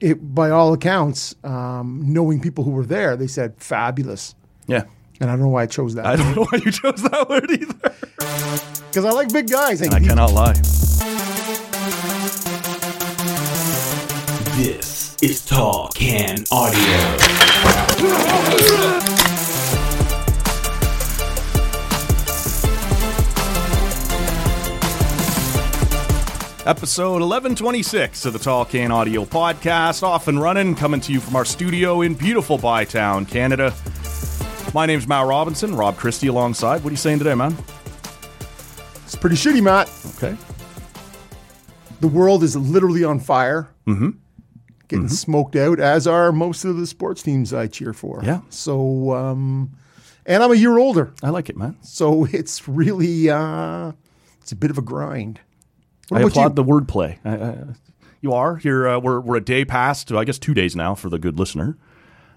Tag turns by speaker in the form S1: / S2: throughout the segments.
S1: it, by all accounts, um, knowing people who were there, they said fabulous.
S2: Yeah.
S1: And I don't know why I chose
S2: I
S1: that
S2: don't know why you chose that word either.
S1: because I, like big guys. I,
S2: I cannot lie.
S3: This is Talk Can Audio.
S2: Episode 1126 of the Tall Can Audio Podcast, off and running, coming to you from our studio in beautiful Bytown, Canada. My name's Matt Robinson, Rob Christie alongside. What are you saying today, man?
S1: it's pretty shitty, Matt.
S2: Okay.
S1: The world is literally on fire. Mm-hmm. Getting
S2: Mm-hmm.
S1: smoked out, as are most of the sports teams I cheer for.
S2: Yeah.
S1: So, um, and I'm a year older,
S2: I like it, man.
S1: so it's really uh, it's a bit of a grind. What
S2: I
S1: about
S2: applaud
S1: you?
S2: the wordplay. I, I, you are here. Uh, we're we're a day past. I guess two days now for the good listener.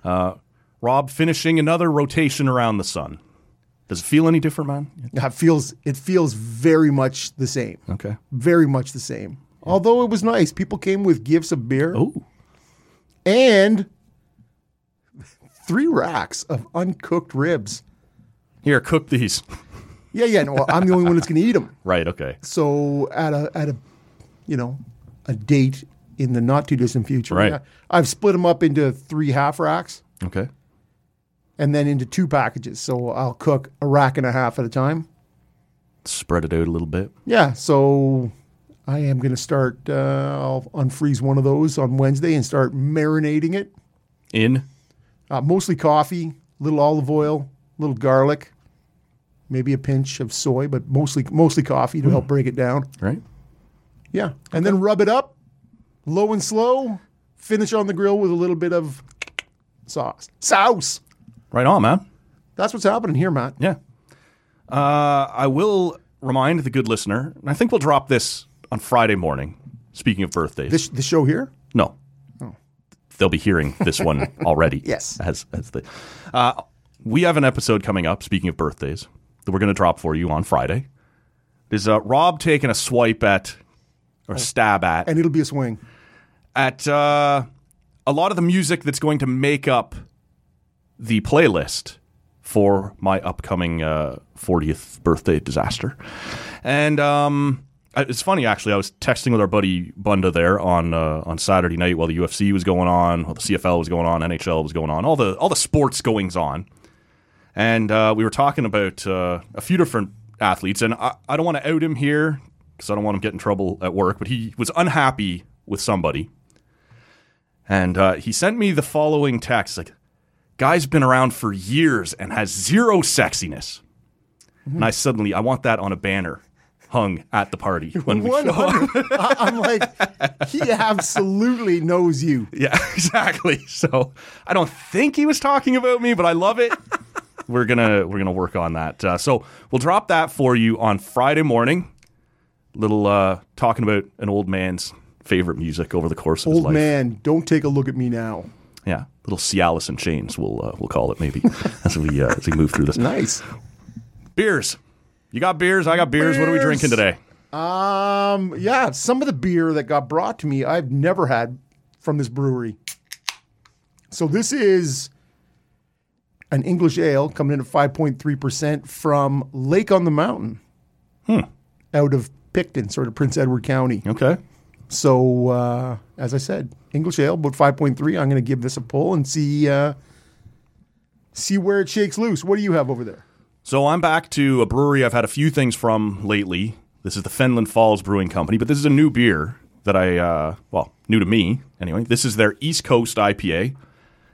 S2: Uh, Rob finishing another rotation around the sun. Does it feel any different, man?
S1: Yeah, it feels it feels very much the same.
S2: Okay.
S1: Very much the same. Although it was nice. People came with gifts of beer
S2: Oh,
S1: and three racks of uncooked ribs.
S2: here, cook these.
S1: Yeah, yeah. No, I'm the only one that's going to eat them.
S2: right. Okay.
S1: So at a at a you know a date in the not too distant future,
S2: Right.
S1: yeah, I've split them up into three half racks
S2: Okay.
S1: and then into two packages. So I'll cook a rack and a half at a time.
S2: Spread it out a little bit.
S1: Yeah, so I am going to start. Uh, I'll unfreeze one of those on Wednesday and start marinating it.
S2: In.
S1: Uh, mostly coffee, little olive oil, little garlic, maybe a pinch of soy, but mostly mostly coffee to help break it down.
S2: Right.
S1: Yeah, and then rub it up, low and slow. Finish on the grill with a little bit of sauce. Sauce.
S2: Right on, man.
S1: That's what's happening here, Matt.
S2: Yeah. Uh, I will remind the good listener, and I think we'll drop this on Friday morning. Speaking of birthdays,
S1: This the show here.
S2: No. They'll be hearing this one already.
S1: Yes.
S2: As, as the, uh, we have an episode coming up, speaking of birthdays, that we're going to drop for you on Friday. Is uh, Rob taking a swipe at or stab at
S1: Oh. And it'll be a swing.
S2: at uh, a lot of the music that's going to make up the playlist for my upcoming uh, 40th birthday disaster. And um, I- it's funny, actually. I was texting with our buddy Bunda there on uh, on Saturday night while the UFC was going on, while the CFL was going on, NHL was going on, all the all the sports goings on. And uh, we were talking about uh, a few different athletes, and I, I don't want to out him here because I don't want him to get in trouble at work. But he was unhappy with somebody, and uh, he sent me the following text: like, "Guy's been around for years and has zero sexiness." And I suddenly, I want that on a banner hung at the party when we
S1: One
S2: show up.
S1: hundred. I- I'm like, he absolutely knows you.
S2: Yeah, exactly. So I don't think he was talking about me, but I love it. we're gonna we're gonna work on that. Uh, so we'll drop that for you on Friday morning. Little uh, talking about an old man's favorite music over the course of his
S1: Old
S2: life.
S1: man, don't take a look at me now.
S2: Yeah, little Cialis and Chains. We'll uh, we'll call it maybe as we uh, as we move through this.
S1: Nice.
S2: Beers. You got beers. I got beers. What are we
S1: Beers.
S2: drinking today?
S1: Um, yeah, some of the beer that got brought to me I've never had from this brewery. So this is an English ale coming in at 5.3% from Lake on the Mountain. Out of Picton, sort of Prince Edward County.
S2: Okay.
S1: So, uh, as I said, English ale, but 5.3. I'm going to give this a pull and see uh, see where it shakes loose. What do you have over there?
S2: So I'm back to a brewery I've had a few things from lately. This is the Fenland Falls Brewing Company, but this is a new beer that I, uh, well, new to me anyway. This is their East Coast IPA.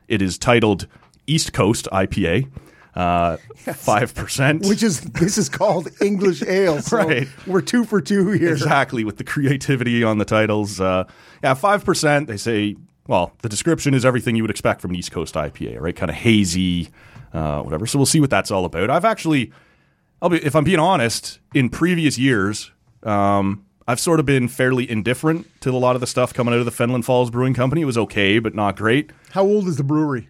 S2: It is titled East Coast IPA, uh, 5%.
S1: Which is this is called English ale. So
S2: Right.
S1: We're two for two here.
S2: exactly with the creativity on the titles. Uh, yeah, five percent. They say. Well, the description is everything you would expect from an East Coast IPA, right? Kind of hazy, uh, whatever. So we'll see what that's all about. I've actually, I'll be, if I'm being honest, in previous years, um, I've sort of been fairly indifferent to a lot of the stuff coming out of the Fenland Falls Brewing Company. It was okay, but not great.
S1: How old is the brewery?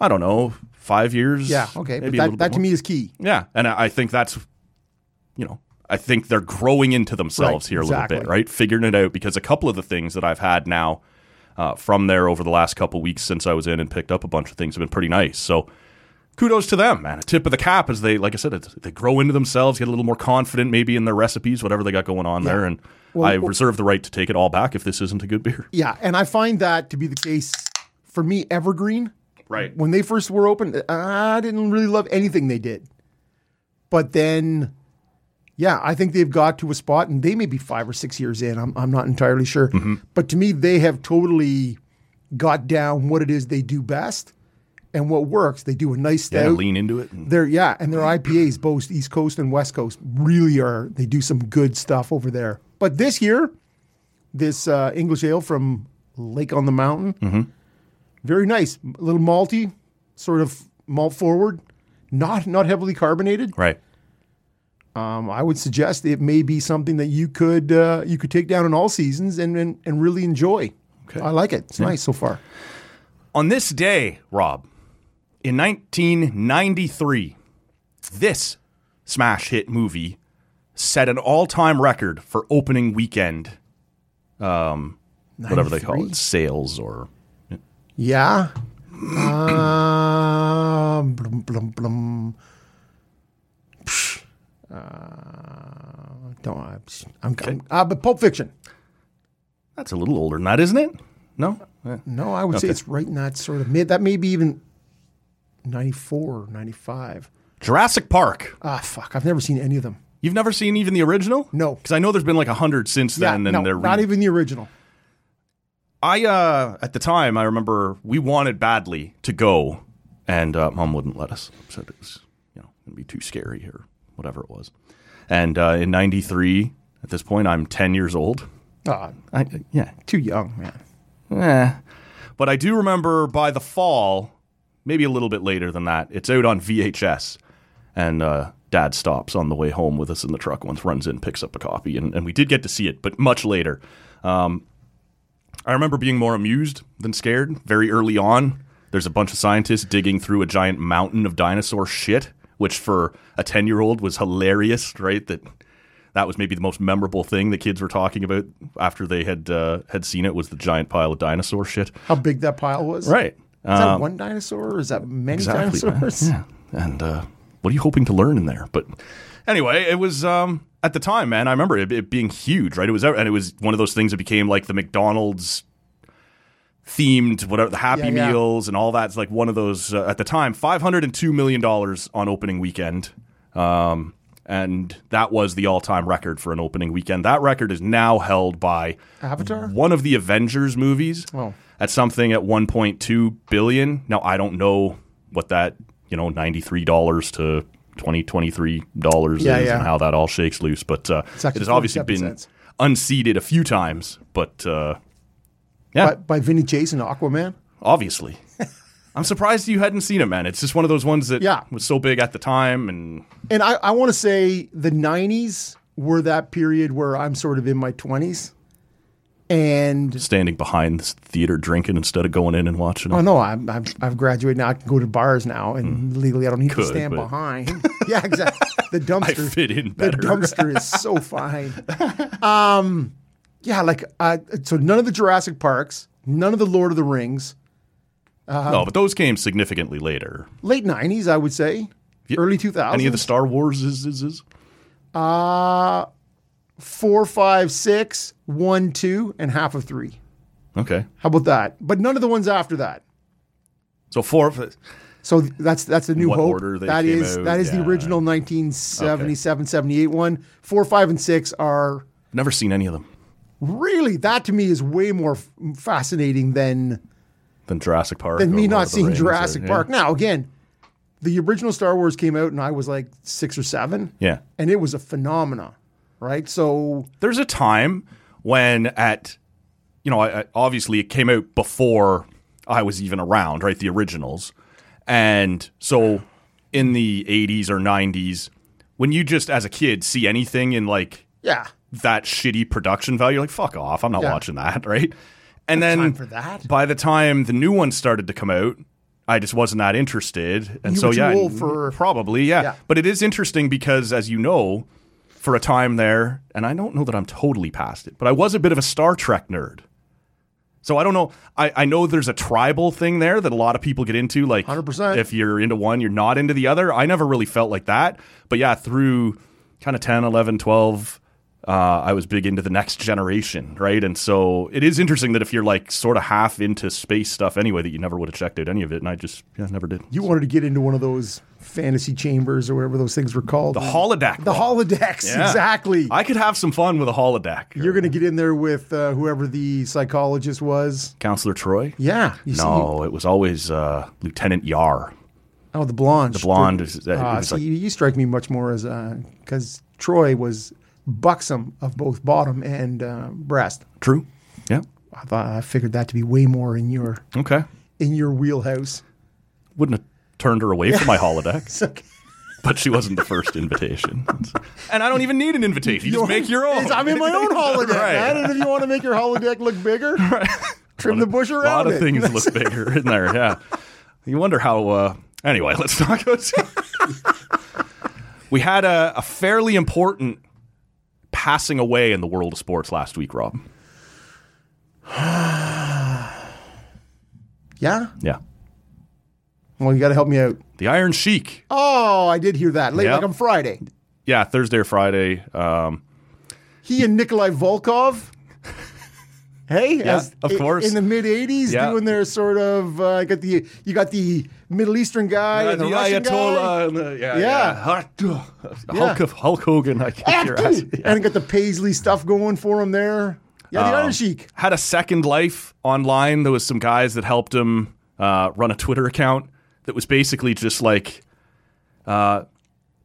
S2: I don't know, five years.
S1: Yeah, okay. But
S2: maybe a little
S1: that,
S2: bit
S1: that to
S2: more.
S1: me is key.
S2: Yeah, and I I think that's, you know, I think they're growing into themselves
S1: Right,
S2: here a
S1: exactly.
S2: little bit, right? Figuring it out because a couple of the things that I've had now, uh, from there over the last couple weeks since I was in and picked up a bunch of things have been pretty nice. So kudos to them, man. A tip of the cap as they, like I said, it's- they grow into themselves, get a little more confident maybe in their recipes, whatever they got going on there. And I reserve the right to take it all back if this isn't a good beer.
S1: Yeah, and I find that to be the case for me. Evergreen,
S2: Right.
S1: when they first were open, I didn't really love anything they did. But then, yeah, I think they've got to a spot, and they may be five or six years in. I'm, I'm not entirely sure.
S2: Mm-hmm.
S1: But to me, they have totally got down what it is they do best and what works. They do a nice
S2: Yeah,
S1: stout.
S2: lean into it. and-
S1: They're yeah, and their IPAs, both East Coast and West Coast, really are. They do some good stuff over there. But this year, this uh, English ale from Lake on the Mountain,
S2: Mm-hmm.
S1: very nice, a little malty, sort of malt forward, not not heavily carbonated.
S2: right.
S1: Um, I would suggest it may be something that you could uh, you could take down in all seasons and and, and really enjoy.
S2: Okay.
S1: I like it. It's nice so far.
S2: On this day, Rob, in 1993, this smash hit movie set an all time record for opening weekend, um, whatever they call
S1: 93?
S2: it, sales or.
S1: Yeah. um, blum, blum, blum. Psh. Uh, don't I? psh, I'm, I'm uh, but Pulp Fiction.
S2: That's a little older than that, isn't it? No? Eh.
S1: No, I would say it's right in that sort of mid. That may be even 94, 95.
S2: Jurassic Park.
S1: Ah, fuck. I've never seen any of them.
S2: You've never seen even the original?
S1: No.
S2: Because I know there's been like a hundred since
S1: Yeah,
S2: then, and
S1: no,
S2: they're
S1: not
S2: re-
S1: even the original.
S2: I uh at the time I remember we wanted badly to go, and uh, mom wouldn't let us. Said it was you know gonna be too scary or whatever it was. And uh, in '93, at this point, I'm 10 years old.
S1: Ah,
S2: I yeah,
S1: too young, man.
S2: eh. but I do remember by the fall, maybe a little bit later than that. It's out on VHS, and uh, Dad stops on the way home with us in the truck. Once runs in, picks up a copy, and, and we did get to see it, but much later. Um, I remember being more amused than scared very early on. There's a bunch of scientists digging through a giant mountain of dinosaur shit, which for a 10 year old was hilarious, right? That that was maybe the most memorable thing the kids were talking about after they had uh, had seen it was the giant pile of dinosaur shit.
S1: How big that pile was.
S2: Right.
S1: Is
S2: Um,
S1: that one dinosaur or is that many
S2: man.
S1: dinosaurs?
S2: Yeah. And uh, what are you hoping to learn in there? But anyway, it was um, at the time, man. I remember it, it being huge, right? It was, and it was one of those things that became like the McDonald's themed, whatever the Happy
S1: Yeah, yeah.
S2: Meals and all that's like one of those uh, at the time. Five hundred and two million dollars on opening weekend. Um, and that was the all-time record for an opening weekend. That record is now held by
S1: Avatar?
S2: one of the Avengers movies
S1: Oh.
S2: at something at 1.2 billion. Now I don't know what that you know 93 dollars to 2023 dollars
S1: Yeah,
S2: is
S1: yeah.
S2: and how that all shakes loose, but uh,
S1: It's
S2: it
S1: actually
S2: has obviously
S1: 47
S2: been
S1: cents.
S2: unseated a few times, but uh, yeah,
S1: By, by Vinny Jason, Aquaman.
S2: obviously. I'm surprised you hadn't seen it, man. It's just one of those ones that
S1: Yeah.
S2: was so big at the time, and
S1: And I, I want to say the 90s were that period where I'm sort of in my 20s. And
S2: standing behind this theater drinking instead of going in and watching it.
S1: oh no, I'm, I'm, I've graduated now. I can go to bars now, and legally I don't need
S2: Could,
S1: to stand
S2: but-
S1: behind. yeah, exactly. The dumpster
S2: fit in better.
S1: The dumpster is so fine. Um, yeah, like uh, so. None of the Jurassic Parks, none of the Lord of the Rings.
S2: no, but those came significantly later.
S1: Late 90s, I would say. Early 2000s.
S2: Any of the Star Wars is is is.
S1: Uh, four, five, six, one, two, and half of three.
S2: Okay,
S1: How about that? But none of the ones after that.
S2: so four. of-
S1: So th- that's that's the new
S2: What
S1: hope.
S2: order they
S1: That
S2: came
S1: is
S2: out,
S1: that is
S2: yeah.
S1: the original 1977, 78 one. Four, five, and six are
S2: Never seen any of them.
S1: really that to me is way more f- fascinating than
S2: than Jurassic Park.
S1: than
S2: or
S1: me
S2: Lord
S1: not
S2: of the
S1: seeing
S2: Rings or-
S1: Jurassic
S2: yeah.
S1: Park. Now again, the original Star Wars came out and I was like six or seven.
S2: Yeah.
S1: and it was a phenomena, right? So
S2: There's a time when at, you know, I, I, obviously it came out before I was even around, right? The originals, and so in the 80s or 90s, when you just as a kid see anything in like
S1: yeah,
S2: that shitty production value, you're like fuck off, I'm not
S1: Yeah.
S2: watching that, right? And then
S1: time for that.
S2: by the time the new one started to come out, I just wasn't that interested. And
S1: You
S2: so
S1: were too
S2: yeah,
S1: old for-
S2: probably yeah.
S1: Yeah.
S2: But it is interesting because as you know, for a time there, and I don't know that I'm totally past it, but I was a bit of a Star Trek nerd. So I don't know. I, I know there's a tribal thing there that a lot of people get into. Like
S1: 100%.
S2: If you're into one, you're not into the other. I never really felt like that. But yeah, through kind of 10, 11, 12, uh, I was big into the next generation, right? And so it is interesting that if you're like sort of half into space stuff anyway, that you never would have checked out any of it. And I just, yeah, never did.
S1: You wanted to get into one of those fantasy chambers or whatever those things were called.
S2: The holodeck.
S1: The holodecks,
S2: Yeah.
S1: exactly.
S2: I could have some fun with a holodeck.
S1: You're going to get in there with uh, whoever the psychologist was.
S2: Counselor Troy?
S1: Yeah. You see-
S2: No, it was always uh, Lieutenant Yar.
S1: oh, the blonde. The
S2: Blonde is uh, it
S1: Ah,
S2: was
S1: see,
S2: like
S1: you, you strike me much more as because Troy was buxom of both bottom and uh, breast.
S2: true. Yeah.
S1: I thought I figured that to be way more in your
S2: Okay.
S1: in your wheelhouse.
S2: Wouldn't have turned her away from my holodeck,
S1: It's okay.
S2: but she wasn't the first invitation. And I don't even need an invitation. You just make your own.
S1: I'm in my own holodeck.
S2: Right.
S1: I don't know if you want to make your holodeck look bigger. Trim the bush around
S2: A lot of
S1: it.
S2: things look bigger in there. Yeah. You wonder how. Uh, anyway, let's not go. To- we had a, a fairly important passing away in the world of sports last week, Rob.
S1: Yeah.
S2: Yeah.
S1: Well, you got to help me out.
S2: The Iron Sheik.
S1: Oh, I did hear that late,
S2: Yeah.
S1: like on Friday.
S2: Yeah, Thursday or Friday. Um,
S1: He and Nikolai Volkov. Hey, as-
S2: of
S1: i-
S2: course.
S1: In the mid '80s,
S2: Yeah.
S1: doing their sort of uh, got the you got the Middle Eastern guy and the, Russian guy.
S2: and the- yeah,
S1: Yeah.
S2: yeah. Hulk, of- Hulk Hogan, I kick your ass.
S1: And I got the Paisley stuff going for him there. Yeah,
S2: Oh.
S1: the Iron Sheik.
S2: Had a second life online. There was some guys that helped him uh, run a Twitter account that was basically just like, uh,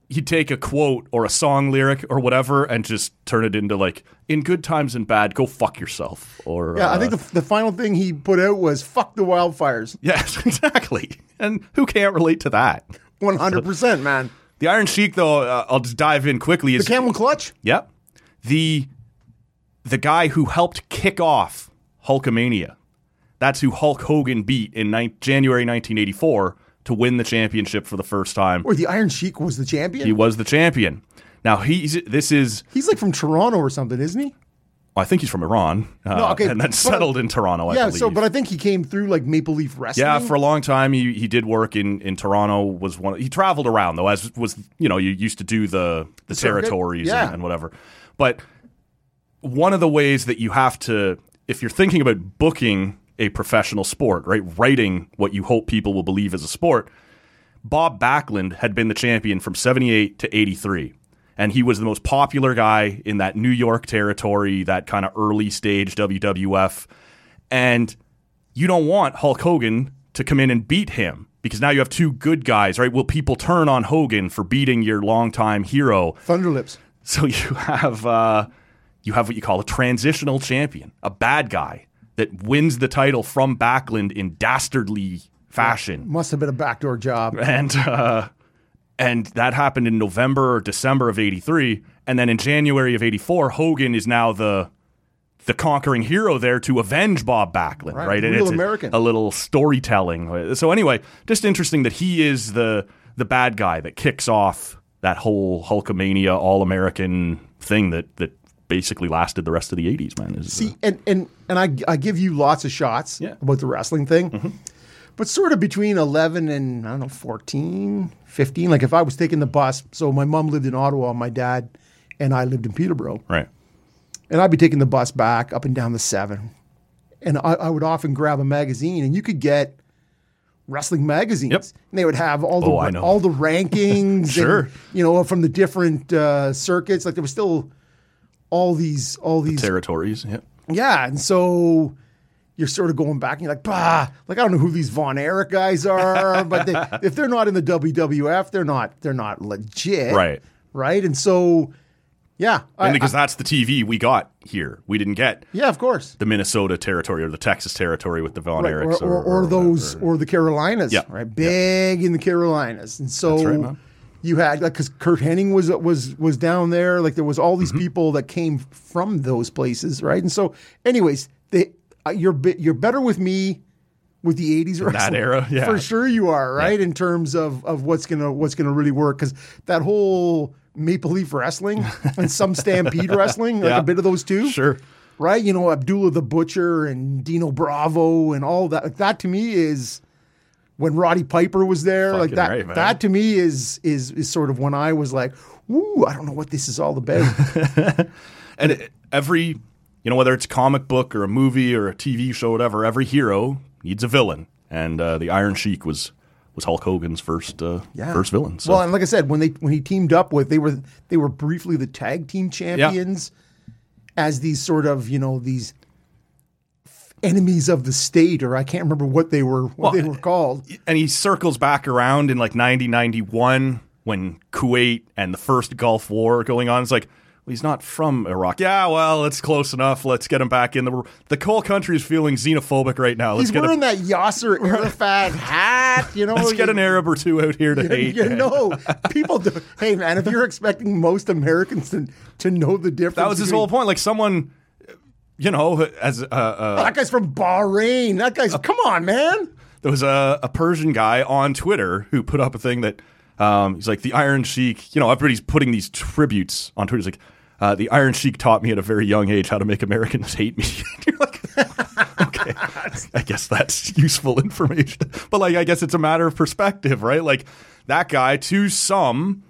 S2: he'd take a quote or a song lyric or whatever and just turn it into like, in good times and bad, go fuck yourself. Or
S1: Yeah, I
S2: uh,
S1: think the, the final thing he put out was "fuck the wildfires."
S2: yes, exactly. And who can't relate to that?
S1: One hundred percent, man.
S2: The Iron Sheik, though, uh, I'll just dive in quickly.
S1: The
S2: Is
S1: camel clutch.
S2: Yep. The the guy who helped kick off Hulkamania. That's who Hulk Hogan beat in ni- January 1984 to win the championship for the first time.
S1: Or the Iron Sheik was the champion.
S2: He was the champion. Now he's this is
S1: He's like from Toronto or something, isn't he?
S2: I think he's from Iran, uh,
S1: No, okay,
S2: and then
S1: but-
S2: settled in Toronto. I
S1: yeah.
S2: believe.
S1: So, but I think he came through like Maple Leaf Wrestling.
S2: Yeah, for a long time he, he did work in, in Toronto. Was one he traveled around though, as was you know you used to do the the
S1: circuit?
S2: territories
S1: Yeah.
S2: and, and whatever. But one of the ways that you have to, if you're thinking about booking a professional sport, right, writing what you hope people will believe is a sport, Bob Backlund had been the champion from 78 to 83. And he was the most popular guy in that New York territory, that kind of early stage WWF. And you don't want Hulk Hogan to come in and beat him because now you have two good guys, right? Will people turn on Hogan for beating your longtime hero?
S1: Thunderlips.
S2: So you have uh, you have what you call a transitional champion, a bad guy that wins the title from Backlund in dastardly fashion,
S1: Must have been a backdoor job.
S2: and uh, and that happened in November or December of '83, and then in January of '84, Hogan is now the the conquering hero there to avenge Bob Backlund, right?
S1: the
S2: And
S1: real
S2: it's a-
S1: American.
S2: A, little storytelling. So anyway, just interesting that he is the the bad guy that kicks off that whole Hulkamania All American thing that that basically lasted the rest of the '80s. Man, Is, uh,
S1: See, E, and and and I I give you lots of shots
S2: Yeah. Mm-hmm.
S1: about the wrestling thing. But sort of between 11 and I don't know 14, 15, like if I was taking the bus, so my mom lived in Ottawa, my dad and I lived in Peterborough.
S2: right?
S1: And I'd be taking the bus back up and down the 7. And I, I would often grab a magazine and you could get wrestling magazines.
S2: Yep.
S1: And they would have all the
S2: Oh, I know.
S1: all the rankings
S2: Sure.
S1: and, you know from the different uh, circuits like there was still all these all these
S2: Territories. Yeah.
S1: yeah, and so you're sort of going back and you're like, bah, like I don't know who these Von Erich guys are, but they, if they're not in the WWF, they're not they're not legit,
S2: Right.
S1: Right, and so yeah, I-
S2: And because that's the TV we got here. We didn't get
S1: I- yeah, of course,
S2: the Minnesota territory or the Texas territory with the Von
S1: right, or,
S2: Erichs
S1: or, or those or, the Carolinas,
S2: Yeah.
S1: right, big in the Carolinas, and so
S2: right, man.
S1: you had like because Kurt Henning was was was down there, like there was all
S2: Mm-hmm.
S1: these people that came from those places, right, and so anyways, they uh, you're be- you're better with me with the 80s or
S2: that era, yeah.
S1: for sure you are right in terms of of what's gonna what's gonna really work because that whole maple leaf wrestling and some stampede wrestling like
S2: Yeah.
S1: a bit of those too
S2: uh, Sure.
S1: right? You know, Abdullah the Butcher and Dino Bravo and all that. Like that to me is when Roddy Piper was there. like
S2: Fucking
S1: that.
S2: right, man.
S1: that to me is is is sort of when I was like, "Ooh, I don't know what this is all about."
S2: And it- every, you know, whether it's a comic book or a movie or a TV show, whatever, every hero needs a villain. And uh, the Iron Sheik was was Hulk Hogan's first uh,
S1: Yeah.
S2: first villain. So
S1: Well, and like I said, when they when he teamed up with they were they were briefly the tag team champions as these sort of you know these f- enemies of the state, or I can't remember what they were what they
S2: Well,
S1: were called.
S2: and he circles back around in like 90 91 when kuwait and the first gulf war are going on it's like well, he's not from iraq yeah well it's close enough let's get him back in the the whole country is feeling xenophobic right now let's
S1: He's
S2: get
S1: wearing
S2: a,
S1: that Yasser Arafat hat, you know.
S2: let's get an arab or two out here to hate
S1: You know, people do. Hey, man, if you're expecting most Americans to, to know the difference,
S2: that was his
S1: between-
S2: whole point like someone you know as uh, uh,
S1: That guy's from Bahrain. That guy's. come on, man.
S2: there was a, a Persian guy on Twitter who put up a thing that um, he's like the Iron Sheik. You know, everybody's putting these tributes on Twitter. He's like, uh, the Iron Sheik taught me at a very young age how to make Americans hate me. And You're like, okay, I guess that's useful information. But like, I guess it's a matter of perspective, right? Like that guy to some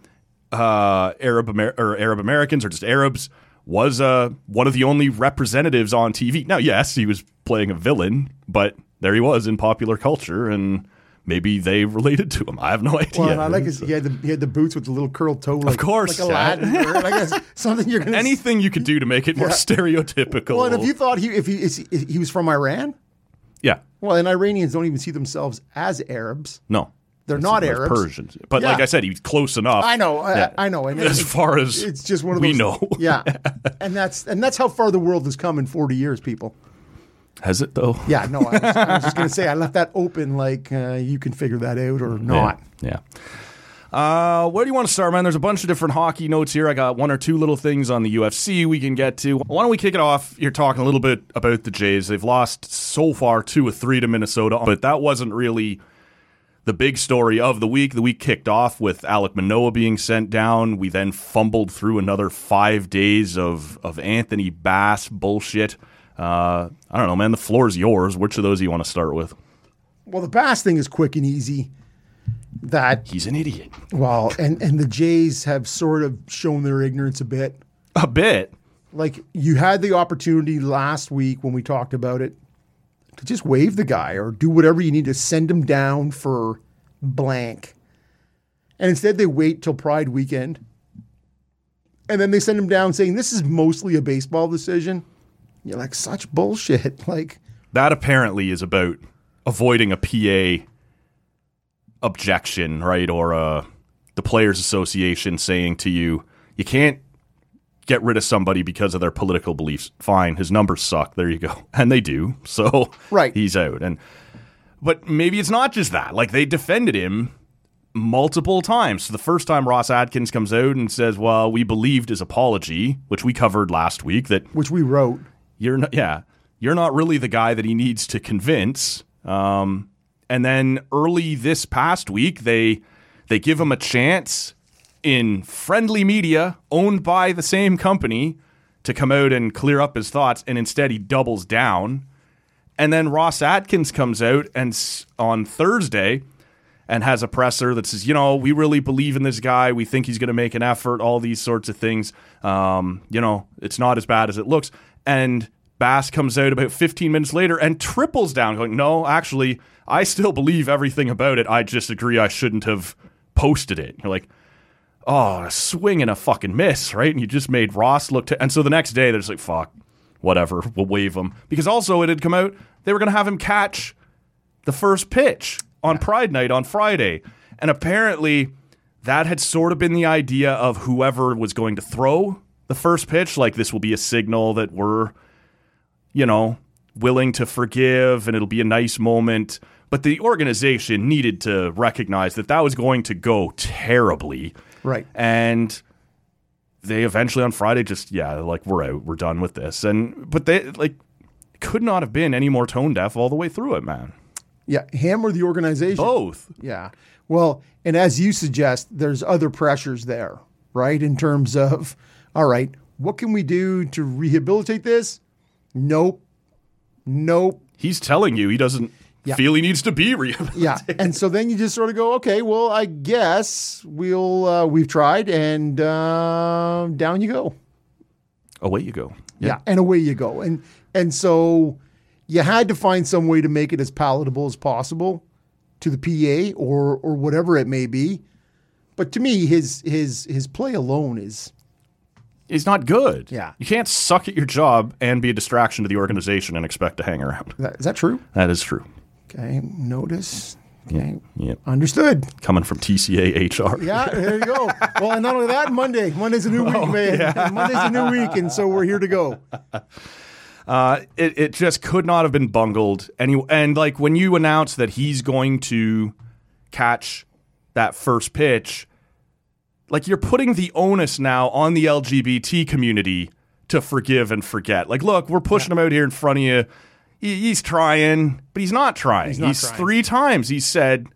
S2: uh, Arab Amer- or Arab Americans or just Arabs was uh, one of the only representatives on TV. Now, yes, he was playing a villain, but there he was in popular culture, and maybe they related to him. I have no idea.
S1: Well, and I like his, he had the he had the boots with the little curled toe, like,
S2: course,
S1: like
S2: yeah.
S1: Aladdin, or like that's something you're gonna. see.
S2: Anything you could do to make it more stereotypical.
S1: well, and if you thought he if he is, if he was from Iran,
S2: yeah,
S1: well, and Iranians don't even see themselves as Arabs;
S2: no,
S1: they're not
S2: Those
S1: Arabs.
S2: Persians. But like
S1: Yeah.
S2: I said, he's close enough.
S1: I know, I,
S2: Yeah.
S1: I know. And
S2: As
S1: it's-
S2: far as
S1: it's just one of
S2: we
S1: those.
S2: know.
S1: yeah, and that's and that's how far the world has come in forty years, people.
S2: Has it though?
S1: Yeah, no, I was, I was just gonna say I left that open, like uh, you can figure that out or not.
S2: Yeah. yeah. Uh, where do you want to start, man? There's a bunch of different hockey notes here. I got one or two little things on the UFC we can get to. Why don't we kick it off? You're talking a little bit about the Jays. They've lost so far two or three to Minnesota, but that wasn't really the big story of the week. The week kicked off with Alec Manoa being sent down. We then fumbled through another five days of of Anthony Bass bullshit. Uh, I don't know, man. The floor's yours. Which of those do you want to start with?
S1: Well, the Bass thing is quick and easy. That
S2: He's an idiot.
S1: Well, and and the Jays have sort of shown their ignorance a bit.
S2: A bit.
S1: Like you had the opportunity last week when we talked about it to just waive the guy or do whatever you need to send him down for blank. And instead they wait till Pride weekend. And then they send him down saying this is mostly a baseball decision. You're like such bullshit. Like
S2: That apparently is about avoiding a PA objection, right? Or uh, the Players Association saying to you, you can't get rid of somebody because of their political beliefs. Fine, his numbers suck. There you go. And they do. So
S1: Right.
S2: he's out. And but maybe it's not just that. Like they defended him multiple times. So the first time Ross Adkins comes out and says, "Well, we believed his apology, which we covered last week that
S1: which we wrote.
S2: you're not yeah you're not really the guy that he needs to convince um, and then early this past week they they give him a chance in friendly media owned by the same company to come out and clear up his thoughts and instead he doubles down and then Ross Atkins comes out and s- on Thursday and has a presser that says, you know, we really believe in this guy. We think he's going to make an effort. All these sorts of things. Um, you know, it's not as bad as it looks. And Bass comes out about 15 minutes later and triples down, going, no, actually, I still believe everything about it. I just agree I shouldn't have posted it. You're like, oh, a swing and a fucking miss, right? And you just made Ross look. to and so the next day, they're just like, fuck, whatever, we'll waive him. Because also, it had come out they were going to have him catch the first pitch on Pride Night on Friday. And apparently, that had sort of been the idea of whoever was going to throw the first pitch. Like, this will be a signal that we're, you know, willing to forgive and it'll be a nice moment. But the organization needed to recognize that that was going to go terribly.
S1: Right.
S2: And they eventually on Friday just yeah, like we're out, we're done with this. And but they like could not have been any more tone deaf all the way through it, man.
S1: Yeah, him or the organization.
S2: Both.
S1: Yeah. Well, and as you suggest, there's other pressures there, right? In terms of, all right, what can we do to rehabilitate this? Nope. Nope.
S2: He's telling you he doesn't
S1: Yeah.
S2: feel he needs to be rehabilitated.
S1: Yeah. and so then you just sort of go, okay, well, I guess we'll uh, we've tried, and um down you go.
S2: Away Oh, you go.
S1: Yeah. and away you go. And and so you had to find some way to make it as palatable as possible to the PA or or whatever it may be. But to me, his his his play alone is
S2: It's not good.
S1: Yeah.
S2: You can't suck at your job and be a distraction to the organization and expect to hang around.
S1: is that, is that true?
S2: That is true.
S1: Okay, notice. Okay,
S2: Yeah.
S1: understood.
S2: Coming from TCA HR.
S1: Yeah, there you go. Oh, Well, and not only that, Monday. Monday's a new week, man. Monday's a new week, and so we're here to go.
S2: Uh, it, it just could not have been bungled. And, you- and like when you announce that he's going to catch that first pitch, like you're putting the onus now on the LGBT community to forgive and forget. Like, look, we're pushing him out here in front of you. He, he's trying, but he's not trying. He's,
S1: not trying.
S2: three times he said,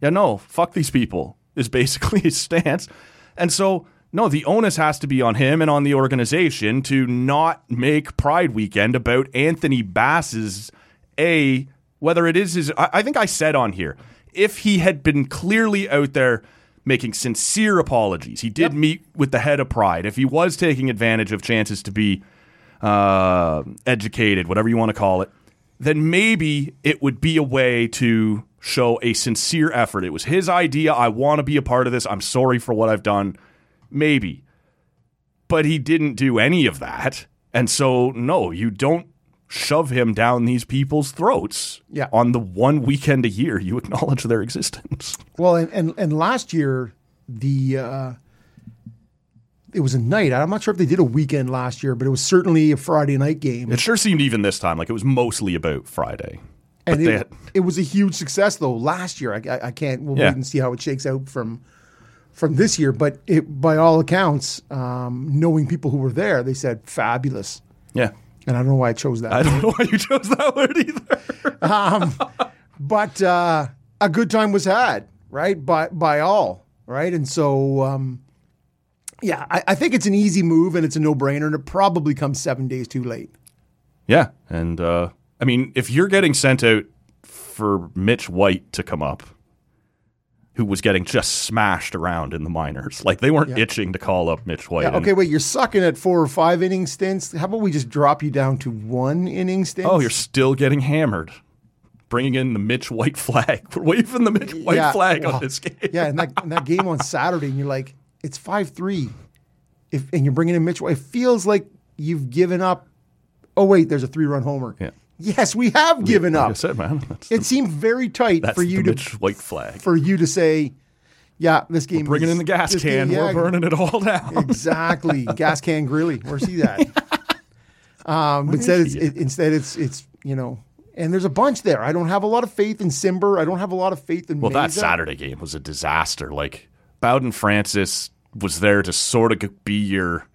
S2: "Yeah, no, fuck these people." Is basically his stance. And so, no, the onus has to be on him and on the organization to not make Pride Weekend about Anthony Bass's a whether it is his. I, I think I said on here if he had been clearly out there making sincere apologies, he did meet with the head of Pride. If he was taking advantage of chances to be uh, educated, whatever you want to call it, then maybe it would be a way to show a sincere effort. It was his idea. I want to be a part of this. I'm sorry for what I've done. Maybe. But he didn't do any of that. And so, no, you don't shove him down these people's throats
S1: Yeah.
S2: on the one weekend a year you acknowledge their existence.
S1: Well, and and, and last year the uh, it was a night. I'm not sure if they did a weekend last year, but it was certainly a Friday night game,
S2: It sure seemed even this time like it was mostly about Friday.
S1: and
S2: they
S1: it,
S2: had-
S1: it was a huge success though last year. I, I, I can't. We'll
S2: Yeah.
S1: wait and see how it shakes out from from this year. But it, by all accounts, um, knowing people who were there, they said fabulous.
S2: Yeah.
S1: And I don't know why I chose that.
S2: I don't know why you chose that word either.
S1: Um, but uh, a good time was had, right? By by all, right? And so, um, yeah, I, I think it's an easy move and it's a no brainer, and it probably comes seven days too late.
S2: Yeah, and uh, I mean, if you're getting sent out for Mitch White to come up, who was getting just smashed around in the minors, like they weren't itching to call up Mitch White. and-
S1: Okay, wait, you're sucking at four or five inning stints. How about we just drop you down to one inning stint?
S2: oh, you're still getting hammered. Bringing in the Mitch White flag. We're waving the Mitch White
S1: Yeah,
S2: flag
S1: well,
S2: on this game.
S1: yeah, and that and that game on Saturday, and you're like, it's five three, if and you're bringing in Mitchell. It feels like you've given up. Oh wait, there's a three run homer.
S2: Yeah.
S1: Yes, we have given
S2: Like I
S1: up.
S2: said, man, that's,
S1: It seemed very tight
S2: that's
S1: for you to
S2: the Mitch White flag.
S1: for you to say, yeah, this game
S2: Bringing
S1: is-
S2: in the gas
S1: this
S2: can.
S1: game- yeah,
S2: We're burning it all down.
S1: Exactly, gas can grilly. Where see that? Um, but instead, it's, it, instead, it's it's you know, and there's a bunch there. I don't have a lot of faith in Simber. I don't have a lot of faith in.
S2: Well, that
S1: Meza.
S2: Saturday game was a disaster. Like Bowden Francis was there to sort of be your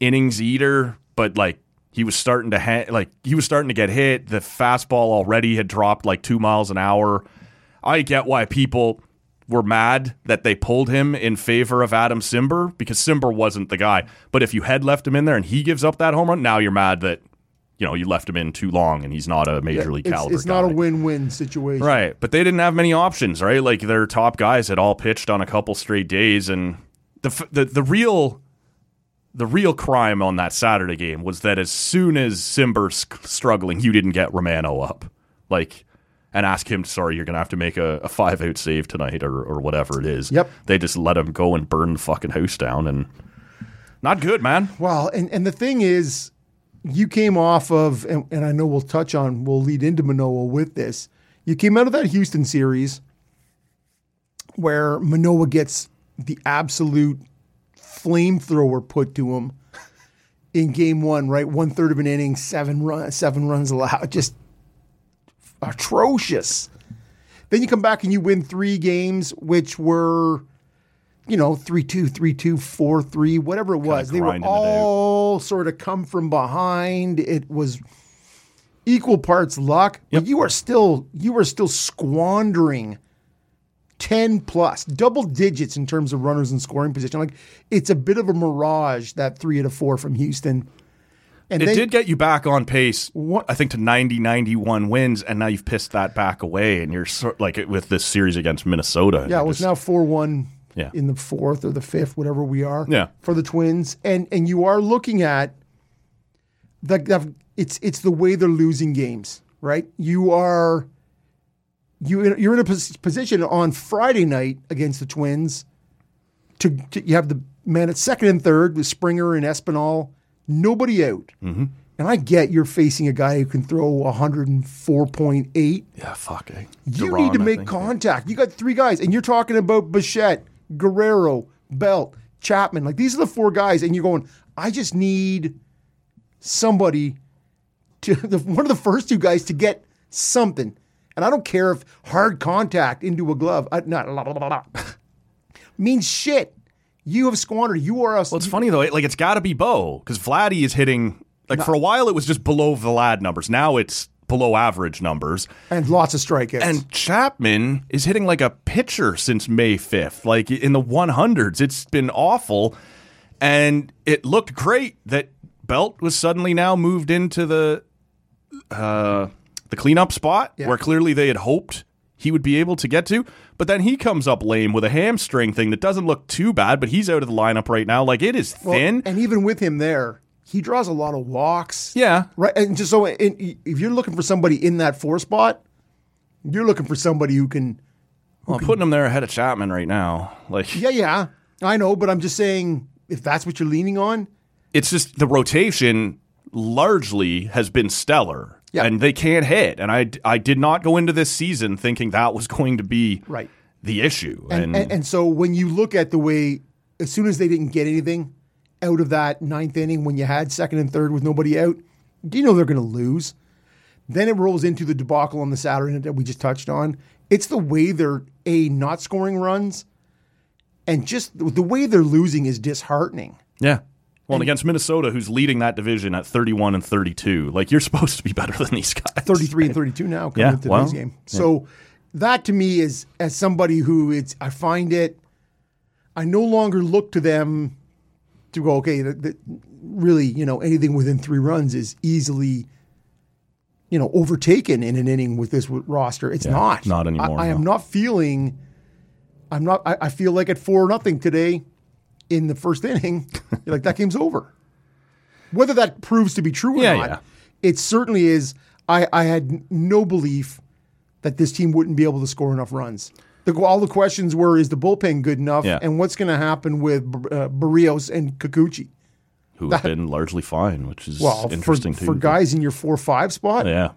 S2: innings eater, but like he was starting to ha- like he was starting to get hit. The fastball already had dropped like two miles an hour. I get why people were mad that they pulled him in favor of Adam Simber because Simber wasn't the guy. But if you had left him in there and he gives up that home run, now you're mad that you know you left him in too long and he's not a major league
S1: It's,
S2: caliber.
S1: it's not a
S2: guy.
S1: win-win situation.
S2: Right, but they didn't have many options, right? Like their top guys had all pitched on a couple straight days, and the f- the the real the real crime on that Saturday game was that as soon as Simber's struggling, you didn't get Romano up, like, and ask him, sorry, you're gonna have to make a, a five out save tonight or or whatever it is.
S1: Yep.
S2: They just let him go and burn the fucking house down, and not good, man.
S1: Well, and, and the thing is, you came off of, and, and I know we'll touch on, we'll lead into Manoa with this. You came out of that Houston series where Manoa gets the absolute flamethrower put to him in game one, right? One third of an inning, seven run, seven runs allowed, just atrocious. Then you come back and you win three games, which were, you know, 3 2, 3 2, 4 3, whatever it was. They were
S2: grinding it out.
S1: all sort of come from behind. It was equal parts luck, but you are still you are still squandering 10 plus double digits in terms of runners in scoring position like it's a bit of a mirage that three out of four from houston And
S2: it
S1: they-
S2: did get you back on pace,
S1: What-
S2: I think, to 90, 91 wins, and now you've pissed that back away, and you're sort like with this series against Minnesota.
S1: Yeah,
S2: you're
S1: it was
S2: just-
S1: now four one
S2: Yeah.
S1: in the fourth or the fifth, whatever we are.
S2: Yeah.
S1: For the twins. And and you are looking at the, the it's it's the way they're losing games, right? You are you you're in a pos- position on Friday night against the Twins to, to- you have the man at second and third with Springer and Espinal, nobody out.
S2: Mm-hmm.
S1: And I get you're facing a guy who can throw 104.8
S2: Yeah, fuck. eh?
S1: you
S2: Duran,
S1: need to
S2: I
S1: make
S2: think.
S1: contact. You got three guys, and you're talking about Bichette, Guerrero, Belt, Chapman. Like these are the four guys, and you're going, I just need somebody to the, one of the first two guys to get something. And I don't care if hard contact into a glove, uh, not blah, blah, blah, blah, means shit. You have squandered. You are a
S2: Well, it's funny though. it- Like it's got to be Bo because Vladdy is hitting. Like for a while, it was just below Vlad numbers. Now it's below average numbers.
S1: and lots of strikeouts.
S2: And Chapman is hitting like a pitcher since May 5th, like in the 100s. It's been awful. And it looked great that Belt was suddenly now moved into the uh, the cleanup spot where clearly they had hoped he would be able to get to. But then he comes up lame with a hamstring thing that doesn't look too bad, but he's out of the lineup right now. Like it is
S1: Well,
S2: thin.
S1: and even with him there, he draws a lot of walks.
S2: yeah.
S1: Right, and just so in, if you're looking for somebody in that four spot, you're looking for somebody who can.
S2: Well, I'm putting him there ahead of Chapman right now. Like
S1: Yeah, yeah, I know, but I'm just saying if that's what you're leaning on,
S2: it's just the rotation largely has been stellar.
S1: Yeah.
S2: And they can't hit. And I, I did not go into this season thinking that was going to be
S1: Right.
S2: the issue.
S1: and, and, and so when you look at the way, as soon as they didn't get anything out of that ninth inning, when you had second and third with nobody out, do you know they're going to lose? Then it rolls into the debacle on the Saturday night that we just touched on. It's the way they're a not scoring runs, and just the the way they're losing is disheartening.
S2: yeah. Well, and against Minnesota, who's leading that division at 31 and 32, like you're supposed to be better than these guys.
S1: 33 and 32 now coming
S2: Yeah,
S1: into
S2: wow.
S1: this game. So that to me is as somebody who it's I find it I no longer look to them to go okay that, that really you know anything within 3 runs is easily you know overtaken in an inning with this w- roster. It's not.
S2: not
S1: I-
S2: anymore,
S1: I, am
S2: no.
S1: not feeling I'm not I, I feel like at 4 nothing today in the first inning you're like that game's over whether that proves to be true or
S2: Yeah,
S1: not,
S2: yeah.
S1: it certainly is. I, I had n- no belief that this team wouldn't be able to score enough runs. The, all the questions were: Is the bullpen good enough,
S2: Yeah.
S1: and what's going to happen with uh, Barrios and Kikuchi?
S2: Who have been largely fine, which is
S1: Well, for,
S2: interesting too.
S1: for guys in your four-five spot,
S2: yeah.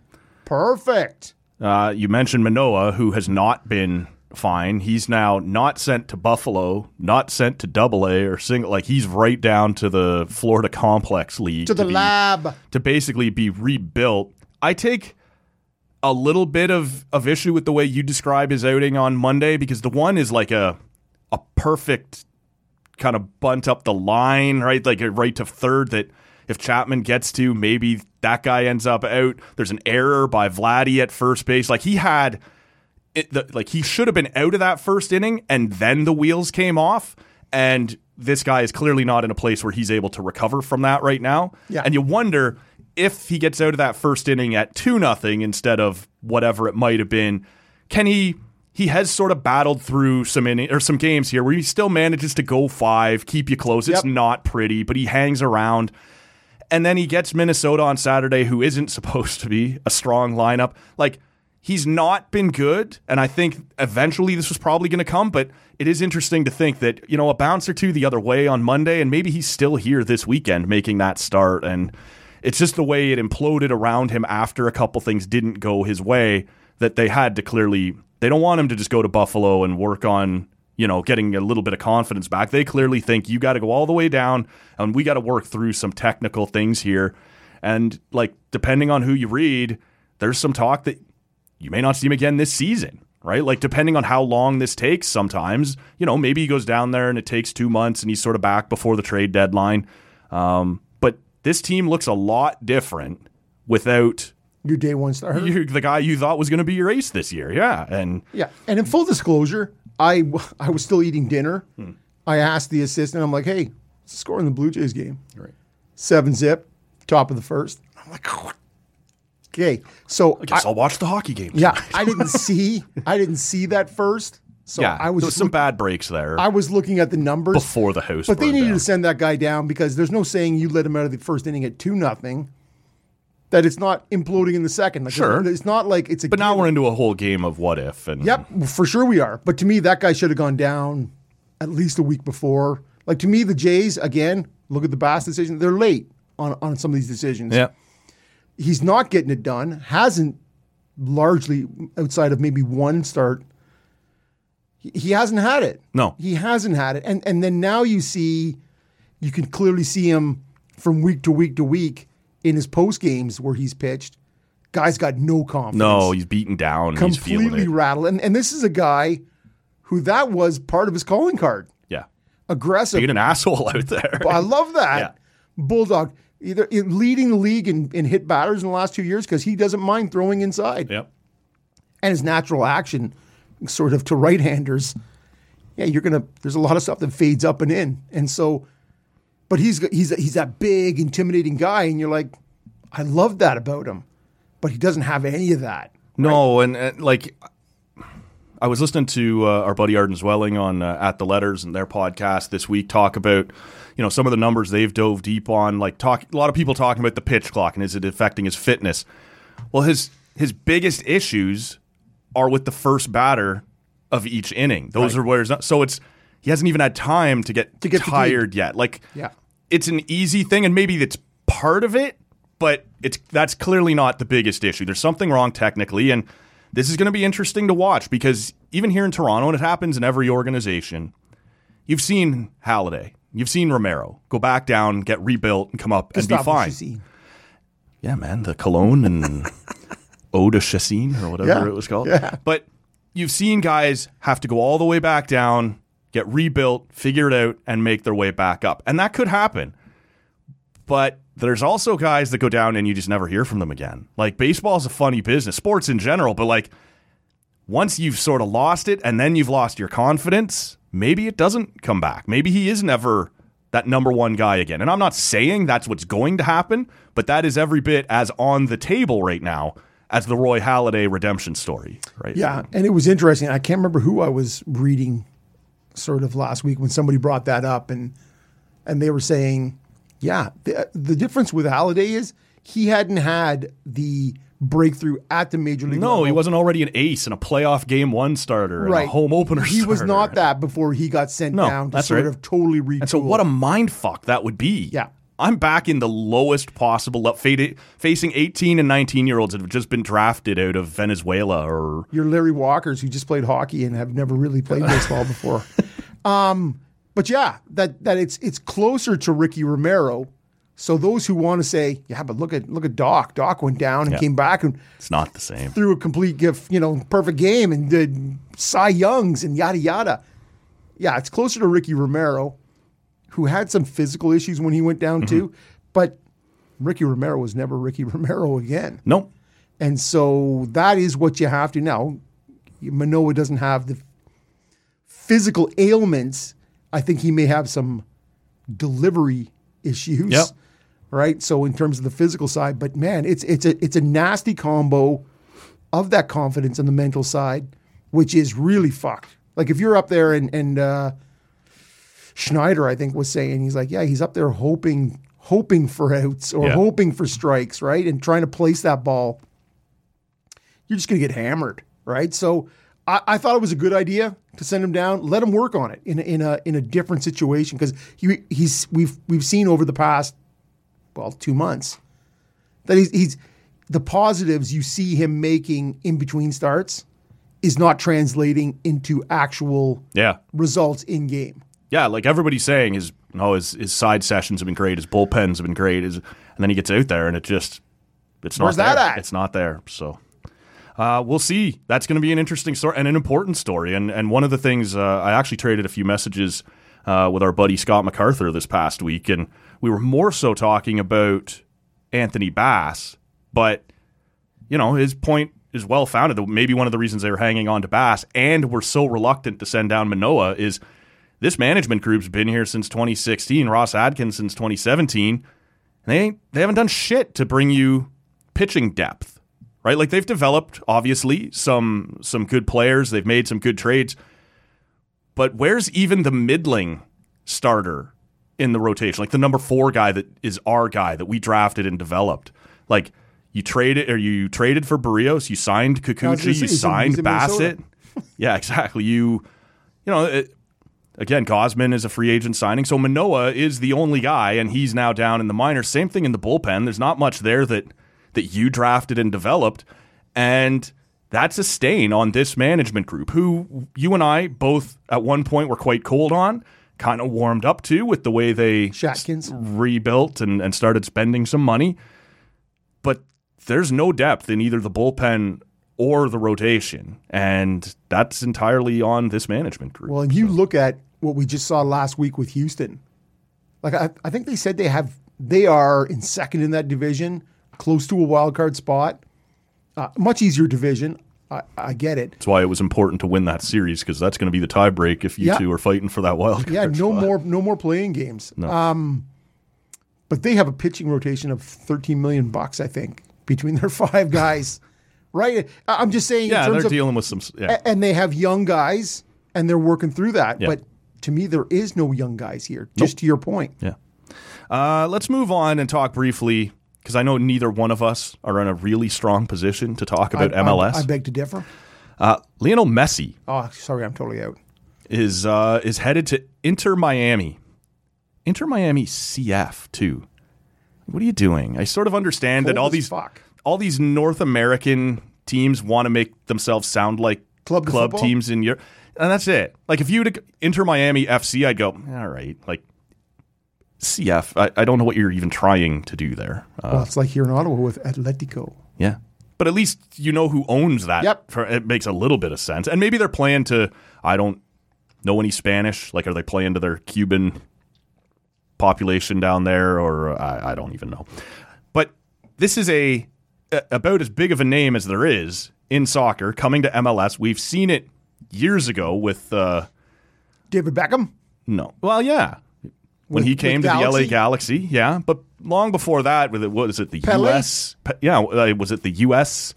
S1: perfect.
S2: Uh, you mentioned Manoa, who has not been fine. He's now not sent to Buffalo, not sent to Double A or single. Like he's right down to the Florida Complex League
S1: To the
S2: be-
S1: lab.
S2: to basically be rebuilt. I take a little bit of, of issue with the way you describe his outing on Monday because the one is like a a perfect kind of bunt up the line, right? Like a right to third that if Chapman gets to, maybe that guy ends up out. There's an error by Vladdy at first base. Like he had it, the, like he should have been out of that first inning and then the wheels came off and this guy is clearly not in a place where he's able to recover from that right now
S1: Yeah.
S2: and you wonder if he gets out of that first inning at 2 nothing instead of whatever it might have been can he he has sort of battled through some inning or some games here where he still manages to go 5 keep you close it's
S1: Yep.
S2: not pretty but he hangs around and then he gets Minnesota on Saturday, who isn't supposed to be a strong lineup. Like, he's not been good. And I think eventually this was probably going to come, but it is interesting to think that, you know, a bounce or two the other way on Monday, and maybe he's still here this weekend making that start. And it's just the way it imploded around him after a couple things didn't go his way that they had to clearly, they don't want him to just go to Buffalo and work on you know, getting a little bit of confidence back. They clearly think you got to go all the way down and we got to work through some technical things here. And like, depending on who you read, there's some talk that you may not see him again this season, right? Like, depending on how long this takes, sometimes, you know, maybe he goes down there and it takes two months and he's sort of back before the trade deadline. Um, but this team looks a lot different without
S1: Your day one starter.
S2: you, the guy you thought was going to be your ace this year. Yeah. And
S1: Yeah, and in full disclosure, I w- I was still eating dinner. I asked the assistant, I'm like, "Hey, what's the score in the Blue Jays game?" Right. Seven zip. top of the first. I'm like, okay. So
S2: "Oh, Guess
S1: I-
S2: I, will watch the hockey game.
S1: yeah, I didn't see I didn't see that first. So
S2: yeah.
S1: I was
S2: there
S1: just
S2: some
S1: look-
S2: bad breaks there
S1: I was looking at the numbers
S2: before the house.
S1: but they
S2: burned
S1: needed
S2: down.
S1: to send that guy down because there's no saying you let him out of the first inning at two nothing. That it's not imploding in the second. Like,
S2: Sure.
S1: it's not like it's a.
S2: But now we're into a whole game of what if and
S1: Yep, for sure we are. But to me, that guy should have gone down at least a week before. Like to me, the Jays again. Look at the Bass decision. They're late on on some of these decisions.
S2: yeah.
S1: He's not getting it done. Hasn't largely outside of maybe one start. He he hasn't had it.
S2: No.
S1: he hasn't had it. And and then now you see, you can clearly see him from week to week to week in his post games where he's pitched. Guy's got no confidence
S2: No, he's beaten down. and He's feeling
S1: completely
S2: it.
S1: rattled. And, and this is a guy who that was part of his calling card.
S2: Yeah,
S1: Aggressive.
S2: being an asshole out there.
S1: I love that.
S2: Yeah.
S1: Bulldog, either leading the league in, in hit batters in the last two years because he doesn't mind throwing inside.
S2: Yep.
S1: And his natural action, sort of to right handers, yeah, you're going to, there's a lot of stuff that fades up and in. And so, but he's, he's, he's that big, intimidating guy. And you're like, I love that about him. But he doesn't have any of that.
S2: No, and, and like I was listening to uh, our buddy Arden Zwelling on uh, at the Letters and their podcast this week talk about you know some of the numbers they've dove deep on. Like talk a lot of people talking about the pitch clock and is it affecting his fitness? Well, his his biggest issues are with the first batter of each inning. Those are where he's not, so it's he hasn't even had time to get
S1: To get
S2: tired yet. Like
S1: Yeah.
S2: it's an easy thing, and maybe that's part of it, but it's that's clearly not the biggest issue. There's something wrong technically, and this is going to be interesting to watch because even here in Toronto, and it happens in every organization, you've seen Halliday, you've seen Romero go back down, get rebuilt, and come up and be
S1: Gustavo
S2: fine.
S1: Chassin.
S2: Yeah, man, the cologne and eau de chassin or whatever
S1: Yeah,
S2: it was called.
S1: yeah.
S2: But you've seen guys have to go all the way back down, get rebuilt, figure it out, and make their way back up. And that could happen. But there's also guys that go down and you just never hear from them again. Like baseball's a funny business, sports in general, but like once you've sort of lost it and then you've lost your confidence, maybe it doesn't come back. Maybe he is never that number one guy again. And I'm not saying that's what's going to happen, but that is every bit as on the table right now as the Roy Halladay redemption story, right?
S1: Yeah, and it was interesting. I can't remember who I was reading sort of last week when somebody brought that up and and they were saying, yeah, the, the difference with Halliday is he hadn't had the breakthrough at the major league.
S2: No,
S1: level.
S2: he wasn't already an ace and a playoff game one starter and
S1: right.
S2: a home opener
S1: He was
S2: starter.
S1: not that before he got sent
S2: No,
S1: down to
S2: that's
S1: sort
S2: right.
S1: of totally retool.
S2: And so, what a mind fuck that would be.
S1: Yeah.
S2: I'm back in the lowest possible level, facing 18 and 19 year olds that have just been drafted out of Venezuela or
S1: your Larry Walkers who just played hockey and have never really played baseball before. Um, but yeah, that that it's it's closer to Ricky Romero. So those who want to say, yeah, but look at look at Doc. Doc went down and
S2: Yeah.
S1: came back and
S2: It's not the same.
S1: threw a complete gift, you know, perfect game and did Cy Youngs and yada yada. Yeah, it's closer to Ricky Romero, who had some physical issues when he went down too. But Ricky Romero was never Ricky Romero again.
S2: Nope.
S1: And so that is what you have to now. Manoa doesn't have the physical ailments. I think he may have some delivery issues.
S2: Yep.
S1: Right. So in terms of the physical side, but man, it's it's a it's a nasty combo of that confidence and the mental side, which is really fucked. Like if you're up there and and uh, Schneider, I think, was saying he's like, yeah, he's up there hoping hoping for outs or
S2: Yeah.
S1: hoping for strikes, right, and trying to place that ball you're just going to get hammered, right? So I, I thought it was a good idea to send him down, let him work on it in a, in a in a different situation because he he's we've we've seen over the past well two months that he's, he's the positives you see him making in between starts is not translating into actual
S2: Yeah.
S1: results in game.
S2: Yeah. Like everybody's saying is, no, his, his side sessions have been great. His bullpens have been great. His, and then he gets out there and it just, it's not
S1: Where's that
S2: there.
S1: at?
S2: It's not there. So uh, we'll see. That's going to be an interesting story and an important story. And, and one of the things uh, I actually traded a few messages uh, with our buddy Scott MacArthur this past week. And we were more so talking about Anthony Bass, but you know, his point is well founded. Maybe one of the reasons they were hanging on to Bass and were so reluctant to send down Manoa is this management group's been here since 2016, Ross Adkins since 2017, and they ain't they haven't done shit to bring you pitching depth, right? Like they've developed obviously some some good players, they've made some good trades, but where's even the middling starter in the rotation? Like the number four guy that is our guy that we drafted and developed, like. You traded, or you traded for Barrios. You signed
S1: was gonna
S2: Kikuchi.
S1: say,
S2: You
S1: he's in- he's
S2: signed
S1: in Minnesota.
S2: Bassett. Yeah, exactly. You, you know, it, again, Gosman is a free agent signing. So Manoa is the only guy, and he's now down in the minors. Same thing in the bullpen. There's not much there that that you drafted and developed, and that's a stain on this management group, who you and I both at one point were quite cold on, kind of warmed up to with the way they
S1: Shatkins.
S2: rebuilt and, and started spending some money. But there's no depth in either the bullpen or the rotation. And that's entirely on this management group.
S1: Well, and you look at what we just saw last week with Houston. Like I, I think they said they have they are in second in that division, close to a wild card spot. Uh, much easier division. I, I get it.
S2: that's why it was important to win that series because that's going to be the tiebreak if you
S1: Yeah.
S2: two are fighting for that wild card.
S1: Yeah, no
S2: spot.
S1: more no more playing games. Um, but they have a pitching rotation of thirteen million bucks, I think, between their five guys. right? I- I'm just saying.
S2: Yeah,
S1: in
S2: they're
S1: terms of, Eh,
S2: dealing with some. s- Yeah.
S1: a- and they have young guys, and they're working through that.
S2: Yeah.
S1: But to me, there is no young guys here. Just to your point.
S2: Yeah. Uh, let's move on and talk briefly because I know neither one of us are in a really strong position to talk about
S1: I- I-
S2: MLS.
S1: I, beg to differ.
S2: uh, Lionel Messi
S1: Oh, sorry, I'm totally out.
S2: is uh, is headed to Inter Miami. Inter Miami CF too. What are you doing? I sort of understand that
S1: Cold
S2: all
S1: as
S2: these
S1: fuck.
S2: all these North American teams want to make themselves sound like
S1: Club to
S2: club
S1: football?
S2: teams in Europe, and that's it. Like if you were to Inter Miami FC, I'd go all right. Like CF, I, I don't know what you're even trying to do there. Uh,
S1: well, it's like here in Ottawa with Atletico.
S2: yeah. But at least you know who owns that.
S1: Yep.
S2: For, it makes a little bit of sense. And maybe they're playing to, I don't know any Spanish. Like, are they playing to their Cuban population down there? Or I, I don't even know. But this is a, a- about as big of a name as there is in soccer coming to MLS. We've seen it years ago with, uh,
S1: David Beckham.
S2: no. Well, yeah. When
S1: With-
S2: he came
S1: with
S2: to the LA
S1: Galaxy?
S2: Galaxy, yeah, but long before that, with it, was it the
S1: Pele?
S2: US? Pe- Yeah, uh, was it the US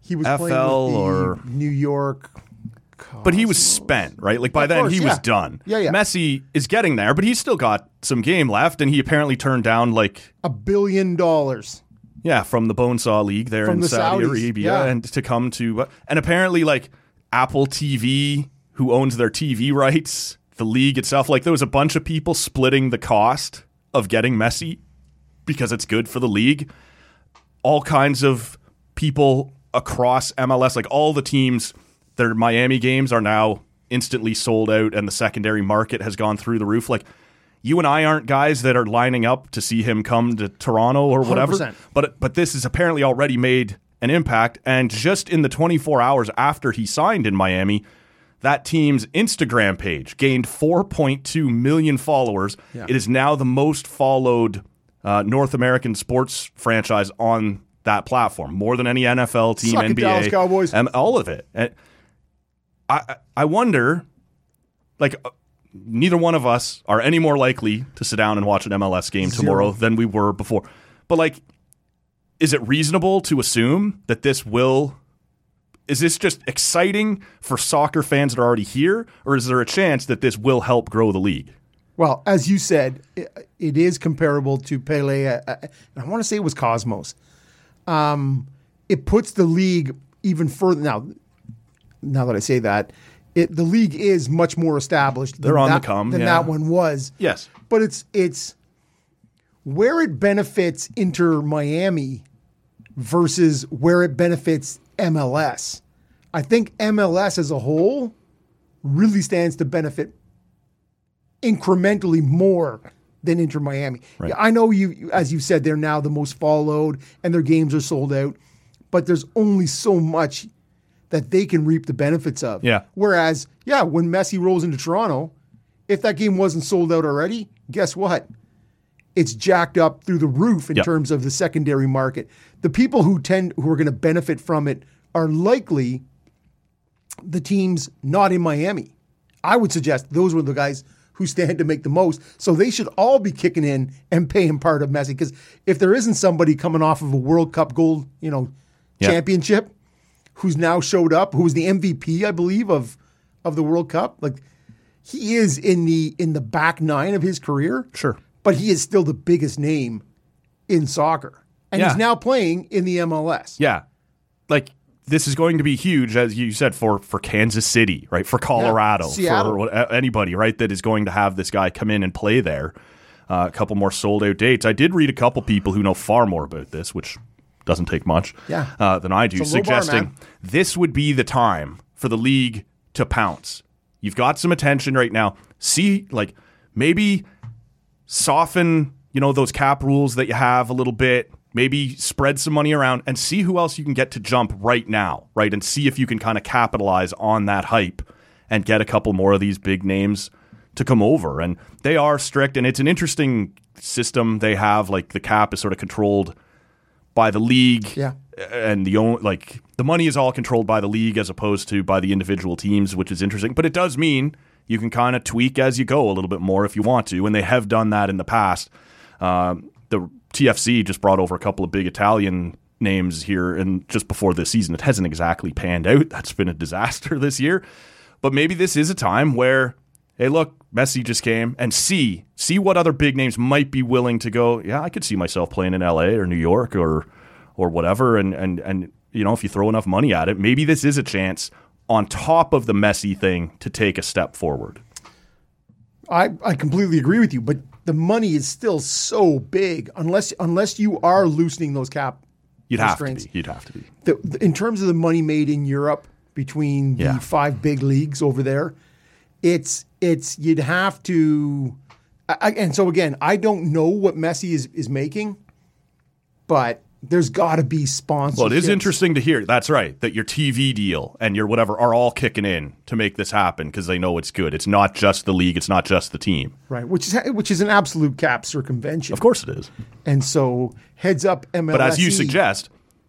S1: He was
S2: FL
S1: playing with the
S2: or-
S1: New York.
S2: But he was spent, right? Like by then
S1: course,
S2: he was
S1: yeah.
S2: done.
S1: Yeah, yeah.
S2: Messi is getting there, but he's still got some game left, and he apparently turned down like
S1: A billion dollars.
S2: yeah from the Bonesaw League there
S1: From
S2: in
S1: the
S2: Saudi
S1: Saudis, yeah.
S2: Arabia, and to come to uh, and apparently like Apple TV, who owns their TV rights, the league itself, like there was a bunch of people splitting the cost of getting Messi because it's good for the league. All kinds of people across MLS, like all the teams, their Miami games are now instantly sold out, and the secondary market has gone through the roof. Like you and I aren't guys that are lining up to see him come to Toronto or whatever.
S1: 100%.
S2: But but this has apparently already made an impact, and just in the 24 hours after he signed in Miami. That team's Instagram page gained 4.2 million followers. It is now the most followed uh, North American sports franchise on that platform, more than any NFL team,
S1: Suck it,
S2: NBA,
S1: Dallas Cowboys.
S2: and all of it. And I I- I wonder, like. uh, Neither one of us are any more likely to sit down and watch an MLS game tomorrow than we were before. But like, is it reasonable to assume that this will is this just exciting for soccer fans that are already here, or is there a chance that this will help grow the league?
S1: Well, as you said, i it is comparable to Pele. uh, uh, and I want to say it was Cosmos. Um, it puts the league even further now. Now that I say that, it the league is much more established. than
S2: They're on the
S1: that-
S2: come,
S1: than
S2: yeah.
S1: that one was.
S2: Yes.
S1: but it's it's where it benefits Inter Miami versus where it benefits MLS. I think MLS as a whole really stands to benefit incrementally more than Inter Miami. Yeah, I know you, you- as you said, they're now the most followed and their games are sold out, but there's only so much that they can reap the benefits of.
S2: Yeah.
S1: Whereas, yeah, when Messi rolls into Toronto, if that game wasn't sold out already, guess what? It's jacked up through the roof in
S2: Yeah.
S1: terms of the secondary market. The people who tend who are going to benefit from it are likely the teams not in Miami. I would suggest those were the guys who stand to make the most. So they should all be kicking in and paying part of Messi. Because if there isn't somebody coming off of a World Cup gold, you know,
S2: Yeah.
S1: championship, who's now showed up, who was the MVP, I believe, of of the World Cup, like he is in the in the back nine of his career.
S2: Sure.
S1: But he is still the biggest name in soccer. And
S2: Yeah.
S1: he's now playing in the MLS.
S2: Yeah. Like this is going to be huge, as you said, for for Kansas City, right? For Colorado,
S1: Seattle.
S2: for what- a- anybody, right? That is going to have this guy come in and play there. Uh, a couple more sold out dates. I did read a couple people who know far more about this, which doesn't take much,
S1: Yeah.
S2: uh, than I do,
S1: It's a low bar,
S2: suggesting
S1: man.
S2: this would be the time for the league to pounce. You've got some attention right now. See, like maybe soften you know those cap rules that you have a little bit maybe spread some money around and see who else you can get to jump right now right and see if you can kind of capitalize on that hype and get a couple more of these big names to come over and they are strict and it's an interesting system they have like the cap is sort of controlled by the league
S1: Yeah.
S2: and the own like the money is all controlled by the league as opposed to by the individual teams, which is interesting. But it does mean you can kind of tweak as you go a little bit more if you want to, and they have done that in the past. Um, the TFC just brought over a couple of big Italian names here, and just before this season, it hasn't exactly panned out. That's been a disaster this year. But maybe this is a time where, hey, look, Messi just came, and see see what other big names might be willing to go. Yeah, I could see myself playing in LA or New York or or whatever and and and you know if you throw enough money at it maybe this is a chance on top of the messy thing to take a step forward
S1: I, I completely agree with you, but the money is still so big unless unless you are loosening those cap
S2: you'd have to
S1: Restraints.
S2: be you'd have to be
S1: the, the- in terms of the money made in Europe between the
S2: Yeah.
S1: five big leagues over there, it's it's you'd have to, I, I- and so again, I don't know what Messi is is making, but there's got to be sponsors.
S2: well it is interesting to hear that's right that your tv deal and your whatever are all kicking in to make this happen because they know it's good it's not just the league it's not just the team
S1: right? Which is which is an absolute cap circumvention,
S2: of course it is
S1: and so heads up, MLS.
S2: but as you suggest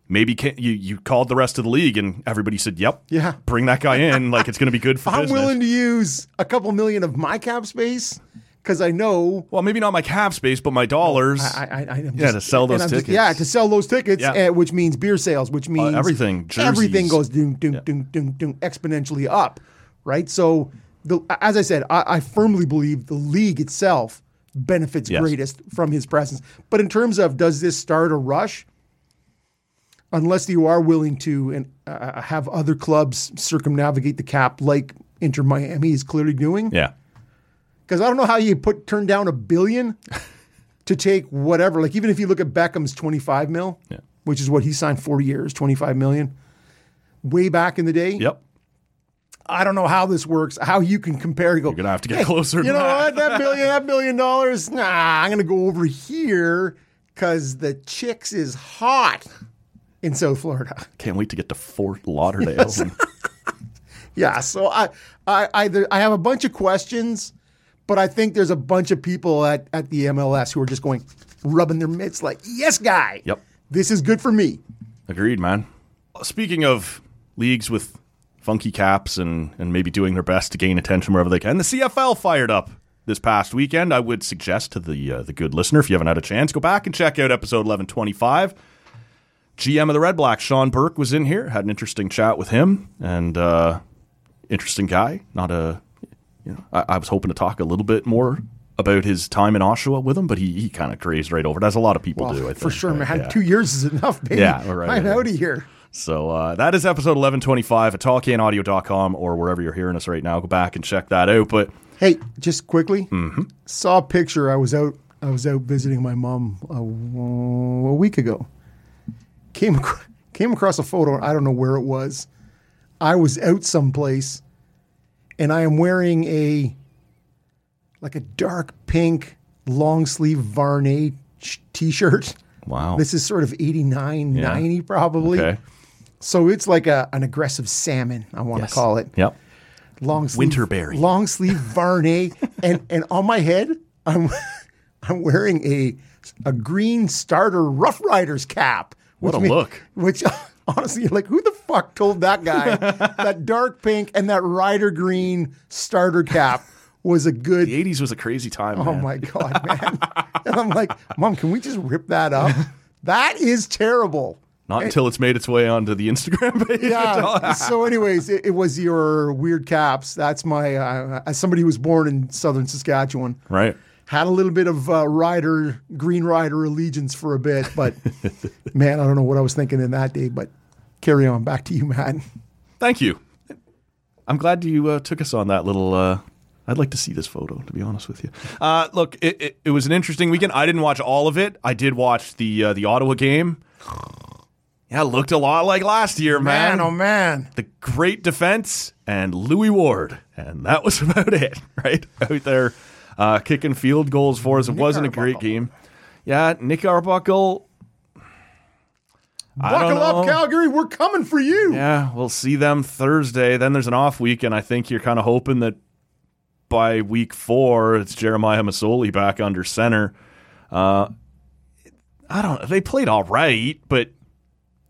S2: maybe can, you, you called the rest of the league and everybody said yep
S1: Yeah.
S2: bring that guy in like it's going to be good for
S1: I'm
S2: business
S1: willing to use a couple million of my cap space because I know
S2: well maybe not my cap space but my dollars
S1: Oh, I, I, I, am
S2: Yeah,
S1: just-
S2: to sell those
S1: and I'm just-
S2: tickets.
S1: yeah, to sell those tickets,
S2: Yeah. Uh,
S1: uh, which means beer sales, which means
S2: everything,
S1: Everything
S2: jerseys.
S1: goes doom, doom, doom, doom, doom, exponentially up, right? So, the, as I said, I, I firmly believe the league itself benefits
S2: Yes.
S1: greatest from his presence. But in terms of does this start a rush? Unless you are willing to and uh, have other clubs circumnavigate the cap, like Inter Miami is clearly doing,
S2: yeah
S1: because I don't know how you put turn down a billion to take whatever. Like even if you look at Beckham's twenty five mil,
S2: Yeah.
S1: which is what he signed forty years, twenty five million, way back in the day.
S2: yep
S1: I don't know how this works. How you can compare? Go, You're
S2: gonna have to get closer
S1: You
S2: than
S1: know what?
S2: that."
S1: That billion, that billion dollars. Nah, I'm gonna go over here because the chicks is hot in South Florida.
S2: Can't wait to get to Fort Lauderdale. and
S1: Yeah, so I, I, I, there- I have a bunch of questions, but I think there's a bunch of people at, at the MLS who are just going rubbing their mitts like, yes, guy.
S2: Yep.
S1: This is good for me.
S2: Agreed, man. Speaking of leagues with funky caps and, and maybe doing their best to gain attention wherever they can, the CFL fired up this past weekend. I would suggest to the uh, the good listener, if you haven't had a chance, go back and check out episode eleven twenty five. GM of the Red Blacks, Sean Burke, was in here. Had an interesting chat with him, and uh, interesting guy. Not a, you know, I, I was hoping to talk a little bit more about his time in Oshawa with him, but he, he kind of grazed right over it, as a lot of people do. I think
S1: Oh, for sure,
S2: but,
S1: man.
S2: yeah.
S1: Two years is enough, baby.
S2: Yeah, all right,
S1: I'm
S2: yeah.
S1: out of here.
S2: So uh, that is episode 1125 at talkingaudio.com or wherever you're hearing us right now. Go back and check that out. But
S1: Hey, just quickly, saw a picture. I was out. I was out visiting my mom a, a week ago. Came acro- came across a photo. I don't know where it was. I was out someplace, and I am wearing a like a dark pink long sleeve Varney sh- t-shirt.
S2: wow.
S1: This is sort of 89, 90 probably.
S2: okay.
S1: So it's like a, an aggressive salmon, I want to call it
S2: Yep.
S1: long sleeve
S2: Winterberry.
S1: long sleeve Varney, and and on my head I'm I'm wearing a a green starter Rough Riders cap.
S2: What
S1: which
S2: a look.
S1: Which honestly, you're like, who the fuck told that guy that dark pink and that rider green starter cap was a good
S2: The 80s was a crazy time.
S1: Oh
S2: man.
S1: my god, man! and I'm like, Mom, can we just rip that up? That is terrible.
S2: Not until it's made its way onto the Instagram page.
S1: Yeah. so, anyways, it, it was your weird caps. That's my uh, as somebody who was born in southern Saskatchewan,
S2: Right.
S1: had a little bit of uh, rider green rider allegiance for a bit, but man, I don't know what I was thinking in that day. But carry on, back to you, Matt.
S2: Thank you. I'm glad you uh, took us on that little. Uh, I'd like to see this photo, to be honest with you. Uh, look, it, it, it was an interesting weekend. I didn't watch all of it. I did watch the uh, the Ottawa game. Yeah, looked a lot like last year, man.
S1: man, oh
S2: The great defense and Louis Ward, and that was about it, right? Out there uh, kicking field goals for us. It wasn't a great
S1: Arbuckle.
S2: game. Yeah, Nick Arbuckle. I don't
S1: buckle up,
S2: know.
S1: Calgary. We're coming for you.
S2: Yeah, we'll see them Thursday. Then there's an off week, and I think you're kind of hoping that by week four, it's Jeremiah Masoli back under center. Uh, I don't. They played all right, but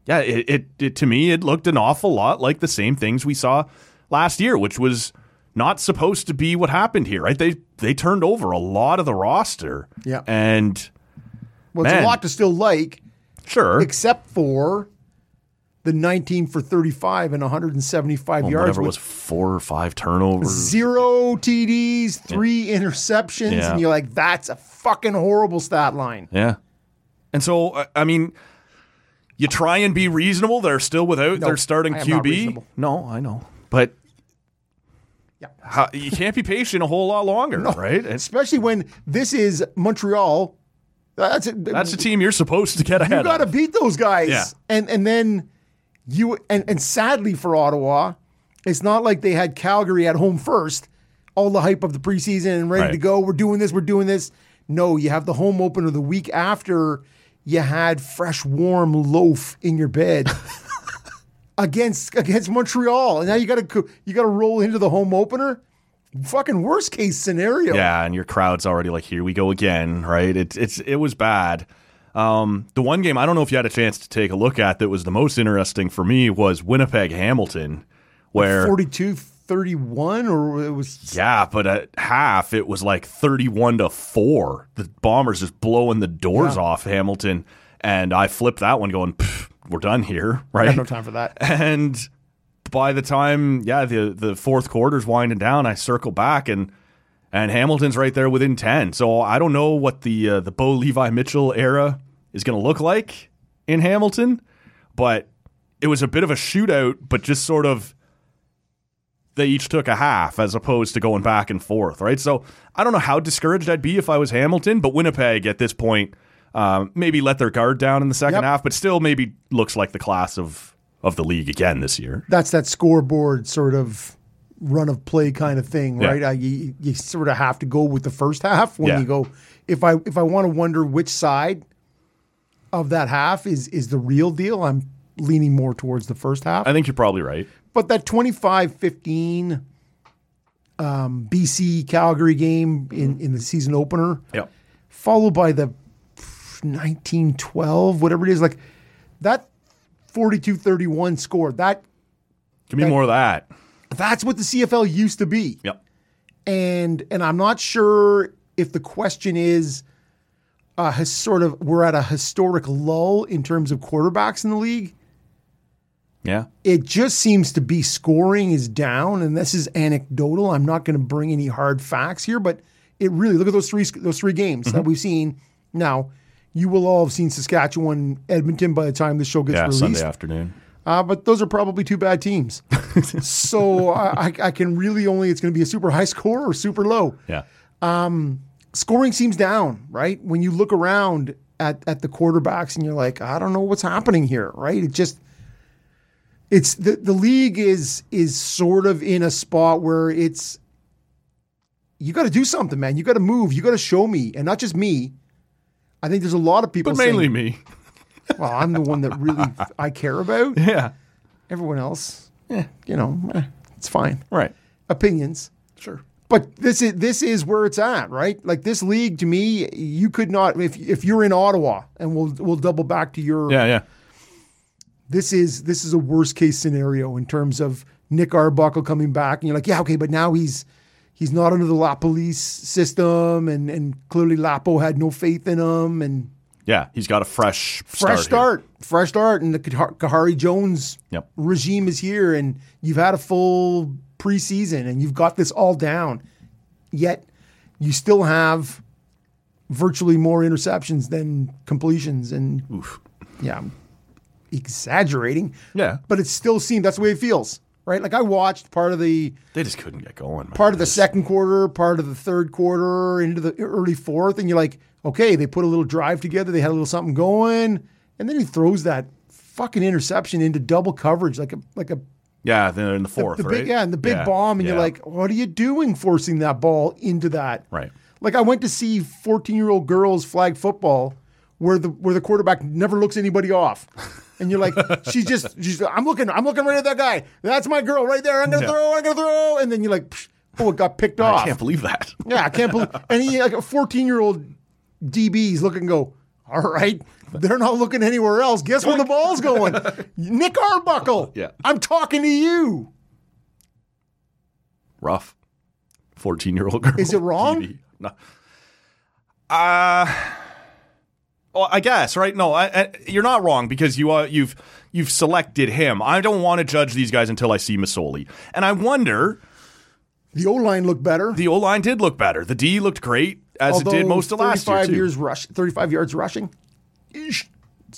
S2: yeah, it, it, it to me it looked an awful lot like the same things we saw last year, which was not supposed to be what happened here. Right? They they turned over a lot of the roster.
S1: Yeah.
S2: and
S1: Well, it's
S2: Man.
S1: a lot to still like.
S2: sure,
S1: except for the 19 for 35 and 175
S2: well,
S1: yards
S2: whatever it
S1: with
S2: was four or five turnovers.
S1: zero TDs, three interceptions,
S2: Yeah.
S1: and you're like, that's a fucking horrible stat line.
S2: Yeah. And so, I- I mean, you try and be reasonable. They're still without
S1: No,
S2: their starting
S1: I am not
S2: QB.
S1: reasonable.
S2: No, I know. But
S1: Yeah.
S2: how, you can't be patient a whole lot longer, right? And
S1: Especially when this is Montreal. That's it.
S2: that's a team you're supposed to get ahead
S1: you got to
S2: of.
S1: beat those guys.
S2: Yeah.
S1: And and then you and and sadly for Ottawa, it's not like they had Calgary at home first. All the hype of the preseason and ready
S2: Right.
S1: to go. We're doing this. We're doing this. No, you have the home opener the week after. You had fresh, warm loaf in your bed against against Montreal, and now you got to you got to roll into the home opener. Fucking worst case scenario.
S2: Yeah, and your crowd's already like, here we go again, right? It, it's it was bad. Um, the one game I don't know if you had a chance to take a look at that was the most interesting for me was Winnipeg Hamilton, where
S1: 42 31 or it was
S2: Yeah, but at half it was like thirty-one to four. The Bombers just blowing the doors off Hamilton, and I flipped that one, going, "Pff, "We're done here,
S1: I
S2: right?"
S1: have no time for that.
S2: and by the time, yeah, the the fourth quarter's winding down, I circle back and and Hamilton's right there within ten. So I don't know what the uh, the Bo Levi Mitchell era is going to look like in Hamilton, but it was a bit of a shootout, but just sort of they each took a half as opposed to going back and forth, right? So I don't know how discouraged I'd be if I was Hamilton, but Winnipeg at this point um, maybe let their guard down in the second
S1: Yep.
S2: half, but still maybe looks like the class of of the league again this year.
S1: that's that scoreboard sort of run of play kind of thing,
S2: Yeah.
S1: right? Uh, you, you sort of have to go with the first half when
S2: Yeah.
S1: you go. If I if I want to wonder which side of that half is is the real deal, I'm leaning more towards the first half.
S2: I think you're probably right.
S1: But that 25-15 um, BC Calgary game in in the season opener,
S2: Yep.
S1: followed by the 1912 whatever it is like that 42-31 score that
S2: Give me more of that.
S1: that's what the CFL used to be.
S2: Yep.
S1: And and I'm not sure if the question is uh, has sort of we're at a historic lull in terms of quarterbacks in the league.
S2: Yeah.
S1: It just seems to be scoring is down, and this is anecdotal. I'm not going to bring any hard facts here, but it really look at those three those three games
S2: Mm-hmm.
S1: that we've seen. Now, you will all have seen Saskatchewan, Edmonton by the time the show gets
S2: Yeah.
S1: released.
S2: Sunday afternoon.
S1: Uh, but those are probably two bad teams. so I, I- I can really only, it's going to be a super high score or super low.
S2: Yeah.
S1: Scoring seems down, right? When you look around at, at the quarterbacks and you're like, I don't know what's happening here, right? It just, it's the, the league is is sort of in a spot where it's you got to do something, man. You got to move. You got to show me, and not just me. I think there's a lot of people.
S2: But mainly
S1: saying,
S2: me.
S1: well, I'm the one that really I care about.
S2: Yeah.
S1: Everyone else, eh, you know, eh, it's fine.
S2: Right.
S1: Opinions.
S2: Sure.
S1: But this is this is where it's at, right? Like this league to me, you could not if if you're in Ottawa and we'll we'll double back to your
S2: Yeah. Yeah.
S1: this is this is a worst case scenario in terms of Nick Arbuckle coming back and you're like, yeah, okay, but now he's he's not under the La Police system, and and clearly Lapo had no faith in him, and
S2: Yeah, he's got a fresh start.
S1: fresh
S2: here.
S1: start, fresh start, and the Kahar- Kahari Jones
S2: Yep.
S1: regime is here, and you've had a full preseason, and you've got this all down. Yet, you still have virtually more interceptions than completions, and yeah, I'm exaggerating.
S2: Yeah.
S1: but it still seemed that's the way it feels, right? Like I watched part of the
S2: They just couldn't get going. man.
S1: part of the second quarter, part of the third quarter, into the early fourth, and you're like, okay, they put a little drive together, they had a little something going, and then he throws that fucking interception into double coverage, like a like a
S2: yeah, they're in the fourth,
S1: the
S2: right?
S1: big yeah, and the big bomb, and you're
S2: yeah,
S1: like, what are you doing, forcing that ball into that?
S2: Right.
S1: Like I went to see 14 year old girls flag football, where the where the quarterback never looks anybody off. And you're like, she's just, she's, I'm looking, I'm looking right at that guy. That's my girl right there. I'm gonna
S2: Yeah.
S1: throw, I'm gonna throw, and then you're like, psh, oh, it got picked off.
S2: I can't believe that.
S1: Yeah, I can't believe any like a 14 year old DBs looking and go, all right, they're not looking anywhere else. Guess where the ball's going? Nick Arbuckle.
S2: Yeah.
S1: I'm talking to you.
S2: Rough. Fourteen-year-old girl.
S1: Is it wrong?
S2: DB. No. Uh, well, I guess right. No, I, I, you're not wrong because you uh, you've you've selected him. I don't want to judge these guys until I see Masoli, and I wonder.
S1: The O line looked better.
S2: The O line did look better. The D looked great as
S1: Although
S2: it did most of last year
S1: 35
S2: too.
S1: years rush, 35 yards rushing. Eesh.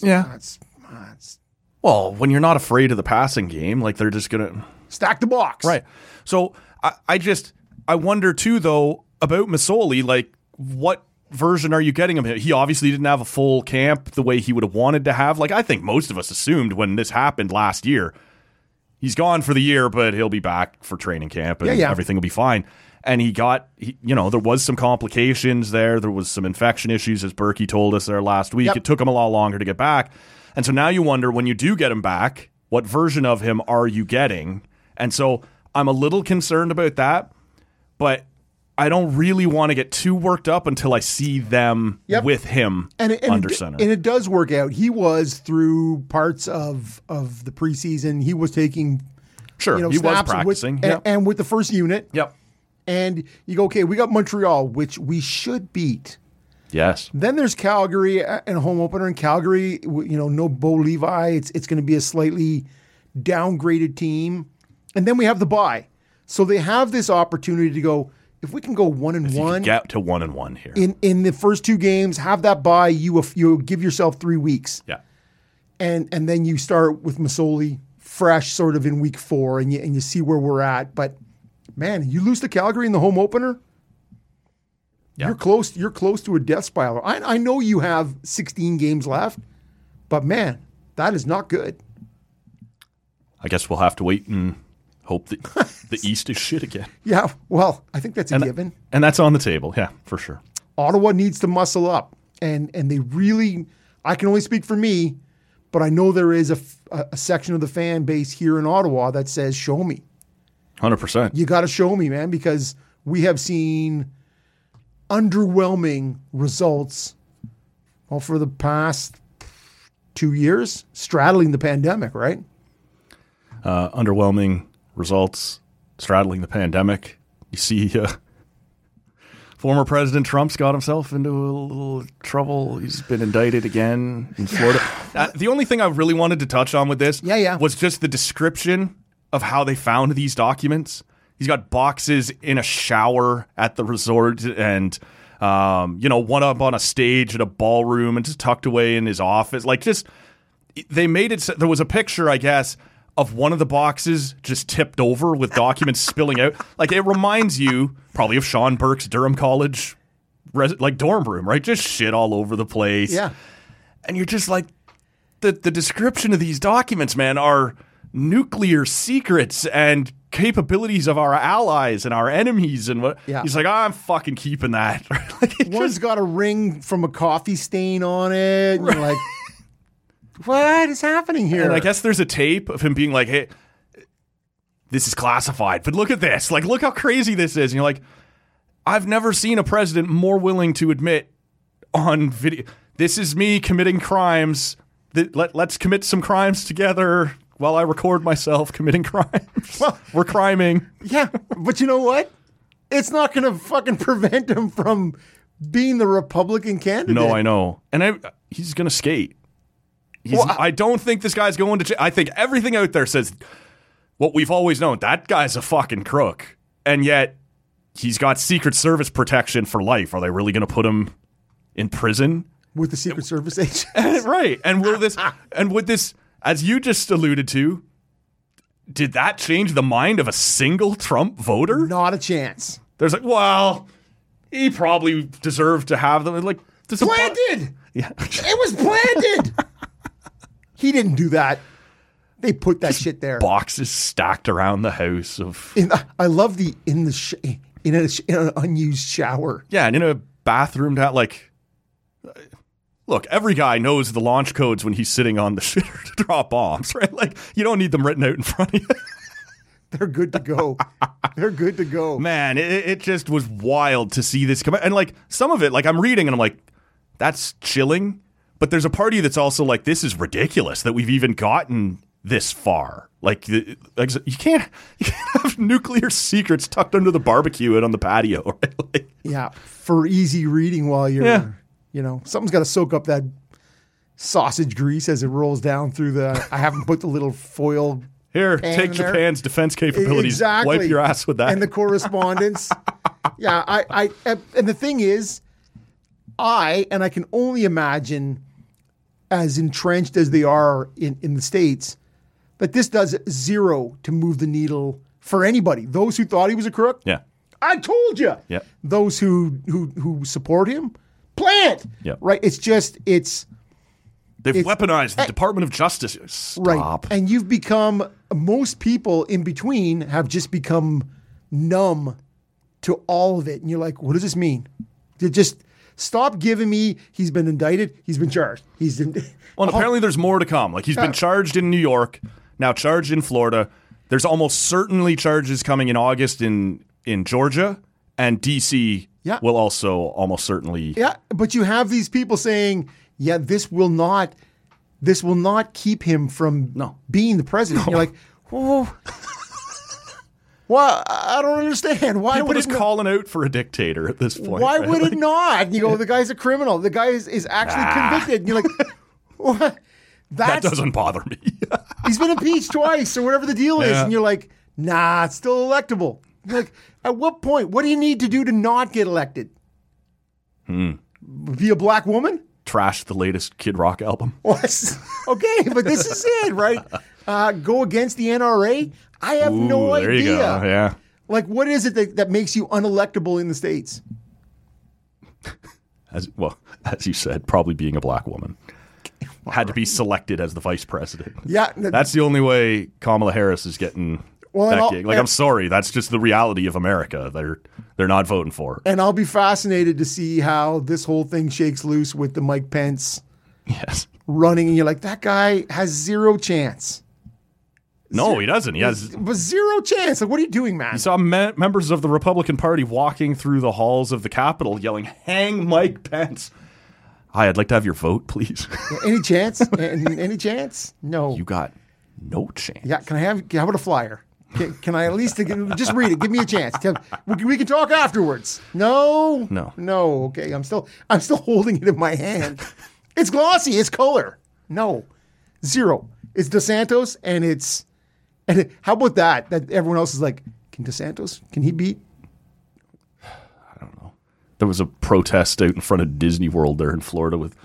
S2: yeah.
S1: That's, that's
S2: Well, when you're not afraid of the passing game, like they're just gonna
S1: stack the box.
S2: Right. So I, I just I wonder too though about Masoli, like what version are you getting of him? He obviously didn't have a full camp the way he would have wanted to have. Like I think most of us assumed when this happened last year, he's gone for the year, but he'll be back for training camp and
S1: Yeah, yeah.
S2: everything will be fine. And he got, he, you know, there was some complications there. There was some infection issues, as Berkey told us there last week.
S1: Yep.
S2: It took him a lot longer to get back. And so now you wonder when you do get him back, what version of him are you getting? And so I'm a little concerned about that, but I don't really want to get too worked up until I see them
S1: Yep.
S2: with him
S1: And it, and,
S2: under
S1: it, d-
S2: center.
S1: and it does work out. He was through parts of of the preseason. He was taking,
S2: sure,
S1: you know,
S2: he was
S1: snaps
S2: practicing.
S1: with,
S2: yep.
S1: and, and with the first unit.
S2: yep.
S1: and you go, okay, we got Montreal, which we should beat.
S2: Yes.
S1: Then there's Calgary uh, and a home opener in Calgary. w- You know, no Bo Levi. It's it's going to be a slightly downgraded team, and then we have the bye. So they have this opportunity to go. If we can go one and
S2: You could
S1: one
S2: Get to one and one here.
S1: in in the first two games, have that bye. You af- you give yourself three weeks,
S2: yeah.
S1: and and then you start with Masoli fresh, sort of in week four, and you and you see where we're at. But man, you lose to Calgary in the home opener.
S2: Yeah.
S1: You're close. You're close to a death spiral. I, I know you have 16 games left, but man, that is not good.
S2: I guess we'll have to wait and hope that the East is shit again.
S1: Yeah. Well, I think that's a
S2: And,
S1: given.
S2: and that's on the table. Yeah, for sure.
S1: Ottawa needs to muscle up, and and they really. I can only speak for me, but I know there is a, f- a- a section of the fan base here in Ottawa that says, "Show me."
S2: 100%.
S1: you got to show me, man, because we have seen underwhelming results well, for the past two years, straddling the pandemic, right?
S2: Uh, underwhelming results, straddling the pandemic. You see, uh, former President Trump's got himself into a little trouble. He's been indicted again in Florida. Uh, the only thing I really wanted to touch on with this
S1: Yeah, yeah.
S2: was just the description of how they found these documents. He's got boxes in a shower at the resort and. Um, you know, one up on a stage at a ballroom and just tucked away in his office. Like, just they made it. so- There was a picture, I guess, of one of the boxes just tipped over with documents spilling out. Like it reminds you probably of Sean Burke's Durham College, res- like dorm room, right? Just shit all over the place.
S1: Yeah.
S2: and you're just like, the the description of these documents, man, are nuclear secrets and capabilities of our allies and our enemies and what.
S1: Yeah.
S2: He's like, "Ah, I'm fucking keeping that. like, it
S1: One's
S2: just-
S1: got a ring from a coffee stain on it. And you're like, what is happening here?
S2: And I guess there's a tape of him being like, hey, this is classified, but look at this. Like, look how crazy this is. And you're like, I've never seen a president more willing to admit on video, this is me committing crimes. Th- Let, let's commit some crimes together while I record myself committing crimes. We're criming.
S1: yeah, but you know what? it's not going to fucking prevent him from being the Republican candidate.
S2: No, I know. And I, he's going to skate. He's,
S1: Well, I-
S2: I, don't think this guy's going to. Ch- I think everything out there says what we've always known that guy's a fucking crook. And yet he's got Secret Service protection for life. Are they really going to put him in prison?
S1: with the Secret Service agent.
S2: right. And will this, and would this, as you just alluded to, did that change the mind of a single Trump voter?
S1: not a chance.
S2: There's like, well, he probably deserved to have them. Like, does a bu-
S1: Planted.
S2: Yeah.
S1: It was planted. he didn't do that. They put that shit there.
S2: boxes stacked around the house of
S1: In the- I love the in the sh- in, a sh- in an unused shower.
S2: yeah, and in a bathroom that like. Look, every guy knows the launch codes when he's sitting on the shitter to drop bombs, right? Like you don't need them written out in front of you.
S1: They're good to go. They're good to go.
S2: Man, it, it just was wild to see this come out. And like some of it, like I'm reading and I'm like, that's chilling. But there's a party that's also like, this is ridiculous that we've even gotten this far. Like, the- like you can't you can't have nuclear secrets tucked under the barbecue and on the patio, right? Like,
S1: Yeah, for easy reading while you're,
S2: Yeah.
S1: you know, something's got to soak up that sausage grease as it rolls down through the. I haven't put the little foil.
S2: Here,
S1: pan
S2: take
S1: in there.
S2: Japan's defense capabilities.
S1: Exactly.
S2: Wipe your ass with that.
S1: And the correspondence. yeah, I, I, and the thing is, I and I can only imagine, as entrenched as they are in in the states, that this does zero to move the needle for anybody. Those who thought he was a crook,
S2: yeah.
S1: I told you.
S2: Yeah.
S1: Those who who who support him, plant.
S2: Yeah.
S1: Right. It's just it's
S2: They've weaponized the Department of Justice. Stop.
S1: eh. right. And you've become most people in between have just become numb to all of it, and you're like, what does this mean? You just stop giving me. He's been indicted. He's been charged. He's in,
S2: Well, and apparently there's more to come. Like he's
S1: Uh.
S2: been charged in New York, now charged in Florida. There's almost certainly charges coming in August in in Georgia and DC
S1: Yeah.
S2: will also almost certainly
S1: Yeah, but you have these people saying, "Yeah, this will not, this will not keep him from
S2: No.
S1: being the president." You're like, "Whoa, well, I don't understand. Why
S2: People
S1: would
S2: just
S1: it? not-
S2: calling out for a dictator at this point.
S1: Why
S2: right?
S1: would it not?" And you go, "The guy's a criminal. The guy is, is actually convicted." And you're like, "What?
S2: Ah. that
S1: That's
S2: doesn't bother me?
S1: he's been impeached twice or whatever the deal is,"
S2: Yeah.
S1: and you're like, "Nah, it's still electable." You're like, at what point? What do you need to do to not get elected?
S2: Hmm.
S1: Be a black woman?
S2: Trash the latest Kid Rock album.
S1: was okay, but this is it, right? Uh, go against the NRA? I have no
S2: Ooh,
S1: idea.
S2: there you go. Yeah.
S1: Like, what is it that, that makes you unelectable in the states?
S2: As well, as you said, probably being a black woman. Had to be selected as the vice president.
S1: Yeah, n-
S2: That's the only way Kamala Harris is getting
S1: Well, and
S2: that
S1: I'll-
S2: gig. Like, I'm sorry, that's just the reality of America. They're they're not voting for her.
S1: and I'll be fascinated to see how this whole thing shakes loose with the Mike Pence
S2: Yes.
S1: running, and you're like, that guy has zero chance,
S2: No, he doesn't. He has.
S1: but zero chance. Like, what are you doing, man?
S2: You saw me- members of the Republican Party walking through the halls of the Capitol yelling, "Hang Mike Pence." Hi, I'd like to have your vote, please.
S1: any chance? An- any chance? No.
S2: you got no chance.
S1: yeah, can I have? How about a flyer? Can, can I at least just read it? Give me a chance. Tell- we, can, we can talk afterwards. No,
S2: No.
S1: no. Okay, I'm still I'm still holding it in my hand. It's glossy. It's color. No, zero. It's DeSantos, and it's and it- how about that? That everyone else is like, can DeSantos? Can he beat?
S2: There was a protest out in front of Disney World there in Florida with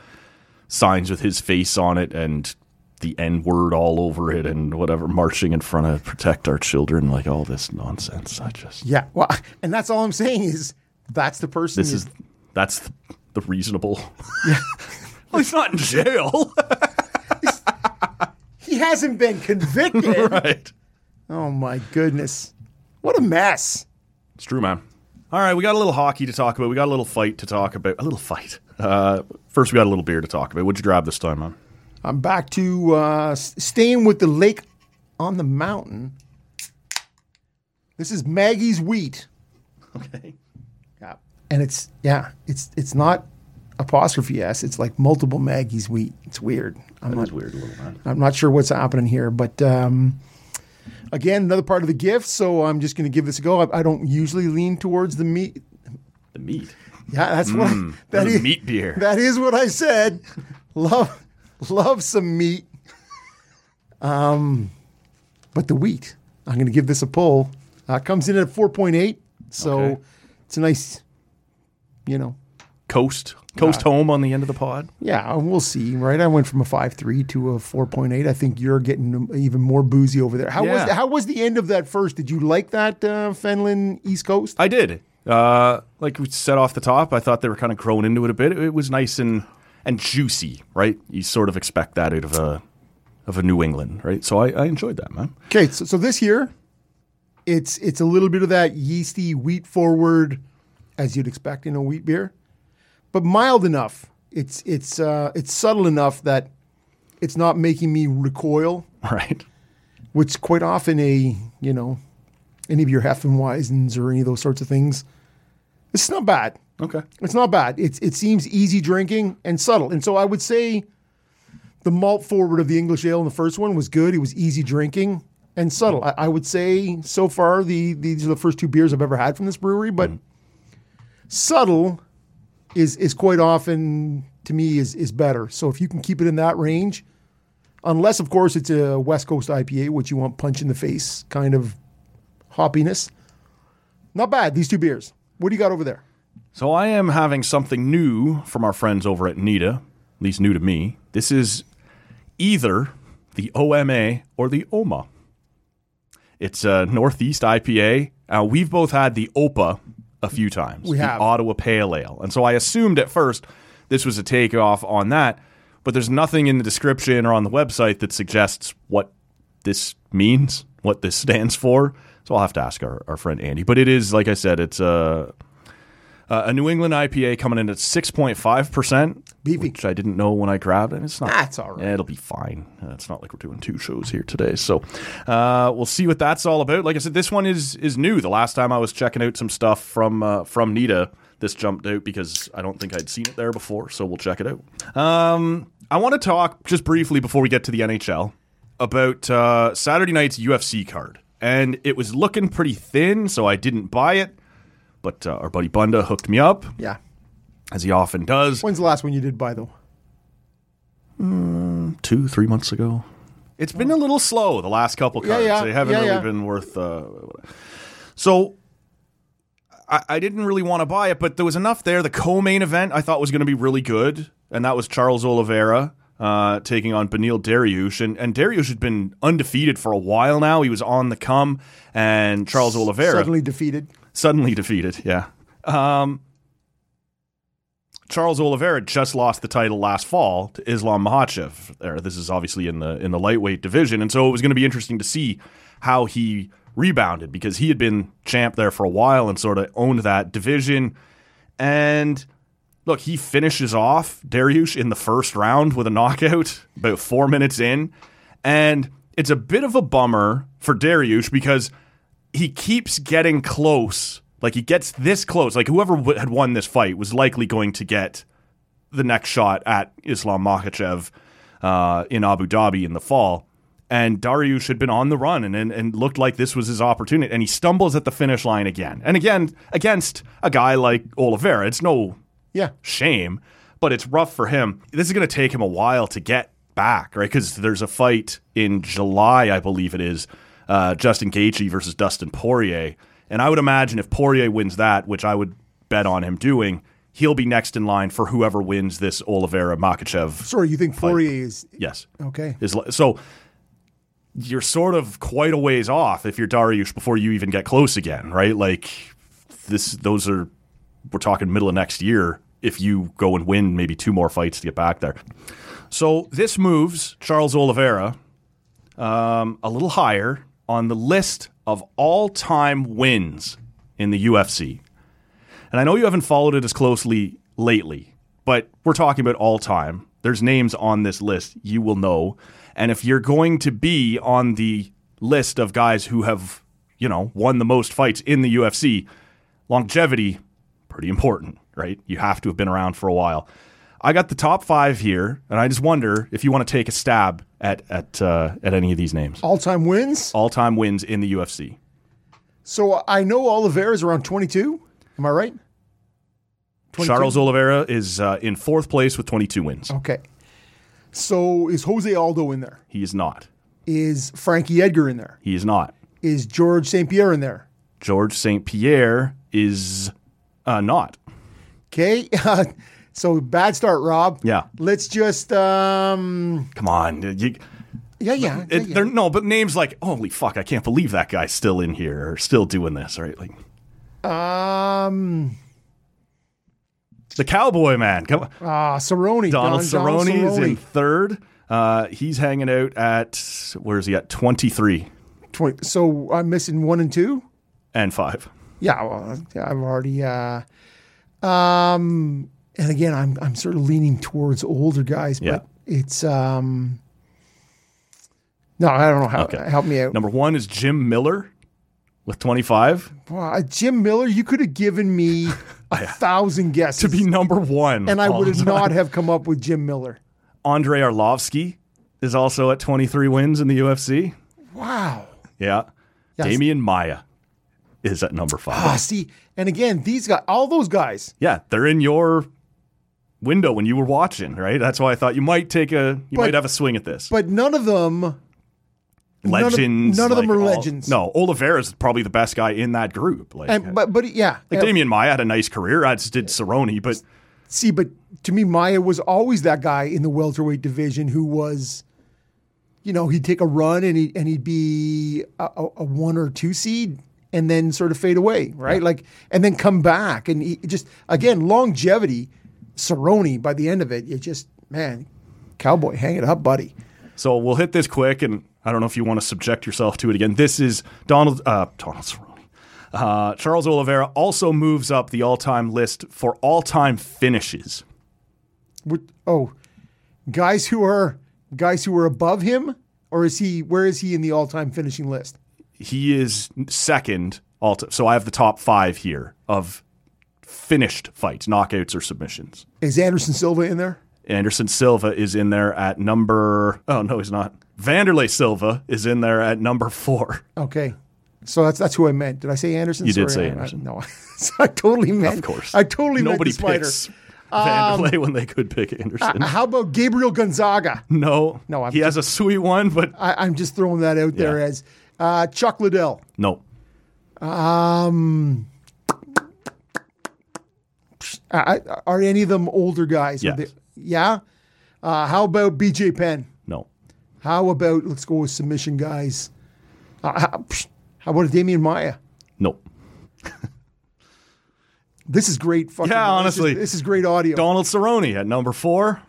S2: signs with his face on it and the N word all over it and whatever, marching in front of protect our children, like all this nonsense. I just
S1: Yeah. Well, and that's all I'm saying is that's the person.
S2: this
S1: you-
S2: is that's the, the reasonable. well, he's not in jail,
S1: he hasn't been convicted.
S2: right?
S1: Oh my goodness, what a mess.
S2: It's true, man. All right, we got a little hockey to talk about. We got a little fight to talk about. A little fight. Uh, first, we got a little beer to talk about. What'd you grab this time, man?
S1: I'm back to uh, s- staying with the lake on the mountain. This is Maggie's wheat.
S2: Okay.
S1: Yeah. And it's yeah, it's it's not apostrophe s. It's like multiple Maggie's wheat. It's weird. I'm not
S2: weird, little man.
S1: I'm not sure what's happening here, but um, Again, another part of the gift. So I'm just going to give this a go. I, I don't usually lean towards the meat.
S2: The meat.
S1: Yeah, that's what I, that
S2: Mm. the
S1: is-
S2: meat beer.
S1: That is what I said. love, love some meat. Um, but the wheat. I'm going to give this a pull. Uh, it comes in at 4.8, so
S2: Okay.
S1: it's a nice, you know.
S2: Coast. Coast home on the end of the pod.
S1: Yeah, and we'll see, right? I went from a 5.3 to a 4.8. I think you're getting even more boozy over there. How was
S2: Yeah.
S1: how was the end of that first? Did you like that uh, Fenlon East Coast?
S2: I did. Uh, like we said off the top, I thought they were kind of growing into it a bit. It was nice and and juicy, right? You sort of expect that out of a of a New England, right? So I, I enjoyed that, man.
S1: Okay, so, so this year, it's it's a little bit of that yeasty wheat forward, as you'd expect in a wheat beer, but mild enough. It's it's uh, it's subtle enough that it's not making me recoil,
S2: All right.
S1: which quite often a you know any of your Heffenweisens or any of those sorts of things. It's not bad.
S2: Okay.
S1: It's not bad. It's it seems easy drinking and subtle. And so I would say the malt forward of the English ale in the first one was good. It was easy drinking and subtle. I, I would say so far the these are the first two beers I've ever had from this brewery, but subtle is is quite often to me is is better. So if you can keep it in that range, unless of course it's a West Coast IPA, which you want punch in the face kind of hoppiness. Not bad, these two beers. What do you got over there?
S2: So I am having something new from our friends over at Nita, at least new to me. This is either the OMA or the OMA. It's a Northeast IPA. Uh, we've both had the OPA a few times.
S1: We
S2: the
S1: have.
S2: Ottawa Pale Ale. And so I assumed at first this was a takeoff on that, but there's nothing in the description or on the website that suggests what this means, what this stands for. So I'll have to ask our, our friend Andy. But it is, like I said, it's a, Uh, a New England IPA coming in at 6.5%,
S1: Beefy.
S2: which I didn't know when I grabbed it. It's not
S1: That's all right.
S2: yeah, it'll be fine. Uh, it's not like we're doing two shows here today, so uh, we'll see what that's all about. Like I said, this one is is new. The last time I was checking out some stuff from uh, from Nita, this jumped out because I don't think I'd seen it there before. So we'll check it out. Um, I want to talk just briefly before we get to the NHL about uh, Saturday night's UFC card, and it was looking pretty thin, so I didn't buy it. But uh, our buddy Bunda hooked me up,
S1: Yeah.
S2: as he often does.
S1: When's the last one you did buy though?
S2: two, three months ago. It's been a little slow the last couple cards.
S1: yeah,
S2: They haven't
S1: yeah,
S2: really
S1: yeah.
S2: been worth. Uh, so I, I didn't really want to buy it, but there was enough there. The co-main event I thought was going to be really good, and that was Charles Oliveira uh, taking on Benil Dariush, and, and Dariush had been undefeated for a while now. He was on the come, and Charles Oliveira
S1: Suddenly defeated.
S2: suddenly defeated. Yeah. Um, Charles Oliveira just lost the title last fall to Islam Makhachev. There, this is obviously in the in the lightweight division, and so it was going to be interesting to see how he rebounded because he had been champ there for a while and sort of owned that division. And look, he finishes off Dariush in the first round with a knockout about four minutes in. And it's a bit of a bummer for Dariush because he keeps getting close. Like he gets this close. Like whoever w- had won this fight was likely going to get the next shot at Islam Makhachev uh, in Abu Dhabi in the fall. And Dariush had been on the run and, and, and looked like this was his opportunity. And he stumbles at the finish line again. And again, against a guy like Oliveira. It's no
S1: Yeah.
S2: shame, but it's rough for him. This is going to take him a while to get back, right? Because there's a fight in July, I believe it is, uh, Justin Gaethje versus Dustin Poirier, and I would imagine if Poirier wins that, which I would bet on him doing, he'll be next in line for whoever wins this Oliveira Makachev.
S1: Sorry, you think Fourier is
S2: Yes,
S1: okay?
S2: is li- so. You're sort of quite a ways off if you're Dariush before you even get close again, right? Like this, those are we're talking middle of next year if you go and win maybe two more fights to get back there. So this moves Charles Oliveira um, a little higher on the list of all time wins in the UFC. And I know you haven't followed it as closely lately, but we're talking about all time. There's names on this list you will know. And if you're going to be on the list of guys who have, you know, won the most fights in the UFC, longevity pretty important, right? You have to have been around for a while. I got the top five here, and I just wonder if you want to take a stab at at uh, at any of these names.
S1: All time wins.
S2: All time wins in the UFC.
S1: So I know Oliveira is around 22. Am I right? 22?
S2: Charles Oliveira is uh, in fourth place with 22 wins.
S1: Okay. So is Jose Aldo in there?
S2: He is not.
S1: Is Frankie Edgar in there?
S2: He is not.
S1: Is George St. Pierre in there?
S2: George St. Pierre is uh, not.
S1: Okay. so bad start, Rob.
S2: Yeah.
S1: Let's just um
S2: Come on. You,
S1: yeah, yeah. yeah,
S2: it,
S1: yeah.
S2: They're, no, but names like, holy fuck, I can't believe that guy's still in here or still doing this, right? Like
S1: Um
S2: the cowboy man. Come on.
S1: ah Cerrone. Don-
S2: Donald Cerrone is in
S1: Cerrone.
S2: third. Uh, he's hanging out at where is he at? Twenty three
S1: Twen- so I'm missing one and two?
S2: and five.
S1: Yeah, well, I've already. Uh, um, and again, I'm I'm sort of leaning towards older guys,
S2: Yeah.
S1: but it's um. No, I don't know how.
S2: Okay.
S1: Help me out.
S2: Number one is Jim Miller with twenty five
S1: Wow, uh, Jim Miller, you could have given me a thousand guesses,
S2: to be number one,
S1: and I
S2: all
S1: would
S2: the
S1: have
S2: time.
S1: not have come up with Jim Miller.
S2: Andre Arlovsky is also at twenty three wins in the UFC.
S1: Wow.
S2: Yeah,
S1: Yes.
S2: Damian Maya is at number five.
S1: Ah, see, and again, these guys, all those guys,
S2: yeah, they're in your window when you were watching, right? That's why I thought you might take a you
S1: But-
S2: might have a swing at this.
S1: but none of them. none of-
S2: legends.
S1: none of them
S2: like,
S1: are
S2: all-
S1: legends.
S2: No, Oliveira's probably the best guy in that group. Like,
S1: And, but but yeah,
S2: like Damian Maya had a nice career. I just did Cerrone, but
S1: See, but to me, Maya was always that guy in the welterweight division who was, you know, he'd take a run and he and he'd be a, a, a one or two seed and then sort of fade away, right? Like, and then come back and he just again longevity. Cerrone by the end of it, you just man, cowboy, hang it up, buddy.
S2: so we'll hit this quick, and I don't know if you want to subject yourself to it again. This is Donald uh, Donald Cerrone. Uh, Charles Oliveira also moves up the all-time list for all-time finishes.
S1: What, oh, guys who are guys who are above him, or is he? Where is he in the all-time finishing list?
S2: He is second all. ti- so I have the top five here of finished fights, knockouts, or submissions.
S1: Is Anderson Silva in there?
S2: Anderson Silva is in there at number. Oh no, he's not. Vanderlei Silva is in there at number four.
S1: Okay. So that's that's who I meant. Did I say Anderson?
S2: You did
S1: Sorry,
S2: say
S1: I- I-
S2: Anderson.
S1: no, so I totally meant.
S2: Of course,
S1: I totally
S2: nobody
S1: meant the Um, spider.
S2: picks Vanderlei when they could pick Anderson.
S1: Uh, How about Gabriel Gonzaga?
S2: no,
S1: No, I'm
S2: he has a sweet one, but
S1: I, I'm just throwing that out there
S2: Yeah.
S1: as uh, Chuck Liddell.
S2: no.
S1: Uh, I- are any of them older guys? Are
S2: Yes.
S1: they- yeah. Uh, how about BJ Penn?
S2: No,
S1: How about let's go with submission guys? Uh, how, psh, how about Damian Maya?
S2: no.
S1: This is great. Fucking,
S2: Yeah,
S1: this is-
S2: honestly.
S1: this is, great audio.
S2: Donald Cerrone at number four.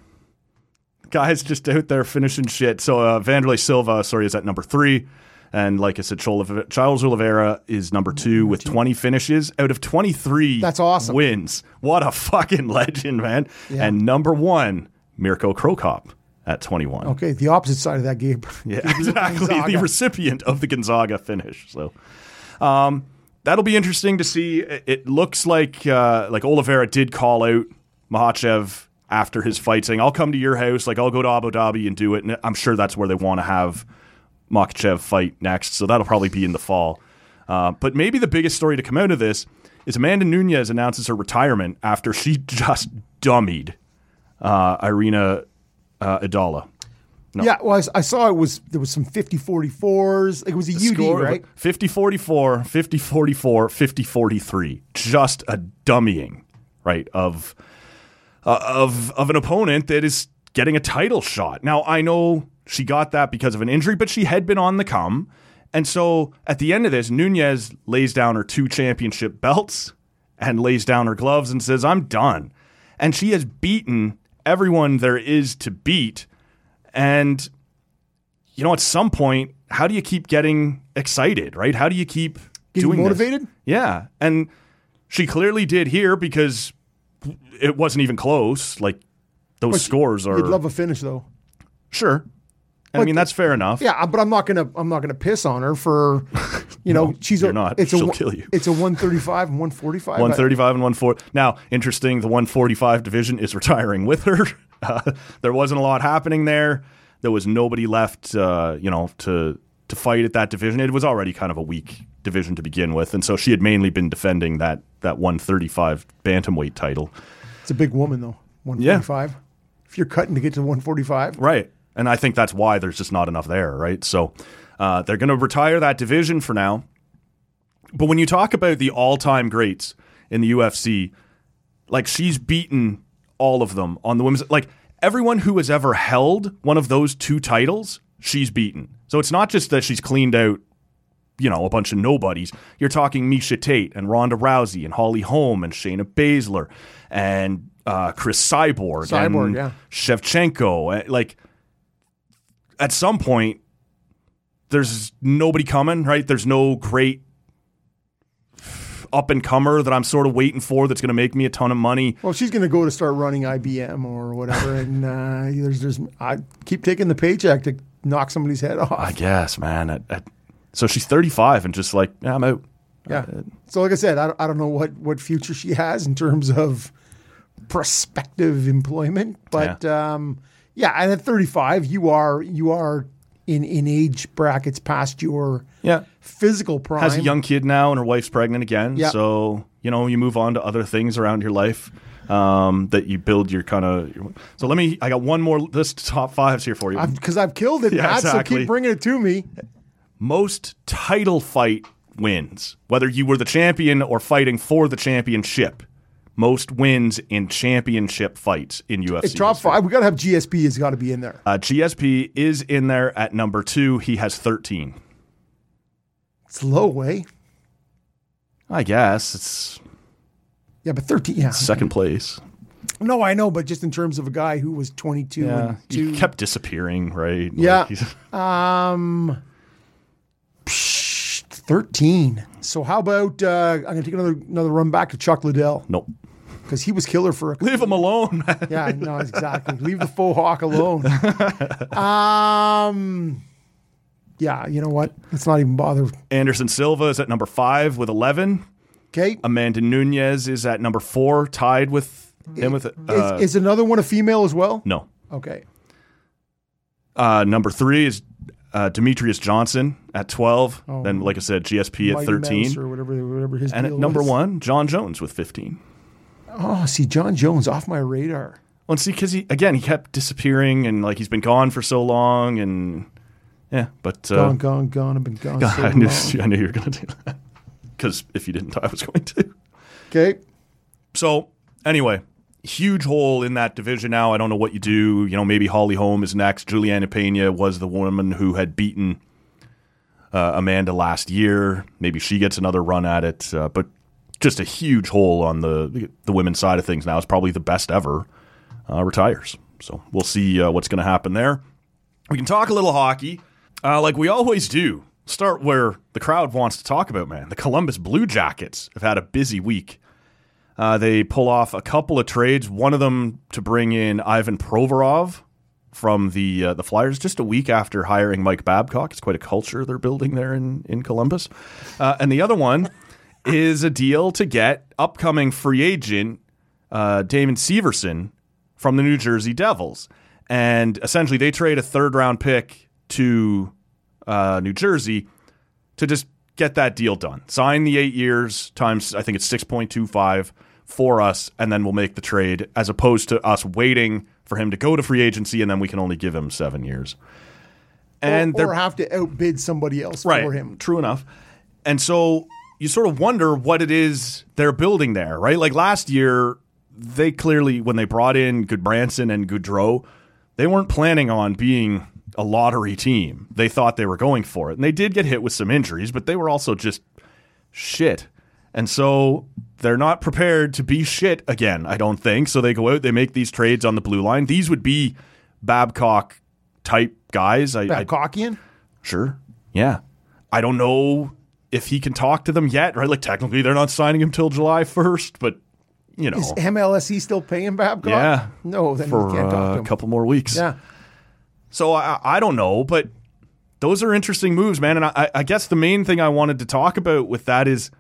S2: Guys just out there finishing shit. So uh, Vanderlei Silva, sorry, is at number three. And like I said, Chol- Charles Oliveira is number two with 20 finishes out of 23
S1: That's awesome.
S2: wins. What a fucking legend, man. And number one, Mirko Krokop at 21.
S1: Okay, the opposite side of that, Gabe.
S2: Yeah, exactly. The
S1: Gonzaga.
S2: recipient of the Gonzaga finish. So, um, that'll be interesting to see. It it looks like uh, like Oliveira did call out Mahachev after his fight, saying, "I'll come to your house. Like I'll go to Abu Dhabi and do it." And I'm sure that's where they want to have Makachev fight next. So that'll probably be in the fall. Uh, but maybe the biggest story to come out of this is Amanda Nunez announces her retirement after she just dummied uh, Irina uh, Idala.
S1: Yeah, well, I s- I, saw it was there was some 50-44s. Like it was a UD,
S2: score
S1: right?
S2: 50 44, 50 44, 50 43. Just a dummying, right, of, uh, of, of an opponent that is getting a title shot. Now, I know she got that because of an injury, but she had been on the come. And so at the end of this, Nunez lays down her two championship belts and lays down her gloves and says, I'm done. And she has beaten everyone there is to beat. And you know, at some point, how do you keep getting excited, right? How do you keep
S1: Getting
S2: doing this?
S1: motivated?
S2: Yeah, and she clearly did here because it wasn't even close. Like those scores are
S1: You'd love a finish though.
S2: sure. I mean, that's fair enough.
S1: Yeah, but I'm not gonna I'm not gonna piss on her for, you know, she's
S2: you're
S1: a,
S2: not.
S1: It's a
S2: She'll
S1: one-
S2: kill you.
S1: It's a 135 and 145. I-
S2: 135 and 140. Now, interesting, the 145 division is retiring with her. Uh, there wasn't a lot happening there. There was nobody left, uh, you know, to to fight at that division. It was already kind of a weak division to begin with, and so she had mainly been defending that that 135 bantamweight title.
S1: It's a big woman though. 145. If you're cutting to get to 145,
S2: Right. And I think that's why there's just not enough there, right? So uh, they're going to retire that division for now. But when you talk about the all time greats in the UFC, like she's beaten all of them on the women's, like everyone who has ever held one of those two titles, she's beaten. So it's not just that she's cleaned out you know, a bunch of nobodies. You're talking Misha Tate and Ronda Rousey and Holly Holm and Shayna Baszler and uh, Chris Cyborg,
S1: Cyborg,
S2: and
S1: yeah.
S2: Shevchenko. Uh, Like, at some point, there's nobody coming, right? There's no great up and comer that I'm sort of waiting for that's going to make me a ton of money.
S1: well, she's gonna go to start running IBM or whatever, and uh, there's there's I keep taking the paycheck to knock somebody's head
S2: I
S1: off.
S2: guess, man. I, I- so she's 35 and just like, yeah, I'm out.
S1: Yeah.
S2: Uh,
S1: So like I said, I don't, I don't know what what future she has in terms of prospective employment, but yeah. um yeah, and at 35, you are you are in in age brackets past your
S2: Yeah.
S1: physical prime.
S2: has a young kid now and her wife's pregnant again.
S1: Yeah.
S2: So, you know, you move on to other things around your life um, that you build your kind of. So let me, I got one more list of top fives here for you.
S1: because I've killed it,
S2: Yeah,
S1: Matt. So
S2: exactly.
S1: keep bringing it to me.
S2: Most title fight wins, whether you were the champion or fighting for the championship. Most wins in championship fights in UFC.
S1: It's top five. We got to have GSP. Has got to be in there.
S2: Uh, GSP is in there at number two. He has 13.
S1: It's low eh? way.
S2: I guess it's
S1: Yeah, but thirteen. Yeah.
S2: second place.
S1: No, I know, but just in terms of a guy who was twenty-two
S2: Yeah.
S1: and
S2: He
S1: Uh, two.
S2: kept disappearing, right? Like,
S1: Yeah.
S2: he's-
S1: um, psh, thirteen. So how about uh, I'm gonna take another another run back to Chuck Liddell
S2: nope.
S1: because he was killer for a.
S2: Leave him alone. man.
S1: Yeah, no, exactly. Leave the faux hawk alone. Um, yeah, you know what? Let's not even bother.
S2: Anderson Silva is at number five with 11.
S1: Okay,
S2: Amanda Nunez is at number four, tied with him with. Uh,
S1: is, is another one a female as well?
S2: no.
S1: Okay,
S2: Uh, number three is uh, Demetrius Johnson at 12. then, like I said, GSP
S1: Oh.
S2: at
S1: Mighty Mouse
S2: 13.
S1: or whatever, whatever his
S2: And at
S1: deal
S2: number
S1: was.
S2: one, John Jones with 15.
S1: Oh, see, John Jones off my radar.
S2: Well, and see, because he, again, he kept disappearing and like he's been gone for so long and yeah, but. Uh,
S1: Gone, gone, gone. I've been gone. so
S2: I, knew,
S1: long.
S2: I knew you were going to do that. Because if you didn't, I was going to.
S1: Okay.
S2: So anyway, huge hole in that division now. I don't know what you do. You know, maybe Holly Holm is next. Juliana Pena was the woman who had beaten uh, Amanda last year. Maybe she gets another run at it. Uh, but just a huge hole on the the women's side of things now. It's probably the best ever. Uh, retires. So we'll see uh, what's going to happen there. We can talk a little hockey, uh, like we always do. Start where the crowd wants to talk about, man. The Columbus Blue Jackets have had a busy week. Uh, they pull off a couple of trades. One of them to bring in Ivan Provorov from the uh, the Flyers just a week after hiring Mike Babcock. It's quite a culture they're building there in in Columbus. Uh, and the other one is a deal to get upcoming free agent uh, Damon Severson from the New Jersey Devils. And essentially, they trade a third round pick to uh, New Jersey to just get that deal done. Sign the eight years times, I think it's 6.25 for us, and then we'll make the trade as opposed to us waiting for him to go to free agency and then we can only give him seven years. And
S1: or,
S2: they're
S1: or have to outbid somebody else
S2: right.
S1: for him.
S2: True enough. And so you sort of wonder what it is they're building there, right? Like last year, they clearly, when they brought in Goodbranson and Goudreau, they weren't planning on being a lottery team. They thought they were going for it. And they did get hit with some injuries, but they were also just shit. And so they're not prepared to be shit again, I don't think. So they go out, they make these trades on the blue line. These would be Babcock type guys. I, I
S1: Babcockian?
S2: Sure. Yeah. I don't know if he can talk to them yet, right? Like technically they're not signing him till July 1st, but you know,
S1: Is MLSE E still paying Babcock?
S2: Oh. Yeah.
S1: No, then
S2: for
S1: you can't
S2: uh,
S1: talk to
S2: a
S1: him.
S2: couple more weeks.
S1: yeah.
S2: So I, I don't know, but those are interesting moves, man. And I, I guess the main thing I wanted to talk about with that is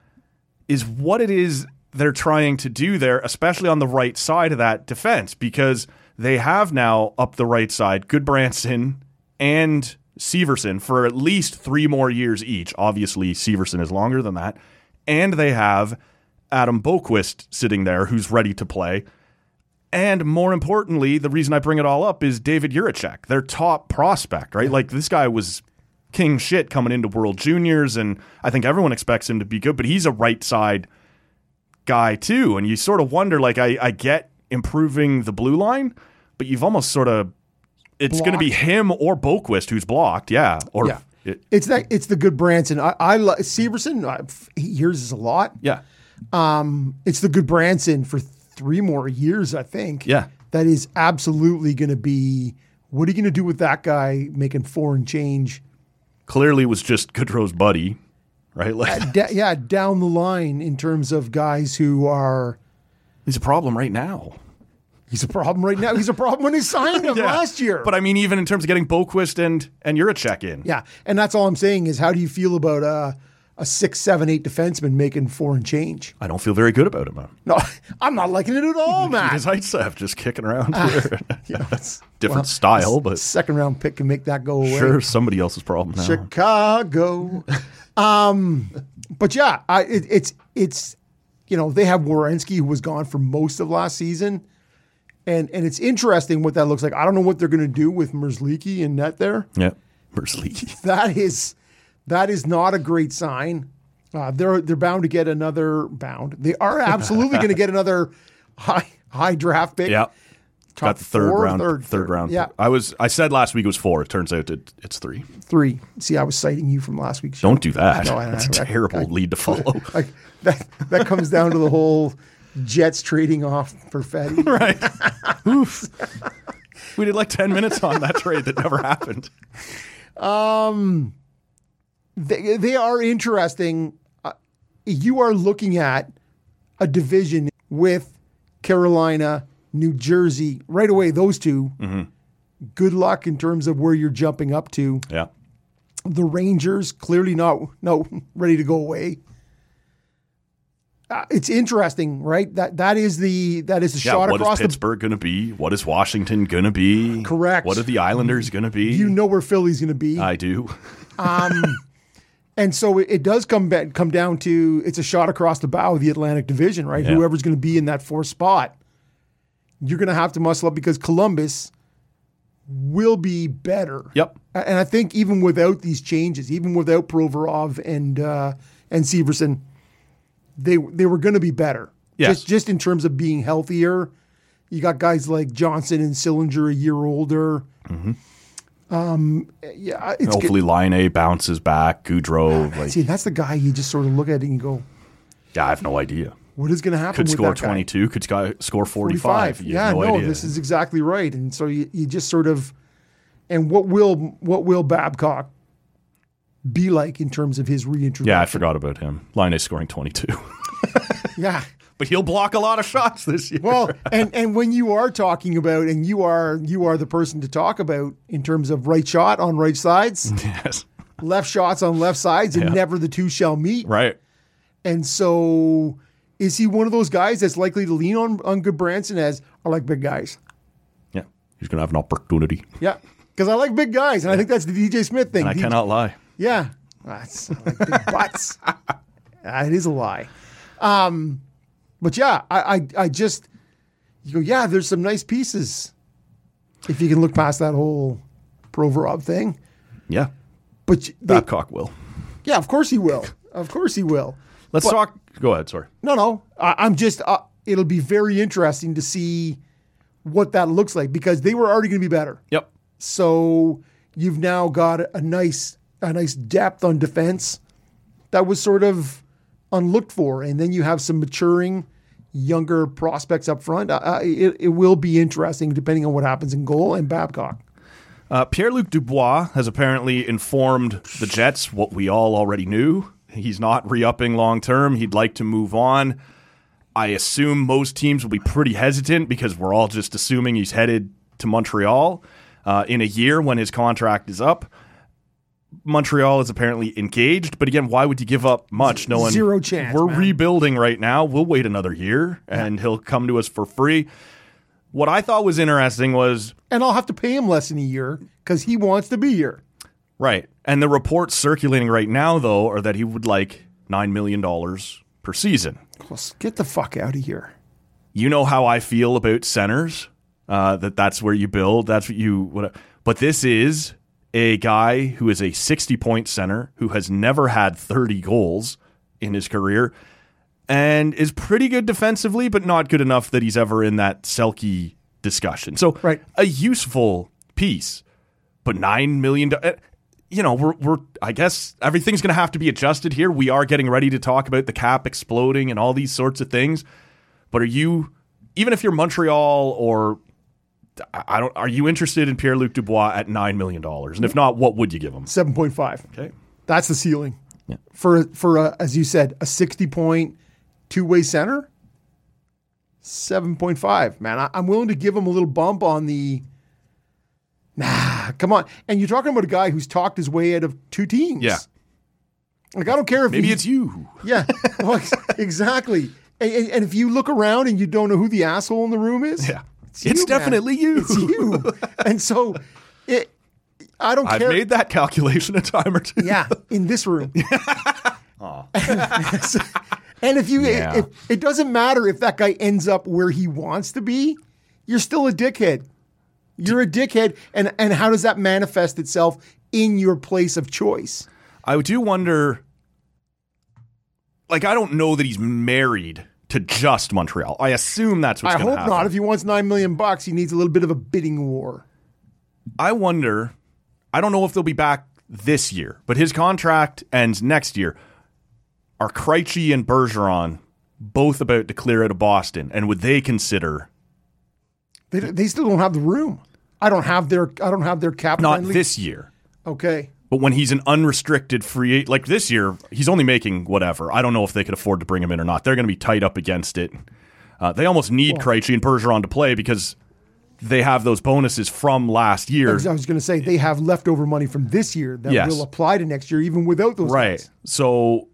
S2: is what it is they're trying to do there, especially on the right side of that defense, because they have now up the right side Goodbranson and Severson for at least three more years each. Obviously, Severson is longer than that. And they have Adam Boquist sitting there who's ready to play. And more importantly, the reason I bring it all up is David Juracek, their top prospect, right? Like this guy was king shit coming into World Juniors, and I think everyone expects him to be good, but he's a right side guy too. And you sort of wonder, like, I, I get improving the blue line, but you've almost sort of it's going to be him or Boquist who's blocked, yeah, or
S1: Yeah.
S2: it-
S1: It's that. It's the good Branson. I, I like Severson. I, he hears us a lot.
S2: yeah,
S1: It's the good Branson for three more years, I think.
S2: Yeah.
S1: That is absolutely going to be. What are you going to do with that guy making foreign change?
S2: clearly was just Goodrow's buddy, right? Like
S1: Da- yeah, down the line in terms of guys who are.
S2: he's a problem right now.
S1: He's a problem right now. He's a problem when he signed him
S2: Yeah.
S1: last year.
S2: But I mean, even in terms of getting Boquist and and Juracek in,
S1: yeah, and that's all I'm saying is, how do you feel about uh, a six, seven, eight defenseman making foreign change?
S2: I don't feel very good about him. man.
S1: No, I'm not liking it at all, Matt.
S2: His heights have just kicking around
S1: Ah,
S2: here.
S1: Yes.
S2: Different style, but
S1: second round pick can make that go away.
S2: sure somebody else's problem now.
S1: Chicago. um, but yeah, I, it, it's it's you know they have Wierenski who was gone for most of last season, and and it's interesting what that looks like. I don't know what they're going to do with Merzliki and net there.
S2: Yeah. Mersley.
S1: That is that is not a great sign. Uh, they're they're bound to get another bound. They are absolutely going to get another high high draft pick.
S2: Yeah. Got
S1: Top
S2: the third
S1: four,
S2: round.
S1: third,
S2: Third,
S1: third.
S2: round.
S1: Yeah.
S2: I was. I said last week it was four. It turns out it, it's three.
S1: three. See, I was citing you from last week's show.
S2: Don't do that.
S1: No, I-
S2: That's
S1: I-
S2: a
S1: I-
S2: terrible lead to follow.
S1: like that that comes down to the whole Jets trading off Perfetti.
S2: right. Oof. We did like ten minutes on that trade that never happened.
S1: They, they are interesting. Uh, you are looking at a division with Carolina, New Jersey, right away. Those 2
S2: Mm-hmm.
S1: Good luck in terms of where you're jumping up to.
S2: Yeah.
S1: The Rangers clearly not no ready to go away. Uh, it's interesting, right? That that is the that is the
S2: Yeah.
S1: shot
S2: What is
S1: across the
S2: Pittsburgh going to be? What is Washington going to be?
S1: Correct.
S2: What are the Islanders going to be?
S1: you know where Philly's going to be.
S2: I do.
S1: And so it, it does come back, come down to it's a shot across the bow of the Atlantic Division, right?
S2: Yeah.
S1: Whoever's going to be in that fourth spot, you're going to have to muscle up because Columbus will be better.
S2: Yep.
S1: A- And I think even without these changes, even without Provorov and uh, and Severson, they they were going to be better.
S2: Yes.
S1: Just just in terms of being healthier, you got guys like Johnson and Sillinger a year older. Um,
S2: Mm-hmm.
S1: yeah, it's good.
S2: Hopefully, Line A bounces back. Goudreau. Like,
S1: See, that's the guy you just sort of look at and you go,
S2: yeah, I have no idea.
S1: what is going to happen
S2: Could
S1: with
S2: score
S1: that guy?
S2: twenty two. Could sky- score forty
S1: 45.
S2: five. You
S1: yeah,
S2: have no,
S1: no,
S2: idea.
S1: this is exactly right. And so you, you just sort of, and what will what will Babcock be like in terms of his reintroduction?
S2: Yeah, I forgot about him. Line scoring 22.
S1: Yeah.
S2: but he'll block a lot of shots this year.
S1: Well, and and when you are talking about, and you are you are the person to talk about in terms of right shot on right sides,
S2: yes.
S1: left shots on left sides, and never the two shall meet.
S2: Mm-hmm. Right.
S1: And so, is he one of those guys that's likely to lean on on Goodbranson as I like big guys?
S2: Yeah. He's going to have an opportunity.
S1: Yeah, because I like big guys, and I think that's the DJ Smith thing.
S2: And I
S1: D-
S2: cannot lie.
S1: Yeah, that's I like big butts. Ah, it is a lie. Um, but yeah, I, I I just you go yeah. There's some nice pieces if you can look past that whole Provorov thing.
S2: Yeah.
S1: But you- they,
S2: Babcock will.
S1: yeah, of course he will. Of course he will.
S2: Let's talk. Go ahead. Sorry.
S1: No, no. I, I'm just. Uh, it'll be very interesting to see what that looks like because they were already going to be better.
S2: Yep.
S1: So you've now got a nice a nice depth on defense that was sort of unlooked for, and then you have some maturing younger prospects up front. Uh, Uh, it, it will be interesting depending on what happens in goal and Babcock.
S2: Uh, Pierre Luc Dubois has apparently informed the Jets what we all already knew. He's not re upping long term. He'd like to move on. I assume most teams will be pretty hesitant because we're all just assuming he's headed to Montreal. uh, in a year when his contract is up. Montreal is apparently engaged, but again, why would you give up much? No one,
S1: Zero chance,
S2: We're
S1: man.
S2: rebuilding right now. We'll wait another year, and he'll come to us for free. What I thought was interesting was
S1: and I'll have to pay him less in a year because he wants to be here.
S2: Right. And the reports circulating right now, though, are that he would like $9 million per season.
S1: Plus, get the fuck out of here.
S2: You know how I feel about centers, uh, that that's where you build, that's what you. What, but this is a guy who is a 60 point center who has never had 30 goals in his career and is pretty good defensively, but not good enough that he's ever in that Selkie discussion. So,
S1: Right.
S2: a useful piece, but nine million. do- eh, You know, we're we're. I guess everything's going to have to be adjusted here. We are getting ready to talk about the cap exploding and all these sorts of things. But are you, even if you're Montreal or I I don't, are you interested in Pierre Luc Dubois at nine million dollars? And if not, what would you give him?
S1: Seven point five.
S2: Okay.
S1: That's the ceiling for for a, as you said a sixty point two way center. Seven point five, man. I, I'm willing to give him a little bump on the. Nah, come on. And you're talking about a guy who's talked his way out of two teams.
S2: Yeah.
S1: Like I don't care if
S2: Maybe
S1: he-
S2: it's you.
S1: yeah, Well, ex- exactly. And, and, and if you look around and you don't know who the asshole in the room is,
S2: Yeah. It's,
S1: you, man.
S2: definitely you.
S1: it's you. and so, it. I don't
S2: I've
S1: care.
S2: made that calculation a time or two.
S1: Yeah, in this room. and if you,
S2: Yeah.
S1: if, it doesn't matter if that guy ends up where he wants to be, you're still a dickhead. You're a dickhead, and and how does that manifest itself in your place of choice?
S2: I do wonder. Like, I don't know that he's married to just Montreal. I assume that's what's
S1: I
S2: going to
S1: hope
S2: happen.
S1: not. If he wants nine million bucks, he needs a little bit of a bidding war.
S2: I wonder. I don't know if they'll be back this year, but his contract ends next year. Are Krejci and Bergeron both about to clear out of Boston, and would they consider
S1: They, they still don't have the room. I don't have their I don't have their cap.
S2: not
S1: friendly-
S2: this year?
S1: Okay.
S2: But when he's an unrestricted free, like this year, he's only making whatever. I don't know if they could afford to bring him in or not. They're going to be tight up against it. Uh, they almost need Krejci and Bergeron to play because they have those bonuses from last year.
S1: I was going to say they have leftover money from this year that
S2: Yes.
S1: will apply to next year, even without those.
S2: Right.
S1: guys.
S2: So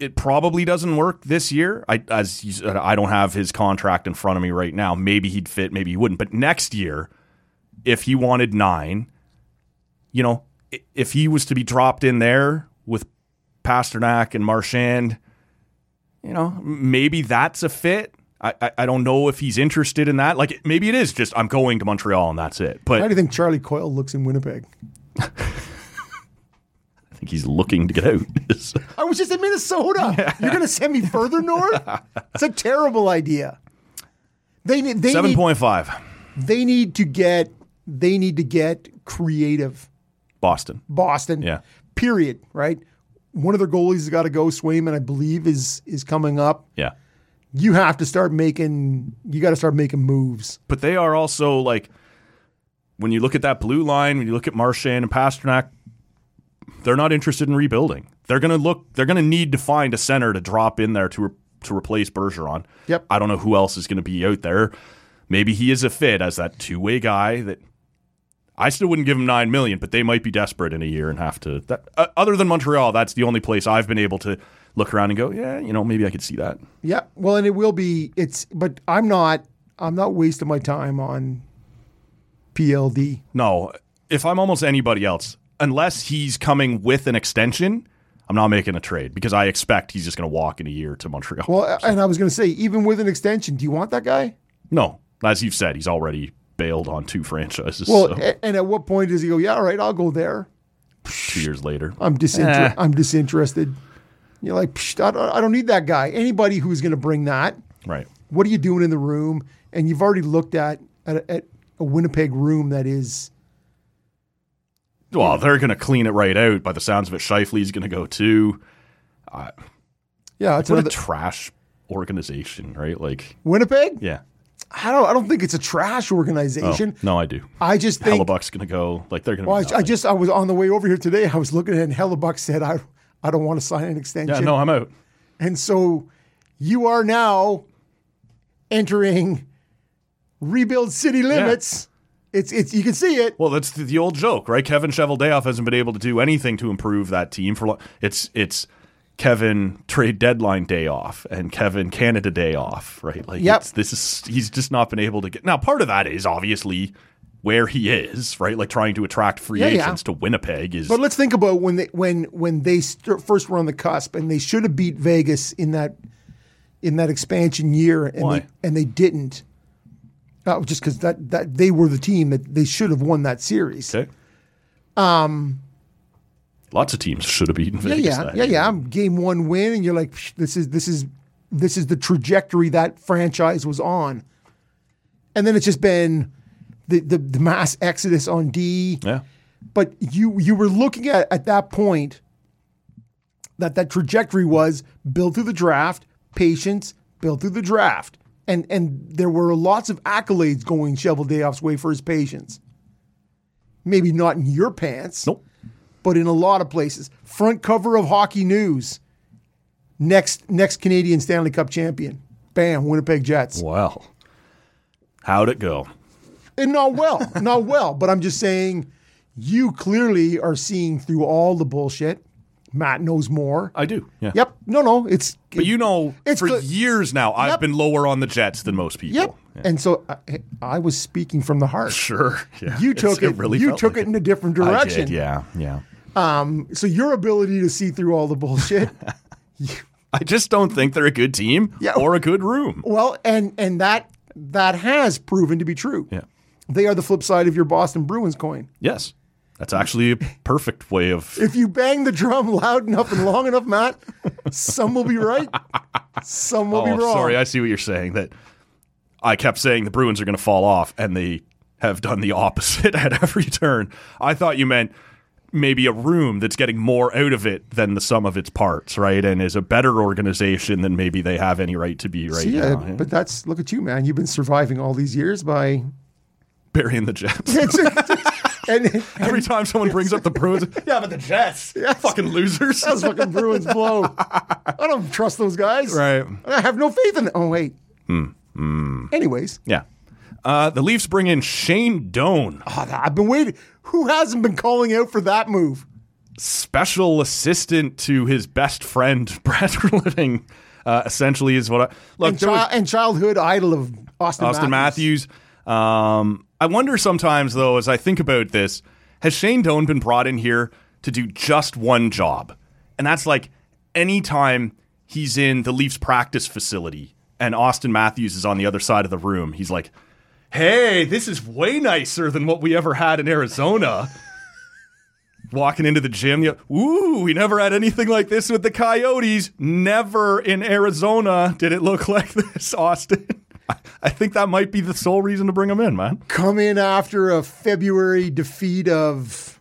S2: it probably doesn't work this year. I as you said, I don't have his contract in front of me right now. Maybe he'd fit, maybe he wouldn't. But next year, if he wanted 9, you know, i- if he was to be dropped in there with Pasternak and Marchand, you know, m- maybe that's a fit. I, I, I don't know if he's interested in that. Like maybe it is just I'm going to Montreal and that's it. But
S1: How do you think Charlie Coyle looks in Winnipeg?
S2: I think he's looking to get out.
S1: I was just in Minnesota. You're going to send me further north? It's a terrible idea. They need they
S2: Seven
S1: need,
S2: point five,
S1: they need to get they need to get creative.
S2: Boston.
S1: Boston.
S2: Yeah.
S1: Period. Right. One of their goalies has got to go. Swayman, I believe, is is coming up.
S2: Yeah.
S1: You have to start making. You got to start making moves.
S2: but they are also like when you look at that blue line, when you look at Marchand and Pasternak, they're not interested in rebuilding. They're gonna look. They're gonna need to find a center to drop in there to re- to replace Bergeron.
S1: Yep.
S2: I don't know who else is gonna be out there. Maybe he is a fit as that two way guy that. I still wouldn't give him nine million, but they might be desperate in a year and have to. That, uh, other than Montreal, that's the only place I've been able to look around and go, yeah, you know, maybe I could see that.
S1: Yeah. Well, and it will be. It's. But I'm not. I'm not wasting my time on PLD.
S2: No, if I'm almost anybody else, unless he's coming with an extension, I'm not making a trade because I expect he's just going to walk in a year to Montreal.
S1: Well, and I was going to say, even with an extension, do you want that guy?
S2: no, as you've said, he's already bailed on two franchises.
S1: Well, eh,
S2: so
S1: a- and at what point does he go? Yeah, all right, I'll go there.
S2: two years later,
S1: I'm disinter-
S2: Eh.
S1: I'm disinterested. You're like, Psh, I, don't, I don't need that guy. Anybody who's going to bring that,
S2: right?
S1: what are you doing in the room? And you've already looked at at, at a Winnipeg room that is
S2: Well, they're going to clean it right out. By the sounds of it, Shifley's going to go too.
S1: yeah, it's
S2: What a
S1: another
S2: trash organization, right? Like,
S1: Winnipeg.
S2: yeah.
S1: I don't I don't think it's a trash
S2: Oh,
S1: organization.
S2: no, I do.
S1: I just think
S2: Hellebuck's going to go. Like, they're going to.
S1: well, I, I just I was on the way over here today. I was looking at and Hellebuck said I I don't want to sign an extension.
S2: yeah, no, I'm out.
S1: And so you are now entering rebuild city limits It's it's you can see it.
S2: Well, that's the, the old joke, right? Kevin Cheveldayoff hasn't been able to do anything to improve that team for. lo- It's it's Kevin trade deadline day off and Kevin Canada day off, right? Like,
S1: Yep.
S2: it's, this is he's just not been able to get. Now, part of that is obviously where he is, right? Like trying to attract free
S1: Yeah, yeah.
S2: agents to Winnipeg is.
S1: But let's think about when they when when they st- first were on the cusp and they should have beat Vegas in that in that expansion year and
S2: Why?
S1: they and they didn't. Uh, just because that that they were the team that they should have won that series.
S2: okay. Um, lots of teams should have beaten
S1: Um, Yeah,
S2: Vegas.
S1: yeah,
S2: that
S1: yeah,
S2: year.
S1: yeah. Game one win, and you're like, "Psh, this is this is this is the trajectory that franchise was on, and then it's just been the the, the mass exodus on D.
S2: yeah.
S1: But you you were looking at at that point that that trajectory was build through the draft, patience, build through the draft, and and there were lots of accolades going Shovel Dayoff's way for his patience. Maybe not in your pants
S2: Nope.
S1: but in a lot of places. Front cover of Hockey News. Next next Canadian Stanley Cup champion. Bam, Winnipeg Jets.
S2: Well, how'd it go?
S1: And not well, not well, but I'm just saying you clearly are seeing through all the bullshit. Matt knows more.
S2: I do. Yeah.
S1: Yep. No, no, it's
S2: But you know,
S1: It's
S2: for
S1: cl-
S2: years now, I've
S1: Yep.
S2: been lower on the Jets than most people.
S1: Yep. And so I, I was speaking from the heart.
S2: Sure. Yeah.
S1: You
S2: It's-
S1: took it, you
S2: felt
S1: took
S2: like
S1: it in a different direction.
S2: I did, yeah. Yeah.
S1: So your ability to see through all the bullshit
S2: I just don't think they're a good team
S1: Yeah.
S2: or a good room.
S1: Well, and and that that has proven to be true.
S2: Yeah.
S1: They are the flip side of your Boston Bruins coin.
S2: Yes. That's actually a perfect way of.
S1: If you bang the drum loud enough and long enough, Matt, some will be right, some will be
S2: oh,
S1: wrong.
S2: sorry. I see what you're saying. That I kept saying the Bruins are going to fall off, and they have done the opposite at every turn. I thought you meant maybe a room that's getting more out of it than the sum of its parts, right? And is a better organization than maybe they have any right to be right
S1: yeah,
S2: now. yeah.
S1: but that's look at you, man. You've been surviving all these years by
S2: burying the Jets.
S1: and
S2: Every time someone brings up the Bruins, yeah, but the Jets, fucking losers.
S1: those fucking Bruins blow. I don't trust those guys.
S2: Right. Hmm,
S1: I have no faith in. Oh wait. Anyways,
S2: Yeah. Uh, the Leafs bring in Shane Doan,
S1: oh, I've been waiting. Who hasn't been calling out for that move?
S2: special assistant to his best friend Brad Living. Uh, essentially, is what I look.
S1: and,
S2: there
S1: chi-
S2: was
S1: and childhood idol of Austin,
S2: Austin Matthews. Um, I wonder sometimes though, as I think about this, has Shane Doan been brought in here to do just one job, and that's like anytime he's in the Leafs practice facility and Austin Matthews is on the other side of the room, he's like, "Hey, this is way nicer than what we ever had in Arizona." Walking into the gym, you ooh, we never had anything like this with the Coyotes. Never in Arizona did it look like this, Austin. I- I think that might be the sole reason to bring him in, man.
S1: Come in after a February defeat of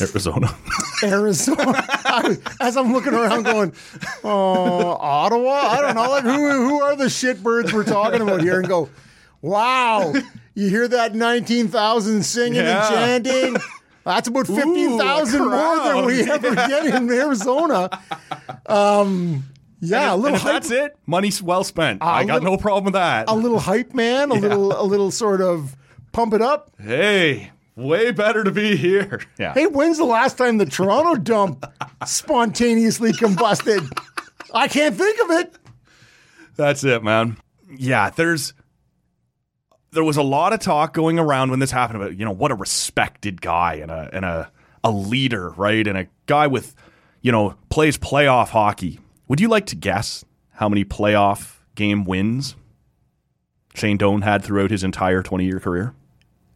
S2: Arizona.
S1: Arizona. I- As I'm looking around, going, "Oh, Ottawa? I don't know. Like, who who are the shitbirds we're talking about here?" And go, "Wow, you hear that nineteen thousand singing
S2: Yeah.
S1: and chanting." That's about fifteen thousand more than we
S2: crowd.
S1: ever get in Arizona. Um, yeah, a
S2: and
S1: little
S2: if
S1: hype
S2: that's it, money's well spent. I got
S1: little-
S2: no problem with that.
S1: a little hype man, a little a little sort of pump it up.
S2: hey, way better to be here. Yeah.
S1: Hey, when's the last time the Toronto dump spontaneously combusted? I can't think of it.
S2: That's it, man. Yeah, there's there was a lot of talk going around when this happened about, you know, what a respected guy and a and a a leader, right? And a guy with, you know, plays playoff hockey. Would you like to guess how many playoff game wins Shane Doan had throughout his entire 20-year career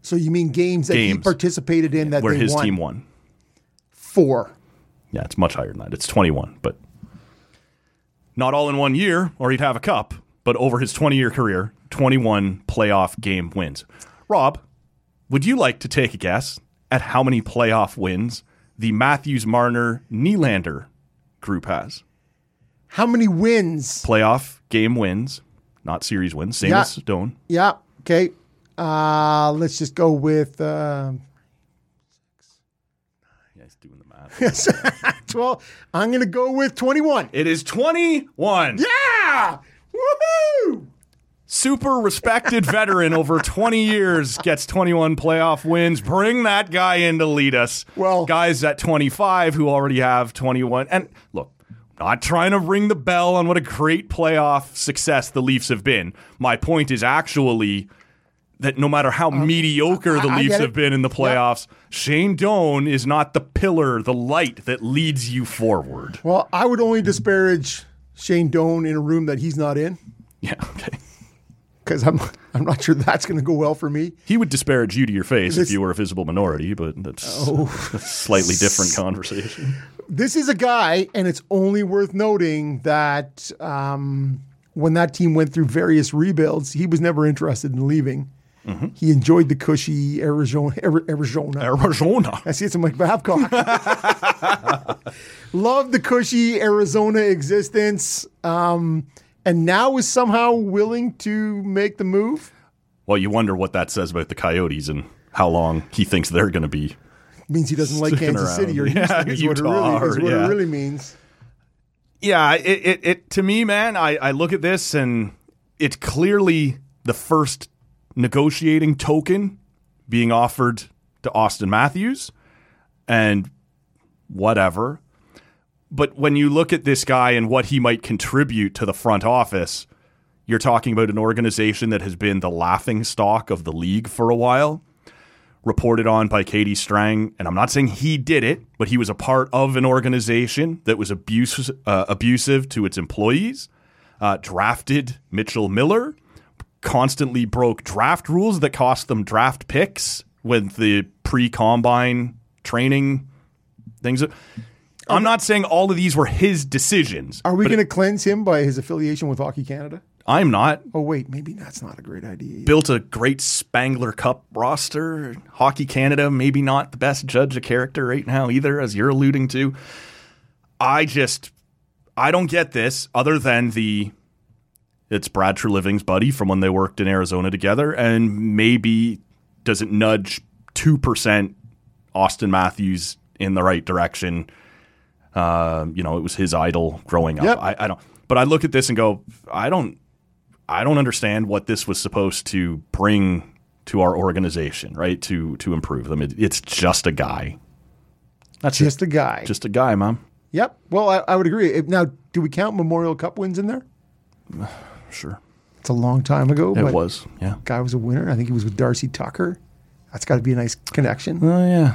S1: So you mean games that he
S2: Games.
S1: participated in that
S2: where
S1: they
S2: his
S1: won?
S2: team won?
S1: Four.
S2: Yeah, it's much higher than that. It's 21, but not all in one year, or he'd have a cup. But over his 20 year career, 21 playoff game wins. Rob, would you like to take a guess at how many playoff wins the Matthews Marner Nylander group has?
S1: How many wins?
S2: Playoff game wins, not series wins, same
S1: Yeah.
S2: as Stone.
S1: Yeah. Okay. Uh, let's just go with uh,
S2: Yeah, he's doing the math.
S1: 12. I'm going to go with 21.
S2: it is 21.
S1: Yeah. Woohoo.
S2: Super respected veteran over 20 years gets 21 playoff wins. Bring that guy in to lead us.
S1: Well-
S2: guys at 25 who already have 21. And look, not trying to ring the bell on what a great playoff success the Leafs have been. My point is actually that no matter how mediocre the
S1: Um, I- I
S2: Leafs
S1: get it.
S2: have been in the
S1: Yeah.
S2: playoffs, Shane Doan is not the pillar, the light that leads you forward.
S1: Well, I would only disparage Shane Doan in a room that he's not in
S2: Yeah, okay.
S1: because I'm I'm not sure that's going to go well for me.
S2: He would disparage you to your face if
S1: This-
S2: you were a visible minority, but that's a slightly different conversation.
S1: This is a guy, and it's only worth noting that um, when that team went through various rebuilds, he was never interested in leaving.
S2: Mm-hmm.
S1: He enjoyed the cushy Arizona. Ari- Arizona.
S2: Arizona.
S1: I see it's I'm like Babcock. Love the cushy Arizona existence, um, and now is somehow willing to make the move.
S2: Well, you wonder what that says about the Coyotes and how long he thinks they're going to be.
S1: means he doesn't like
S2: Sticking
S1: Kansas City or
S2: around. Yeah,
S1: Houston is what, it really,
S2: Utah
S1: is
S2: or-
S1: what
S2: yeah.
S1: it really means.
S2: Yeah, it, it, it to me, man, I, I look at this and it's clearly the first negotiating token being offered to Austin Matthews and whatever. But when you look at this guy and what he might contribute to the front office, you're talking about an organization that has been the laughing stock of the league for a while, reported on by Katie Strang. And I'm not saying he did it, but he was a part of an organization that was abuse, uh, abusive to its employees, uh, drafted Mitchell Miller, constantly broke draft rules that cost them draft picks with the pre combine training things. I'm not saying all of these were his decisions.
S1: Are we
S2: but
S1: going to cleanse him by his affiliation with Hockey Canada?
S2: I'm not.
S1: Oh wait, maybe that's not a great idea. either.
S2: built a great Spangler Cup roster. Hockey Canada, maybe not the best judge of character right now either, as you're alluding to. I just, I don't get this other than the, it's Brad Treliving's buddy from when they worked in Arizona together, and maybe does it nudge 2% Austin Matthews in the right direction? Um, you know, it was his idol growing up.
S1: Yep.
S2: I, I don't, but I look at this and go, I don't, I don't understand what this was supposed to bring to our organization, right? To to improve them, It- it's just a guy,
S1: That's just a guy.
S2: just a guy, mom.
S1: yep. Well, I, I would agree. If- Now, do we count Memorial Cup wins in there?
S2: Sure,
S1: It's a long time ago.
S2: it
S1: but
S2: was, yeah,
S1: Guy was a winner. I think he was with Darcy Tucker. That's got to be a nice connection.
S2: oh yeah.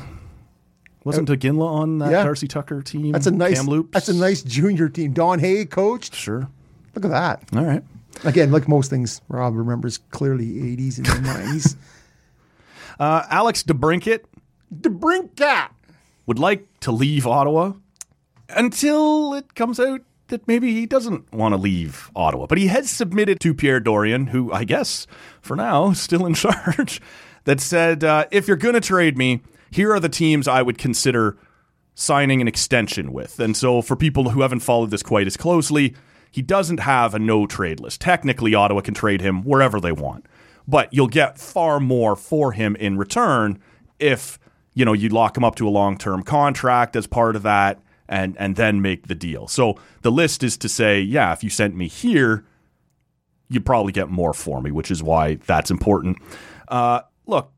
S2: Wasn't Aginla on that
S1: Uh, Yeah.
S2: Darcy Tucker team?
S1: That's a nice.
S2: Kamloops?
S1: That's a nice junior team. Don Hay coached.
S2: Sure.
S1: Look at that.
S2: All right.
S1: Again, like most things, Rob remembers clearly '80s and '90s.
S2: Uh, Alex DeBrinket
S1: DeBrincat.
S2: would like to leave Ottawa until it comes out that maybe he doesn't want to leave Ottawa. But he has submitted to Pierre Dorian, who I guess for now is still in charge, that said, uh, if you're going to trade me, here are the teams I would consider signing an extension with. And so for people who haven't followed this quite as closely, he doesn't have a no trade list. Technically, Ottawa can trade him wherever they want, but you'll get far more for him in return if you know you lock him up to a long term contract as part of that, and and then make the deal. So the list is to say, yeah, if you sent me here, you probably get more for me, which is why that's important. Uh, look,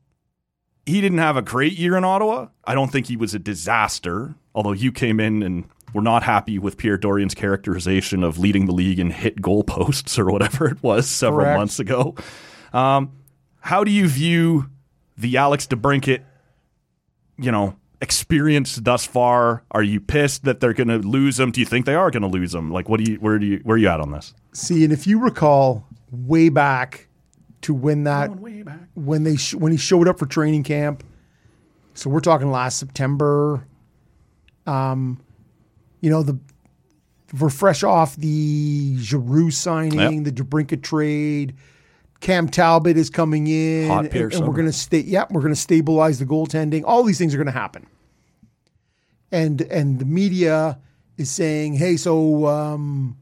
S2: he didn't have a great year in Ottawa. I don't think he was a disaster, although you came in and were not happy with Pierre Dorian's characterization of leading the league in hit goalposts or whatever it was several
S1: Correct.
S2: months ago. Um, how do you view the Alex DeBrinket, you know, experience thus far? Are you pissed that they're going to lose him? Do you think they are going to lose him? Like, what do you, where do you, where are you at on this?
S1: See, and if you recall, way back to when that
S2: Way back.
S1: when they sh- when he showed up for training camp. So we're talking last September. Um, you know the we're fresh off the Giroux signing, the Debrinka trade. Cam Talbot is coming in,
S2: Hot
S1: and,
S2: pair
S1: and
S2: summer.
S1: we're going to stay. Yeah, we're going to stabilize the goaltending. All these things are going to happen. And and the media is saying, hey, so um,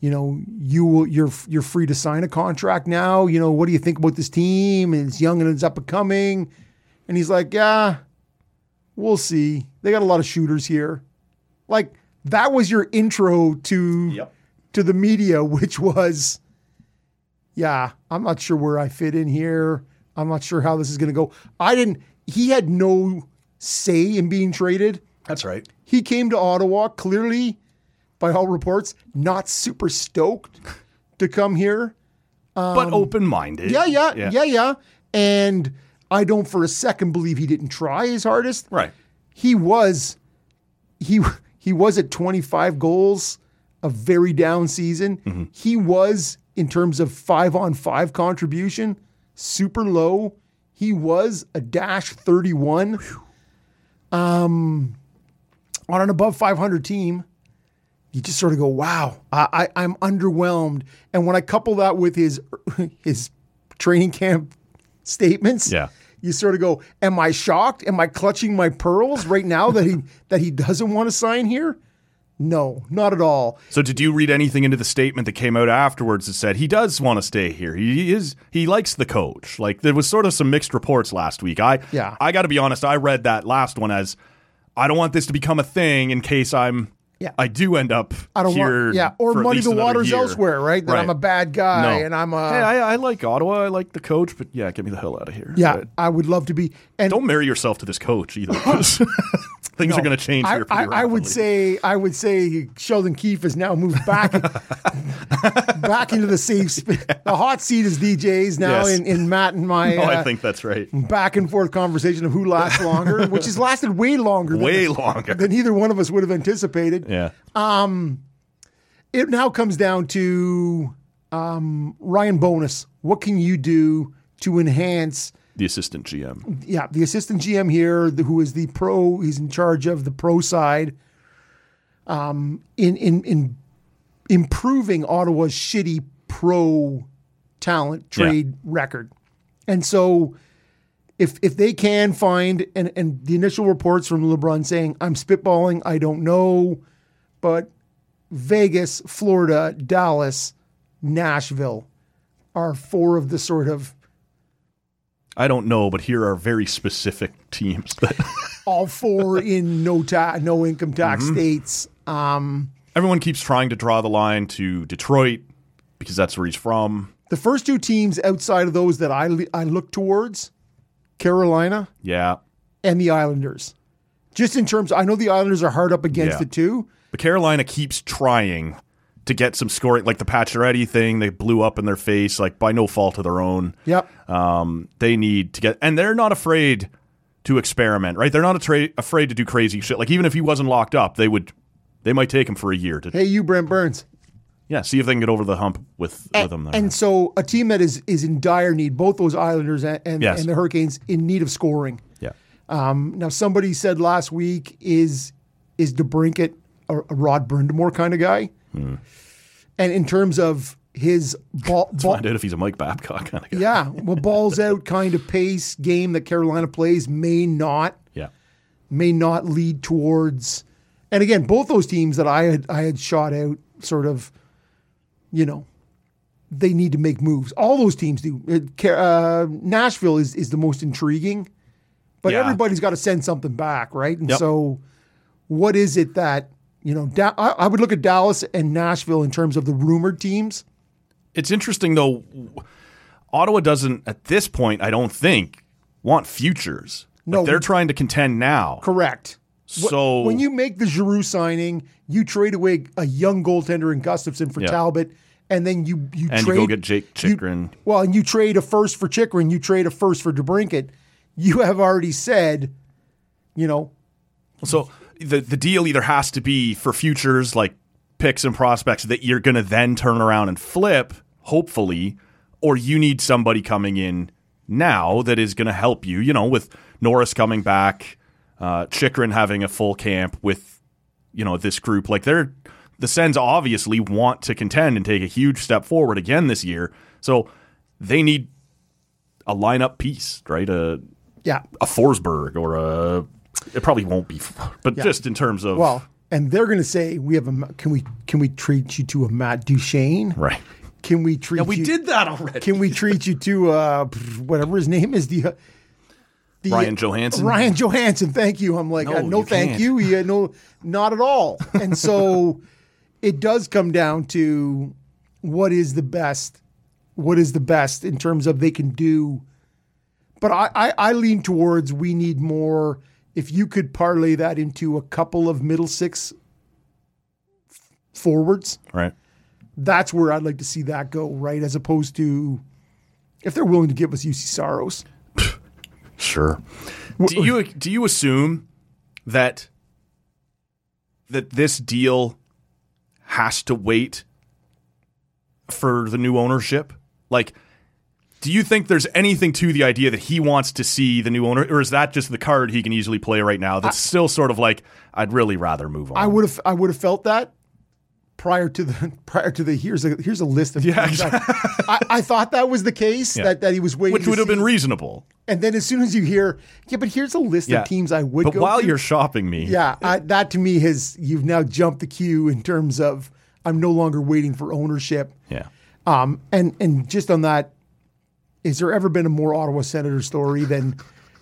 S1: you know, you will, you're you're free to sign a contract now. You know, what do you think about this team? And it's young and it's up and coming. And he's like, yeah, we'll see. They got a lot of shooters here. Like that was your intro to
S2: Yep.
S1: to the media, which was, yeah, I'm not sure where I fit in here. I'm not sure how this is going to go. I didn't, he had no say in being traded.
S2: That's right.
S1: He came to Ottawa clearly, by all reports, not super stoked to come here.
S2: but open minded.
S1: Um, Yeah, yeah, yeah, yeah, And I don't for a second believe he didn't try his hardest.
S2: Right.
S1: He was he he was at 25 goals, a very down season. He was in terms of 5 on 5 contribution, super low. He was a dash 31. Um on an above 500 team you just sort of go, wow, I, I, I'm underwhelmed. And when I couple that with his his training camp statements,
S2: Yeah.
S1: you sort of go, am I shocked? Am I clutching my pearls right now that he that he doesn't want to sign here? No, not at all.
S2: So did you read anything into the statement that came out afterwards that said he does want to stay here? He is he likes the coach. Like there was sort of some mixed reports last week. I
S1: Yeah.
S2: I got to be honest, I read that last one as I don't want this to become a thing in case I'm
S1: Yeah.
S2: I do end up
S1: I don't
S2: here
S1: want, yeah, or
S2: for at
S1: muddy
S2: least
S1: the
S2: another
S1: waters
S2: year.
S1: elsewhere, right? That I'm
S2: Right.
S1: a bad guy
S2: No.
S1: and I'm a
S2: Hey, I, I like Ottawa. I like the coach, but yeah, get me the hell out of here.
S1: yeah.
S2: But
S1: I would love to be. And
S2: don't marry yourself to this coach either. 'cause things are going to change
S1: I,
S2: here.
S1: I,
S2: Pretty
S1: I would
S2: rapidly.
S1: say I would say Sheldon Keefe has now moved back back into the safe sp- the hot seat is DJ's now
S2: Yes.
S1: in, in Matt and my
S2: Oh, I
S1: uh,
S2: think that's right.
S1: back and forth conversation of who lasts longer, which has lasted way longer than-
S2: Way longer.
S1: than either one of us would have anticipated
S2: Yeah.
S1: it now comes down to um, Ryan Bonus. What can you do to enhance?
S2: The assistant GM.
S1: Yeah, the assistant GM here, the- who is the pro, he's in charge of the pro side. Um, in in in improving Ottawa's shitty pro talent trade record, and so if if they can find and and the initial reports from LeBron saying I'm spitballing, I don't know, but Vegas, Florida, Dallas, Nashville are four of the sort of
S2: I don't know, but here are very specific teams. That
S1: all four in no ta- no income tax
S2: Mm-hmm.
S1: states. Um,
S2: everyone keeps trying to draw the line to Detroit because that's where he's from.
S1: the first two teams outside of those that I I look towards, Carolina
S2: Yeah.
S1: and the Islanders. Just in terms, I know the Islanders are hard up against
S2: Yeah.
S1: it too.
S2: But Carolina keeps trying to get some scoring, like the Pacioretty thing. They blew up in their face, like by no fault of their own.
S1: Yep.
S2: Um, they need to get, and they're not afraid to experiment, right? They're not atra- afraid to do crazy shit. Like even if he wasn't locked up, they would, they might take him for a year to,
S1: Hey, you, Brent Burns.
S2: yeah, see if they can get over the hump with with him. There.
S1: And so a team that is is in dire need, both those Islanders and and,
S2: Yes.
S1: and the Hurricanes in need of scoring.
S2: yeah,
S1: Um, now somebody said last week is is DeBrinket a, a Rod Brindamore kind of guy,
S2: Hmm.
S1: and in terms of his ball, ball
S2: find out if he's a Mike Babcock kind of guy.
S1: yeah, well, balls out kind of pace game that Carolina plays may not
S2: yeah.
S1: may not lead towards. And again, both those teams that I had I had shot out sort of, you know, they need to make moves. All those teams do. It ca- Uh, Nashville is is the most intriguing, but
S2: Yeah.
S1: everybody's got to send something back, right? And
S2: Yep.
S1: so, what is it that you know? Da- I, I would look at Dallas and Nashville in terms of the rumored teams.
S2: It's interesting though. Ottawa doesn't at this point. I don't think want futures.
S1: No,
S2: No, they're
S1: we-
S2: trying to contend now.
S1: Correct.
S2: So
S1: when you make the Giroux signing, you trade away a young goaltender in Gustafson for
S2: Yeah.
S1: Talbot, and then you you
S2: and
S1: trade
S2: you go get Jake
S1: you-
S2: Chikrin.
S1: well, and you trade a first for Chikrin, you trade a first for DeBrinket. You have already said, you know,
S2: So the the deal either has to be for futures like picks and prospects that you're going to then turn around and flip, hopefully, or you need somebody coming in now that is going to help you. You know, with Norris coming back, uh, Chikrin having a full camp with you know this group, like they're the Sens obviously want to contend and take a huge step forward again this year. So they need a lineup piece, right? A
S1: yeah,
S2: a Forsberg or a. It probably won't be, but just in terms of
S1: well, and they're going to say we have a Ma- can we can we treat you to a Matt Duchene?
S2: right.
S1: Can we treat you,
S2: that already.
S1: Can we treat you to uh, whatever his name is the. uh, the
S2: Ryan Johansson.
S1: Ryan Johansson, thank you. I'm like, no,
S2: No,
S1: uh, no
S2: you
S1: thank
S2: can't.
S1: you. He had no, not at all. And so it does come down to what is the best what is the best in terms of they can do. But I, I, I lean towards we need more. If you could parlay that into a couple of middle six f- forwards,
S2: right?
S1: that's where I'd like to see that go, right? As opposed to if they're willing to give us UC Soros.
S2: Sure. Do you do you assume that that this deal has to wait for the new ownership? Like do you think there's anything to the idea that he wants to see the new owner or is that just the card he can easily play right now that's still sort of like I'd really rather move on.
S1: I would have I would have felt that prior to the prior to the here's a here's a list of
S2: Yeah,
S1: things I- I, I thought that was the case that, that he was waiting
S2: which
S1: to
S2: would have
S1: see.
S2: been reasonable.
S1: and then as soon as you hear yeah but here's a list
S2: Yeah.
S1: of teams I would
S2: But
S1: go
S2: while
S1: to.
S2: you're shopping me,
S1: yeah I, that to me has you've now jumped the queue in terms of I'm no longer waiting for ownership
S2: yeah.
S1: Um, and and just on that, is there ever been a more Ottawa Senator story than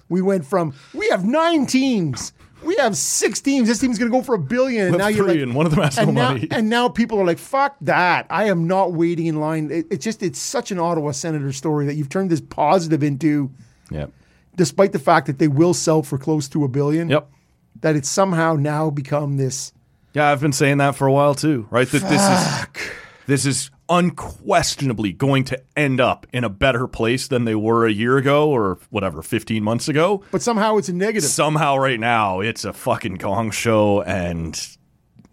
S1: we went from we have nine teams, we have six teams. This team's going to go for a billion, and
S2: With
S1: now you're
S2: three
S1: like,
S2: and one of them has no
S1: and now,
S2: money.
S1: and now people are like, fuck that. I am not waiting in line. It, it's just it's such an Ottawa Senator story that you've turned this positive into,
S2: Yep.
S1: despite the fact that they will sell for close to a billion.
S2: Yep.
S1: That it's somehow now become this.
S2: Yeah, I've been saying that for a while too, right? That this is this is unquestionably going to end up in a better place than they were a year ago or whatever, 15 months ago.
S1: But somehow it's a negative.
S2: Somehow right now it's a fucking gong show and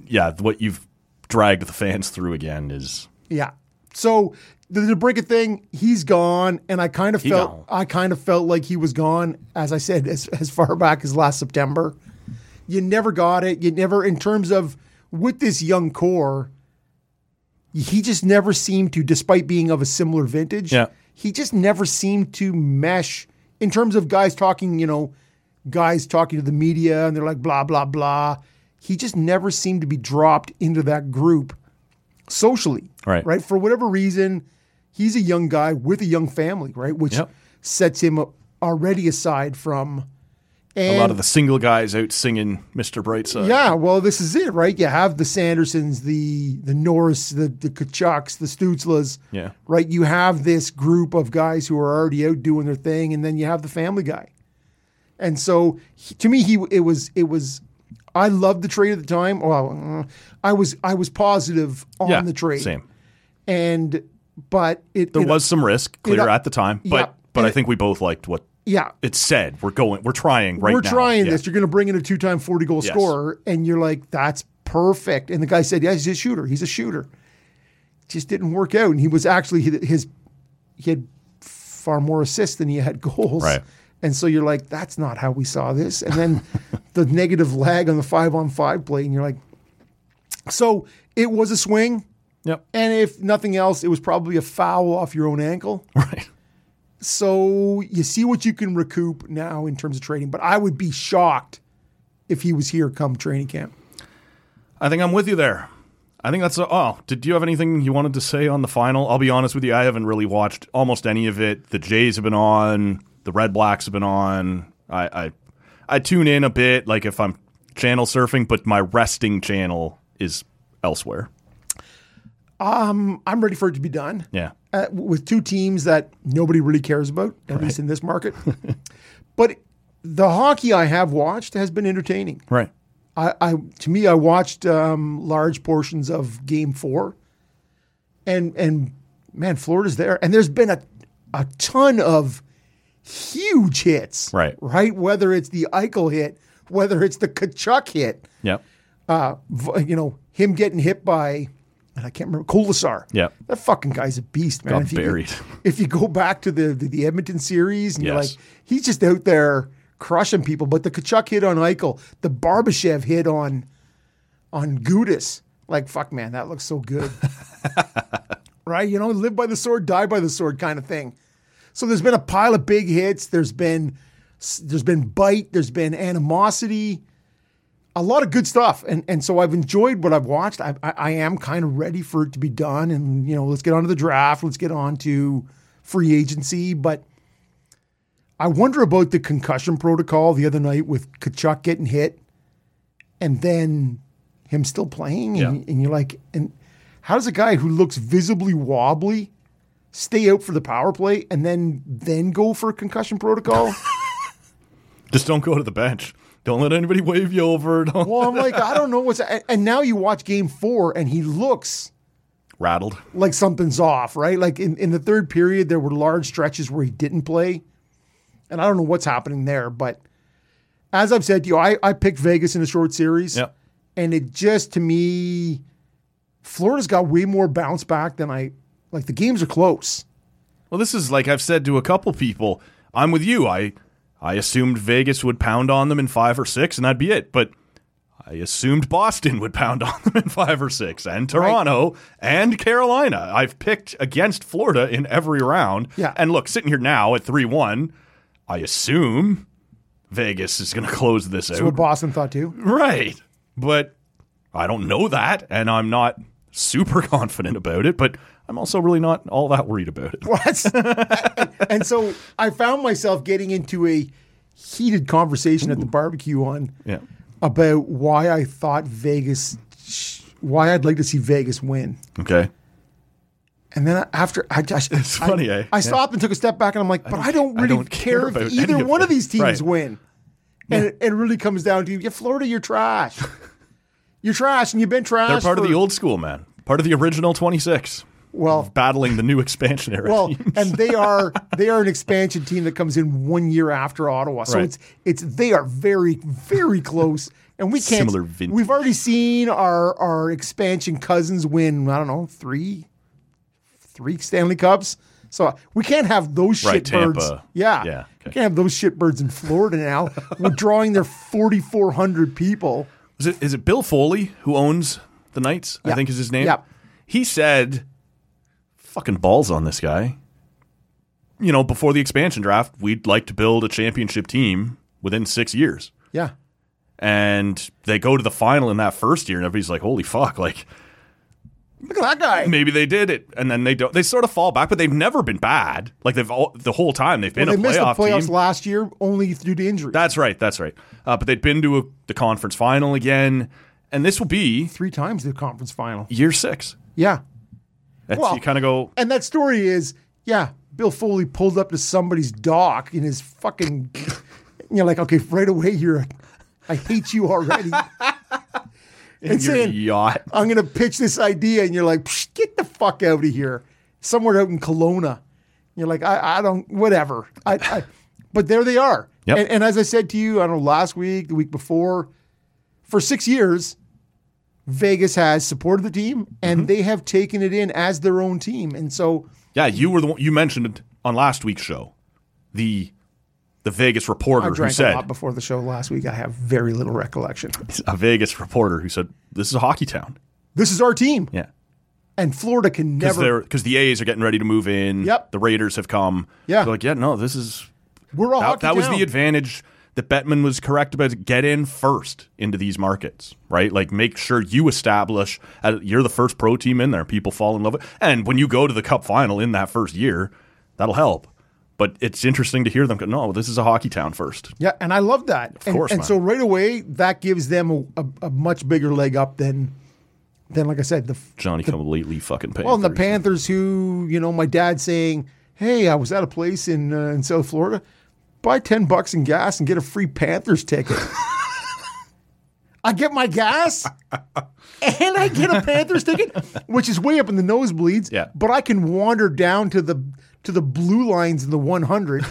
S2: yeah, what you've dragged the fans through again is
S1: Yeah. So the DeBrinket thing, he's gone, and I kind of felt
S2: gone.
S1: I kind of felt like he was gone. As I said, as as far back as last September, you never got it. You never, in terms of with this young core, he just never seemed to, despite being of a similar vintage.
S2: Yeah.
S1: He just never seemed to mesh in terms of guys talking. You know, guys talking to the media, and they're like blah blah blah. He just never seemed to be dropped into that group socially.
S2: Right.
S1: Right. For whatever reason, he's a young guy with a young family, right? Which
S2: Yep.
S1: sets him a- already aside from
S2: a
S1: and
S2: lot of the single guys out singing Mr. Brightside.
S1: yeah, well, this is it, right? You have the Sandersons, the the Norris, the the Kachucks, the Stutzlas,
S2: Yeah.
S1: right? You have this group of guys who are already out doing their thing, and then you have the Family Guy, and so he- to me, he it was it was. I loved the trade at the time. Well, uh, I was I was positive on
S2: Yeah,
S1: the trade,
S2: Same.
S1: and but it
S2: There
S1: it-
S2: was some risk clear
S1: it-
S2: at the time, but
S1: yeah,
S2: but
S1: and
S2: I
S1: it-
S2: think we both liked what
S1: yeah
S2: it said. We're going we're trying right
S1: we're
S2: now.
S1: trying
S2: Yeah.
S1: this. You're going to bring in a two time 40 goal
S2: Yes.
S1: scorer. And you're like, that's perfect. And the guy said, yeah, he's a shooter. He's a shooter. Just didn't work out. And he was actually, his, he had far more assists than he had goals.
S2: Right.
S1: And so you're like, that's not how we saw this. And then the negative lag on the five on five play. And you're like, so it was a swing.
S2: Yep.
S1: And if nothing else, it was probably a foul off your own ankle.
S2: Right.
S1: So you see what you can recoup now in terms of trading, but I would be shocked if he was here come training camp.
S2: I think I'm with you there. I think that's oh. Did you have anything you wanted to say on the final? I'll be honest with you, I haven't really watched almost any of it. The Jays have been on, the Red Blacks have been on. I I, I tune in a bit, like if I'm channel surfing, but my resting channel is elsewhere.
S1: I'm ready for it to be done
S2: Yeah,
S1: uh, with two teams that nobody really cares about, at least in this market. but the hockey I have watched has been entertaining.
S2: right.
S1: I, I to me, I watched um, large portions of Game Four, and and man, Florida's there, and there's been a a ton of huge hits,
S2: Right.
S1: Right, whether it's the Eichel hit, whether it's the Kachuk hit,
S2: Yep.
S1: uh, v- you know, him getting hit by, and I can't remember Kulisar.
S2: Yeah.
S1: that fucking guy's a beast, man.
S2: Got
S1: if you,
S2: buried.
S1: If you go back to the the, the Edmonton series, and you're
S2: Yes.
S1: like, he's just out there crushing people. But the Kachuk hit on Eichel, the Barbashev hit on on Gudis. Like fuck, man, that looks so good. right? You know, live by the sword, die by the sword kind of thing. So there's been a pile of big hits. There's been there's been bite. There's been animosity. A lot of good stuff, and and so I've enjoyed what I've watched. I I, I am kind of ready for it to be done, and you know, let's get on to the draft. Let's get on to free agency, but. I wonder about the concussion protocol the other night with Kachuk getting hit and then him still playing. And,
S2: Yeah.
S1: and you're like, and how does a guy who looks visibly wobbly stay out for the power play and then then go for concussion protocol?
S2: Just don't go to the bench. Don't let anybody wave you over. Don't
S1: well, I'm like, I don't know what's. And and now you watch game four, and he looks
S2: rattled.
S1: like something's off, right? Like in, in the third period, there were large stretches where he didn't play. And I don't know what's happening there. But as I've said to you, I, I picked Vegas in a short series.
S2: Yep.
S1: And it just, to me, Florida's got way more bounce back than I like. The games are close.
S2: Well, this is like I've said to a couple people. I'm with you. I I assumed Vegas would pound on them in five or six, and that'd be it. But I assumed Boston would pound on them in five or six, and Toronto and Carolina. I've picked against Florida in every round.
S1: Yeah.
S2: And look, sitting here now at three one, I assume Vegas is going to close this out.
S1: That's what Boston thought too.
S2: Right. But I don't know that, and I'm not super confident about it, but I'm also really not all that worried about it.
S1: What? and so I found myself getting into a heated conversation at the barbecue on
S2: Yeah.
S1: about why I thought Vegas, why I'd like to see Vegas win.
S2: Okay.
S1: And then after I just,
S2: It's funny,
S1: I,
S2: eh?
S1: I stopped and took a step back, and I'm like, but I don't,
S2: I
S1: really
S2: don't care
S1: care,
S2: about
S1: if either
S2: any of
S1: one of
S2: this.
S1: these teams
S2: Right.
S1: win. And it, it really comes down to yeah, Florida, you're trash. you're trash, and you've been trash.
S2: They're part of
S1: for-
S2: the old school, man. Part of the original 26,
S1: well,
S2: battling the new expansion era.
S1: well,
S2: team.
S1: and they are they are an expansion team that comes in one year after Ottawa, so
S2: Right.
S1: it's it's they are very very close, and we can't.
S2: Similar vintage.
S1: We've already seen our our expansion cousins win. I don't know three three Stanley Cups. So we can't have those
S2: Right,
S1: shitbirds.
S2: Tampa.
S1: Yeah,
S2: Yeah,
S1: we
S2: okay.
S1: can't have those shitbirds in Florida now. We're drawing their forty four hundred people.
S2: Is it, is it Bill Foley who owns the Knights?
S1: Yeah.
S2: I think is his name.
S1: Yeah.
S2: He said, "Fucking balls on this guy." You know, before the expansion draft, we'd like to build a championship team within six years,
S1: Yeah,
S2: and they go to the final in that first year, and everybody's like, "Holy fuck!" Like
S1: look at that guy.
S2: maybe they did it, and then they don't. They sort of fall back, but they've never been bad. Like they've all, the whole time they've been
S1: they
S2: a
S1: missed the
S2: playoff
S1: playoffs
S2: team.
S1: last year only due to injury.
S2: That's right. That's right. Uh, but they'd been to a, the conference final again, and this will be
S1: Three times the conference final.
S2: year six.
S1: Yeah,
S2: And
S1: Well-
S2: so you kind of go,
S1: And that story is, yeah, Bill Foley pulled up to somebody's dock in his fucking, you know, like, okay, right away, you're, a- I hate you already. and
S2: your
S1: saying,
S2: yacht.
S1: I'm going to pitch this idea. And you're like, "Psh, get the fuck out of here. Somewhere out in Kelowna. You're like, I, I don't, whatever. I, I, but there they are.
S2: Yep.
S1: And, and as I said to you, I don't know, last week, the week before, for six years, Vegas has supported the team and
S2: Mm-hmm.
S1: they have taken it in as their own team. And so,
S2: Yeah, you were the one you mentioned on last week's show, the the Vegas reporter
S1: I
S2: who
S1: drank a
S2: said
S1: lot before the show last week. I have very little recollection.
S2: a Vegas reporter who said this is a hockey town.
S1: This is our team,
S2: Yeah,
S1: and Florida can
S2: because
S1: never.
S2: they're because the A's are getting ready to move in.
S1: Yep.
S2: the Raiders have come.
S1: Yeah.
S2: They're like yeah, no, this is
S1: We're all
S2: that, that was
S1: town.
S2: the advantage that Bettman was correct about. Get in first into these markets, right? Like make sure you establish uh, you're the first pro team in there. People fall in love with, and when you go to the Cup final in that first year, that'll help. But it's interesting to hear them go, no, this is a hockey town first.
S1: Yeah, and I love that. and,
S2: course,
S1: and
S2: man.
S1: so right away, that gives them a, a, a much bigger leg up than, than like I said, the
S2: Johnny completely fucking Panthers.
S1: well, and the Panthers. Who you know, my dad saying, "Hey, I was at a place in uh, in South Florida, buy ten bucks in gas and get a free Panthers ticket." I get my gas and I get a Panthers ticket, which is way up in the nosebleeds.
S2: Yeah.
S1: But I can wander down to the to the blue lines in the 100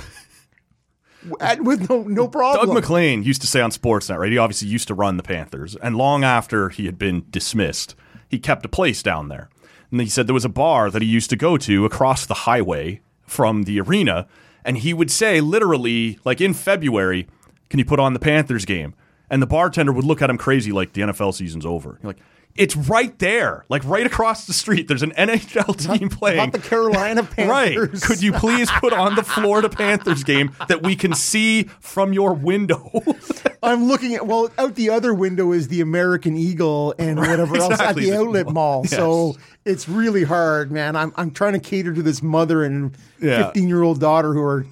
S1: at- with no no
S2: Doug
S1: problem.
S2: McLean used to say on Sportsnet, right? He obviously used to run the Panthers, and long after he had been dismissed, he kept a place down there. And he said there was a bar that he used to go to across the highway from the arena, and he would say literally, like in February, "Can you put on the Panthers game?" And the bartender would look at him crazy, like the NFL season's over. You're like, it's right there, like right across the street. There's an NHL team playing.
S1: Not the Carolina Panthers.
S2: Right. Could you please put on the Florida Panthers game that we can see from your window?
S1: I'm looking at well out the other window is the American Eagle and whatever else at
S2: Exactly,
S1: the
S2: the
S1: outlet
S2: mall.
S1: mall.
S2: Yes.
S1: So it's really hard, man. I'm I'm trying to cater to this mother and 15 year old daughter who are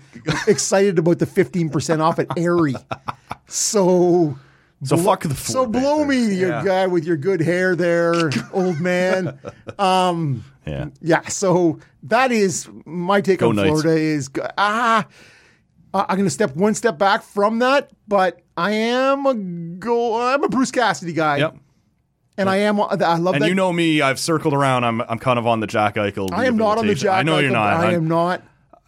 S1: excited about the 15 percent off at Airy. So
S2: so fuck the
S1: so
S2: Florida
S1: blow me,
S2: Panthers.
S1: you
S2: Yeah.
S1: guy with your good hair there, old man. Um,
S2: Yeah.
S1: Yeah, so that is my take
S2: Go
S1: on
S2: Knights.
S1: Florida is g- ah, I- I'm gonna step one step back from that, but I am a go. I'm a Bruce Cassidy guy,
S2: Yep.
S1: and I am. I love
S2: And
S1: that.
S2: you know me, I've circled around. I'm I'm kind of on the Jack Eichel.
S1: I am not on the
S2: rehabilitation.
S1: Jack.
S2: I know you're
S1: Eichel,
S2: not.
S1: I
S2: I,
S1: am not.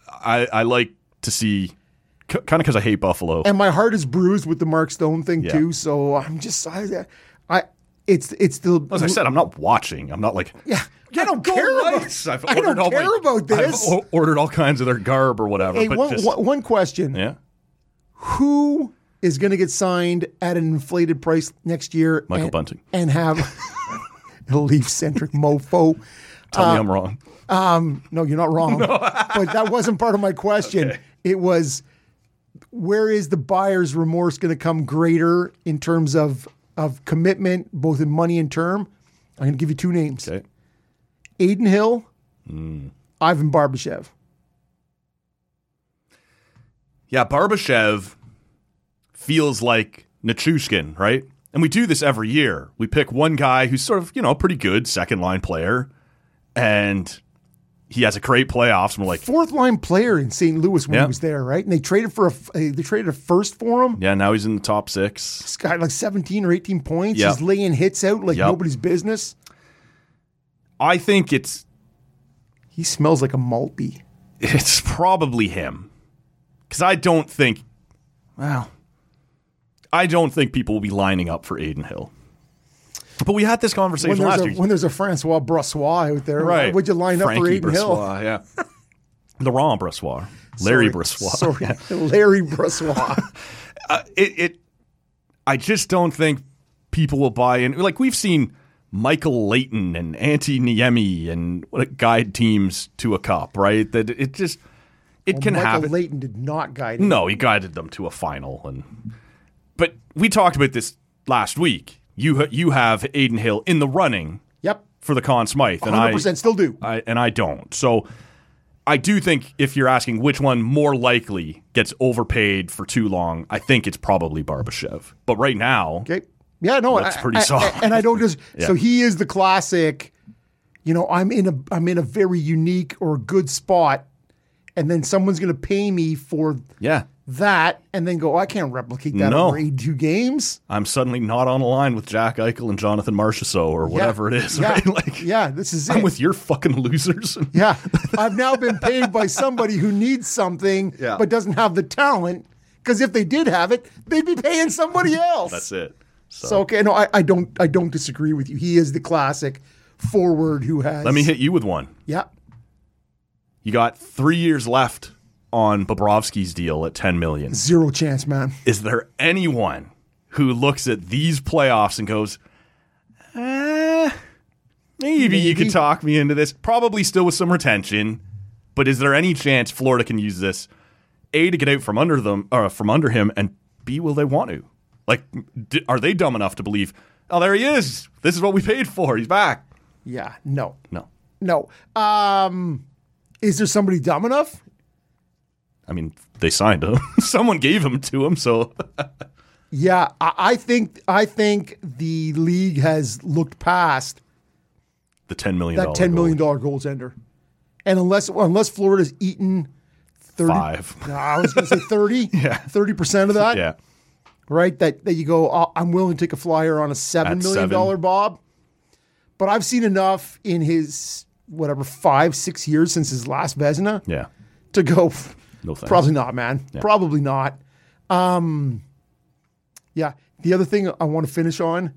S2: I, I like to see, c- kind of because I hate Buffalo.
S1: and my heart is bruised with the Mark Stone thing
S2: Yeah.
S1: too. So I'm just I, I it's it's the
S2: As I said, I'm not watching. I'm not like
S1: yeah. I don't
S2: Go
S1: care
S2: Knights!
S1: about.
S2: I've
S1: I don't
S2: ordered all
S1: care
S2: my-
S1: about this.
S2: I've o- ordered all kinds of their garb or whatever.
S1: hey,
S2: but
S1: one,
S2: just,
S1: one- one question:
S2: yeah,
S1: Who is going to get signed at an inflated price next year?
S2: Michael
S1: and,
S2: Bunting.
S1: and have a Leaf-centric mofo.
S2: tell
S1: Uh,
S2: me I'm wrong.
S1: No, you're not wrong. But that wasn't part of my question. It was where is the buyer's remorse going to come greater in terms of of commitment, both in money and term? I'm going to give you two names:
S2: Okay. Hmm.
S1: Aiden Hill, Ivan Barbashev.
S2: Yeah, Barbashev feels like Nachushkin, right? And we do this every year. We pick one guy who's sort of, you know, a pretty good second line player, and he has a great playoffs. And we're like,
S1: Fourth line player in St. Louis when
S2: Yeah.
S1: he was there, right? And they traded for a f- a- they traded a first for him.
S2: yeah, now he's in the top six.
S1: This guy had like 17 or 18 points.
S2: Yeah.
S1: He's laying hits out like
S2: Yep.
S1: nobody's business.
S2: I think it's
S1: He smells like a maltby.
S2: it's probably him because I don't think, well, I don't think people will be lining up for Aiden Hill. But we had this
S1: When
S2: conversation
S1: there's,
S2: last
S1: a,
S2: year.
S1: when there's a Francois Brassois out there, why would you line up for
S2: Frankie
S1: Aiden Hill?
S2: Bressois, yeah. Laurent Bressois. Larry Bressois.
S1: Sorry, Larry Bressois.
S2: It, it, I just don't think people will buy in. Like, we've seen Michael Leighton and Antti Niemi and what- guide teams to a cup, right? That it just, it can
S1: Michael
S2: happen. Hmm.
S1: Leighton did not guide him.
S2: No, he guided them to a final, and but we talked about this last week. You ha- you have Aiden Hill in the running
S1: Yep,
S2: for the Conn Smythe, and
S1: hundred
S2: I
S1: percent still do.
S2: I, and I don't. So I do think if you're asking which one more likely gets overpaid for too long, I think it's probably Barbashev. But right now,
S1: Okay, yeah, no,
S2: That's
S1: I-
S2: pretty
S1: I-
S2: solid.
S1: and I don't just.
S2: Yeah.
S1: So he is the classic. You know, I'm in a I'm in a very unique or good spot, and then someone's going to pay me for
S2: yeah,
S1: that, and then go, "Oh, I can't replicate that
S2: No.
S1: over 82 games.
S2: I'm suddenly not on a line with Jack Eichel and Jonathan Marchessault or whatever it is.
S1: Yeah.
S2: Right? Like
S1: yeah, this is it.
S2: I'm with your fucking losers.
S1: Yeah. I've now been paid by somebody who needs something
S2: Yeah.
S1: but doesn't have the talent. Because if they did have it, they'd be paying somebody else.
S2: That's it. So,
S1: So okay, no, I, I don't I don't disagree with you. He is the classic forward who has
S2: let me hit you with one.
S1: Yeah.
S2: You got three years left on Bobrovsky's deal at 10 million.
S1: Zero chance, man.
S2: Is there anyone who looks at these playoffs and goes, eh, maybe, you could talk me into this? Probably still with some retention, but is there any chance Florida can use this a to get out from under them or from under him, and b will they want to? Like, d- are they dumb enough to believe? Oh, there he is. This is what we paid for. He's back.
S1: Yeah. No.
S2: No,
S1: No. Um is there somebody dumb enough?
S2: I mean they signed him. Someone gave him to him. So
S1: Yeah, I, I think I think the league has looked past
S2: the ten million
S1: that ten million dollar goaltender, and unless unless Florida's eaten thirty,
S2: Five.
S1: No, I was going to say thirty, thirty percent of that,
S2: Yeah.
S1: right? That that you go, "Oh, I'm willing to take a flyer on a seven
S2: At
S1: million dollar
S2: seven.
S1: Bob, but I've seen enough in his whatever five six years since his last Vesna
S2: Yeah.
S1: to go.
S2: No thanks.
S1: Probably not, man. Probably not. Um, yeah. The other thing I want to finish on,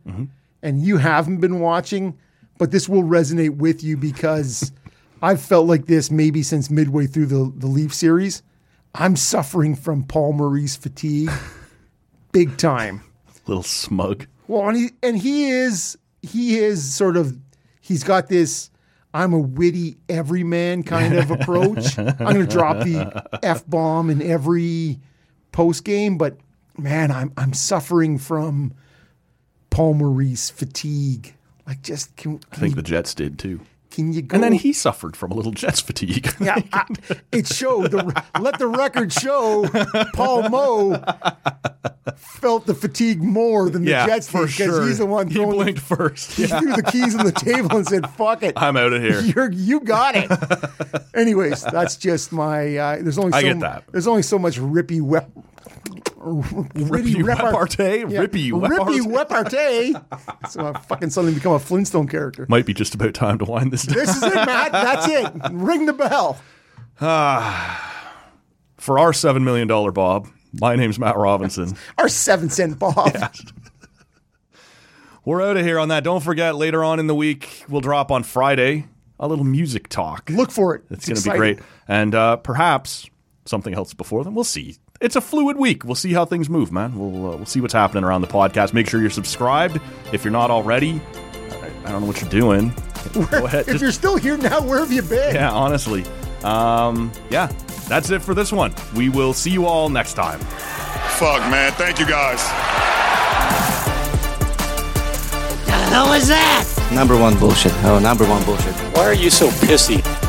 S1: and you haven't been watching, but this will resonate with you because I've felt like this maybe since midway through the, the Leaf series. I'm suffering from Paul Maurice fatigue big time.
S2: Little smug.
S1: Well, and he and he is he is sort of he's got this I'm a witty everyman kind of approach. I'm going to drop the f bomb in every post game, but man, I'm I'm suffering from Paul Maurice fatigue. Like, just can
S2: I think the Jets did too.
S1: can you go?
S2: And then he suffered from a little Jets fatigue.
S1: Yeah, I, it showed. The, let the record show Paul Mo felt the fatigue more than the
S2: yeah,
S1: Jets did
S2: for sure.
S1: he's the one
S2: he
S1: throwing.
S2: blinked first.
S1: he
S2: Yeah,
S1: threw the keys on the table and said, "Fuck it,
S2: I'm out of here.
S1: You're, you got it. Anyways, that's just my. Uh, there's only so
S2: I get that.
S1: There's only so much rippy wep.
S2: Rippy repartee? Rippy
S1: rippy
S2: repartee?
S1: repartee. so I fucking suddenly become a Flintstone character.
S2: Might be just about time to wind this down.
S1: This is it, Matt. That's it. Ring the bell.
S2: For our $7 million Bob, my name's Matt Robinson.
S1: Our seven cent Bob.
S2: We're out of here on that. Don't forget, later on in the week, we'll drop on Friday a little music talk.
S1: Look for it.
S2: It's going to be
S1: exciting.
S2: great. And uh, perhaps something else before then. We'll see. It's a fluid week. We'll see how things move, man. We'll, uh, we'll see what's happening around the podcast. Make sure you're subscribed if you're not already. I, I don't know what you're doing. Go ahead.
S1: If
S2: Just-
S1: you're still here now, where have you been?
S2: yeah, honestly. Um, yeah, that's it for this one. We will see you all next time.
S4: Fuck, man. Thank you guys.
S5: Number one bullshit. Oh, number one bullshit.
S6: Why are you so pissy?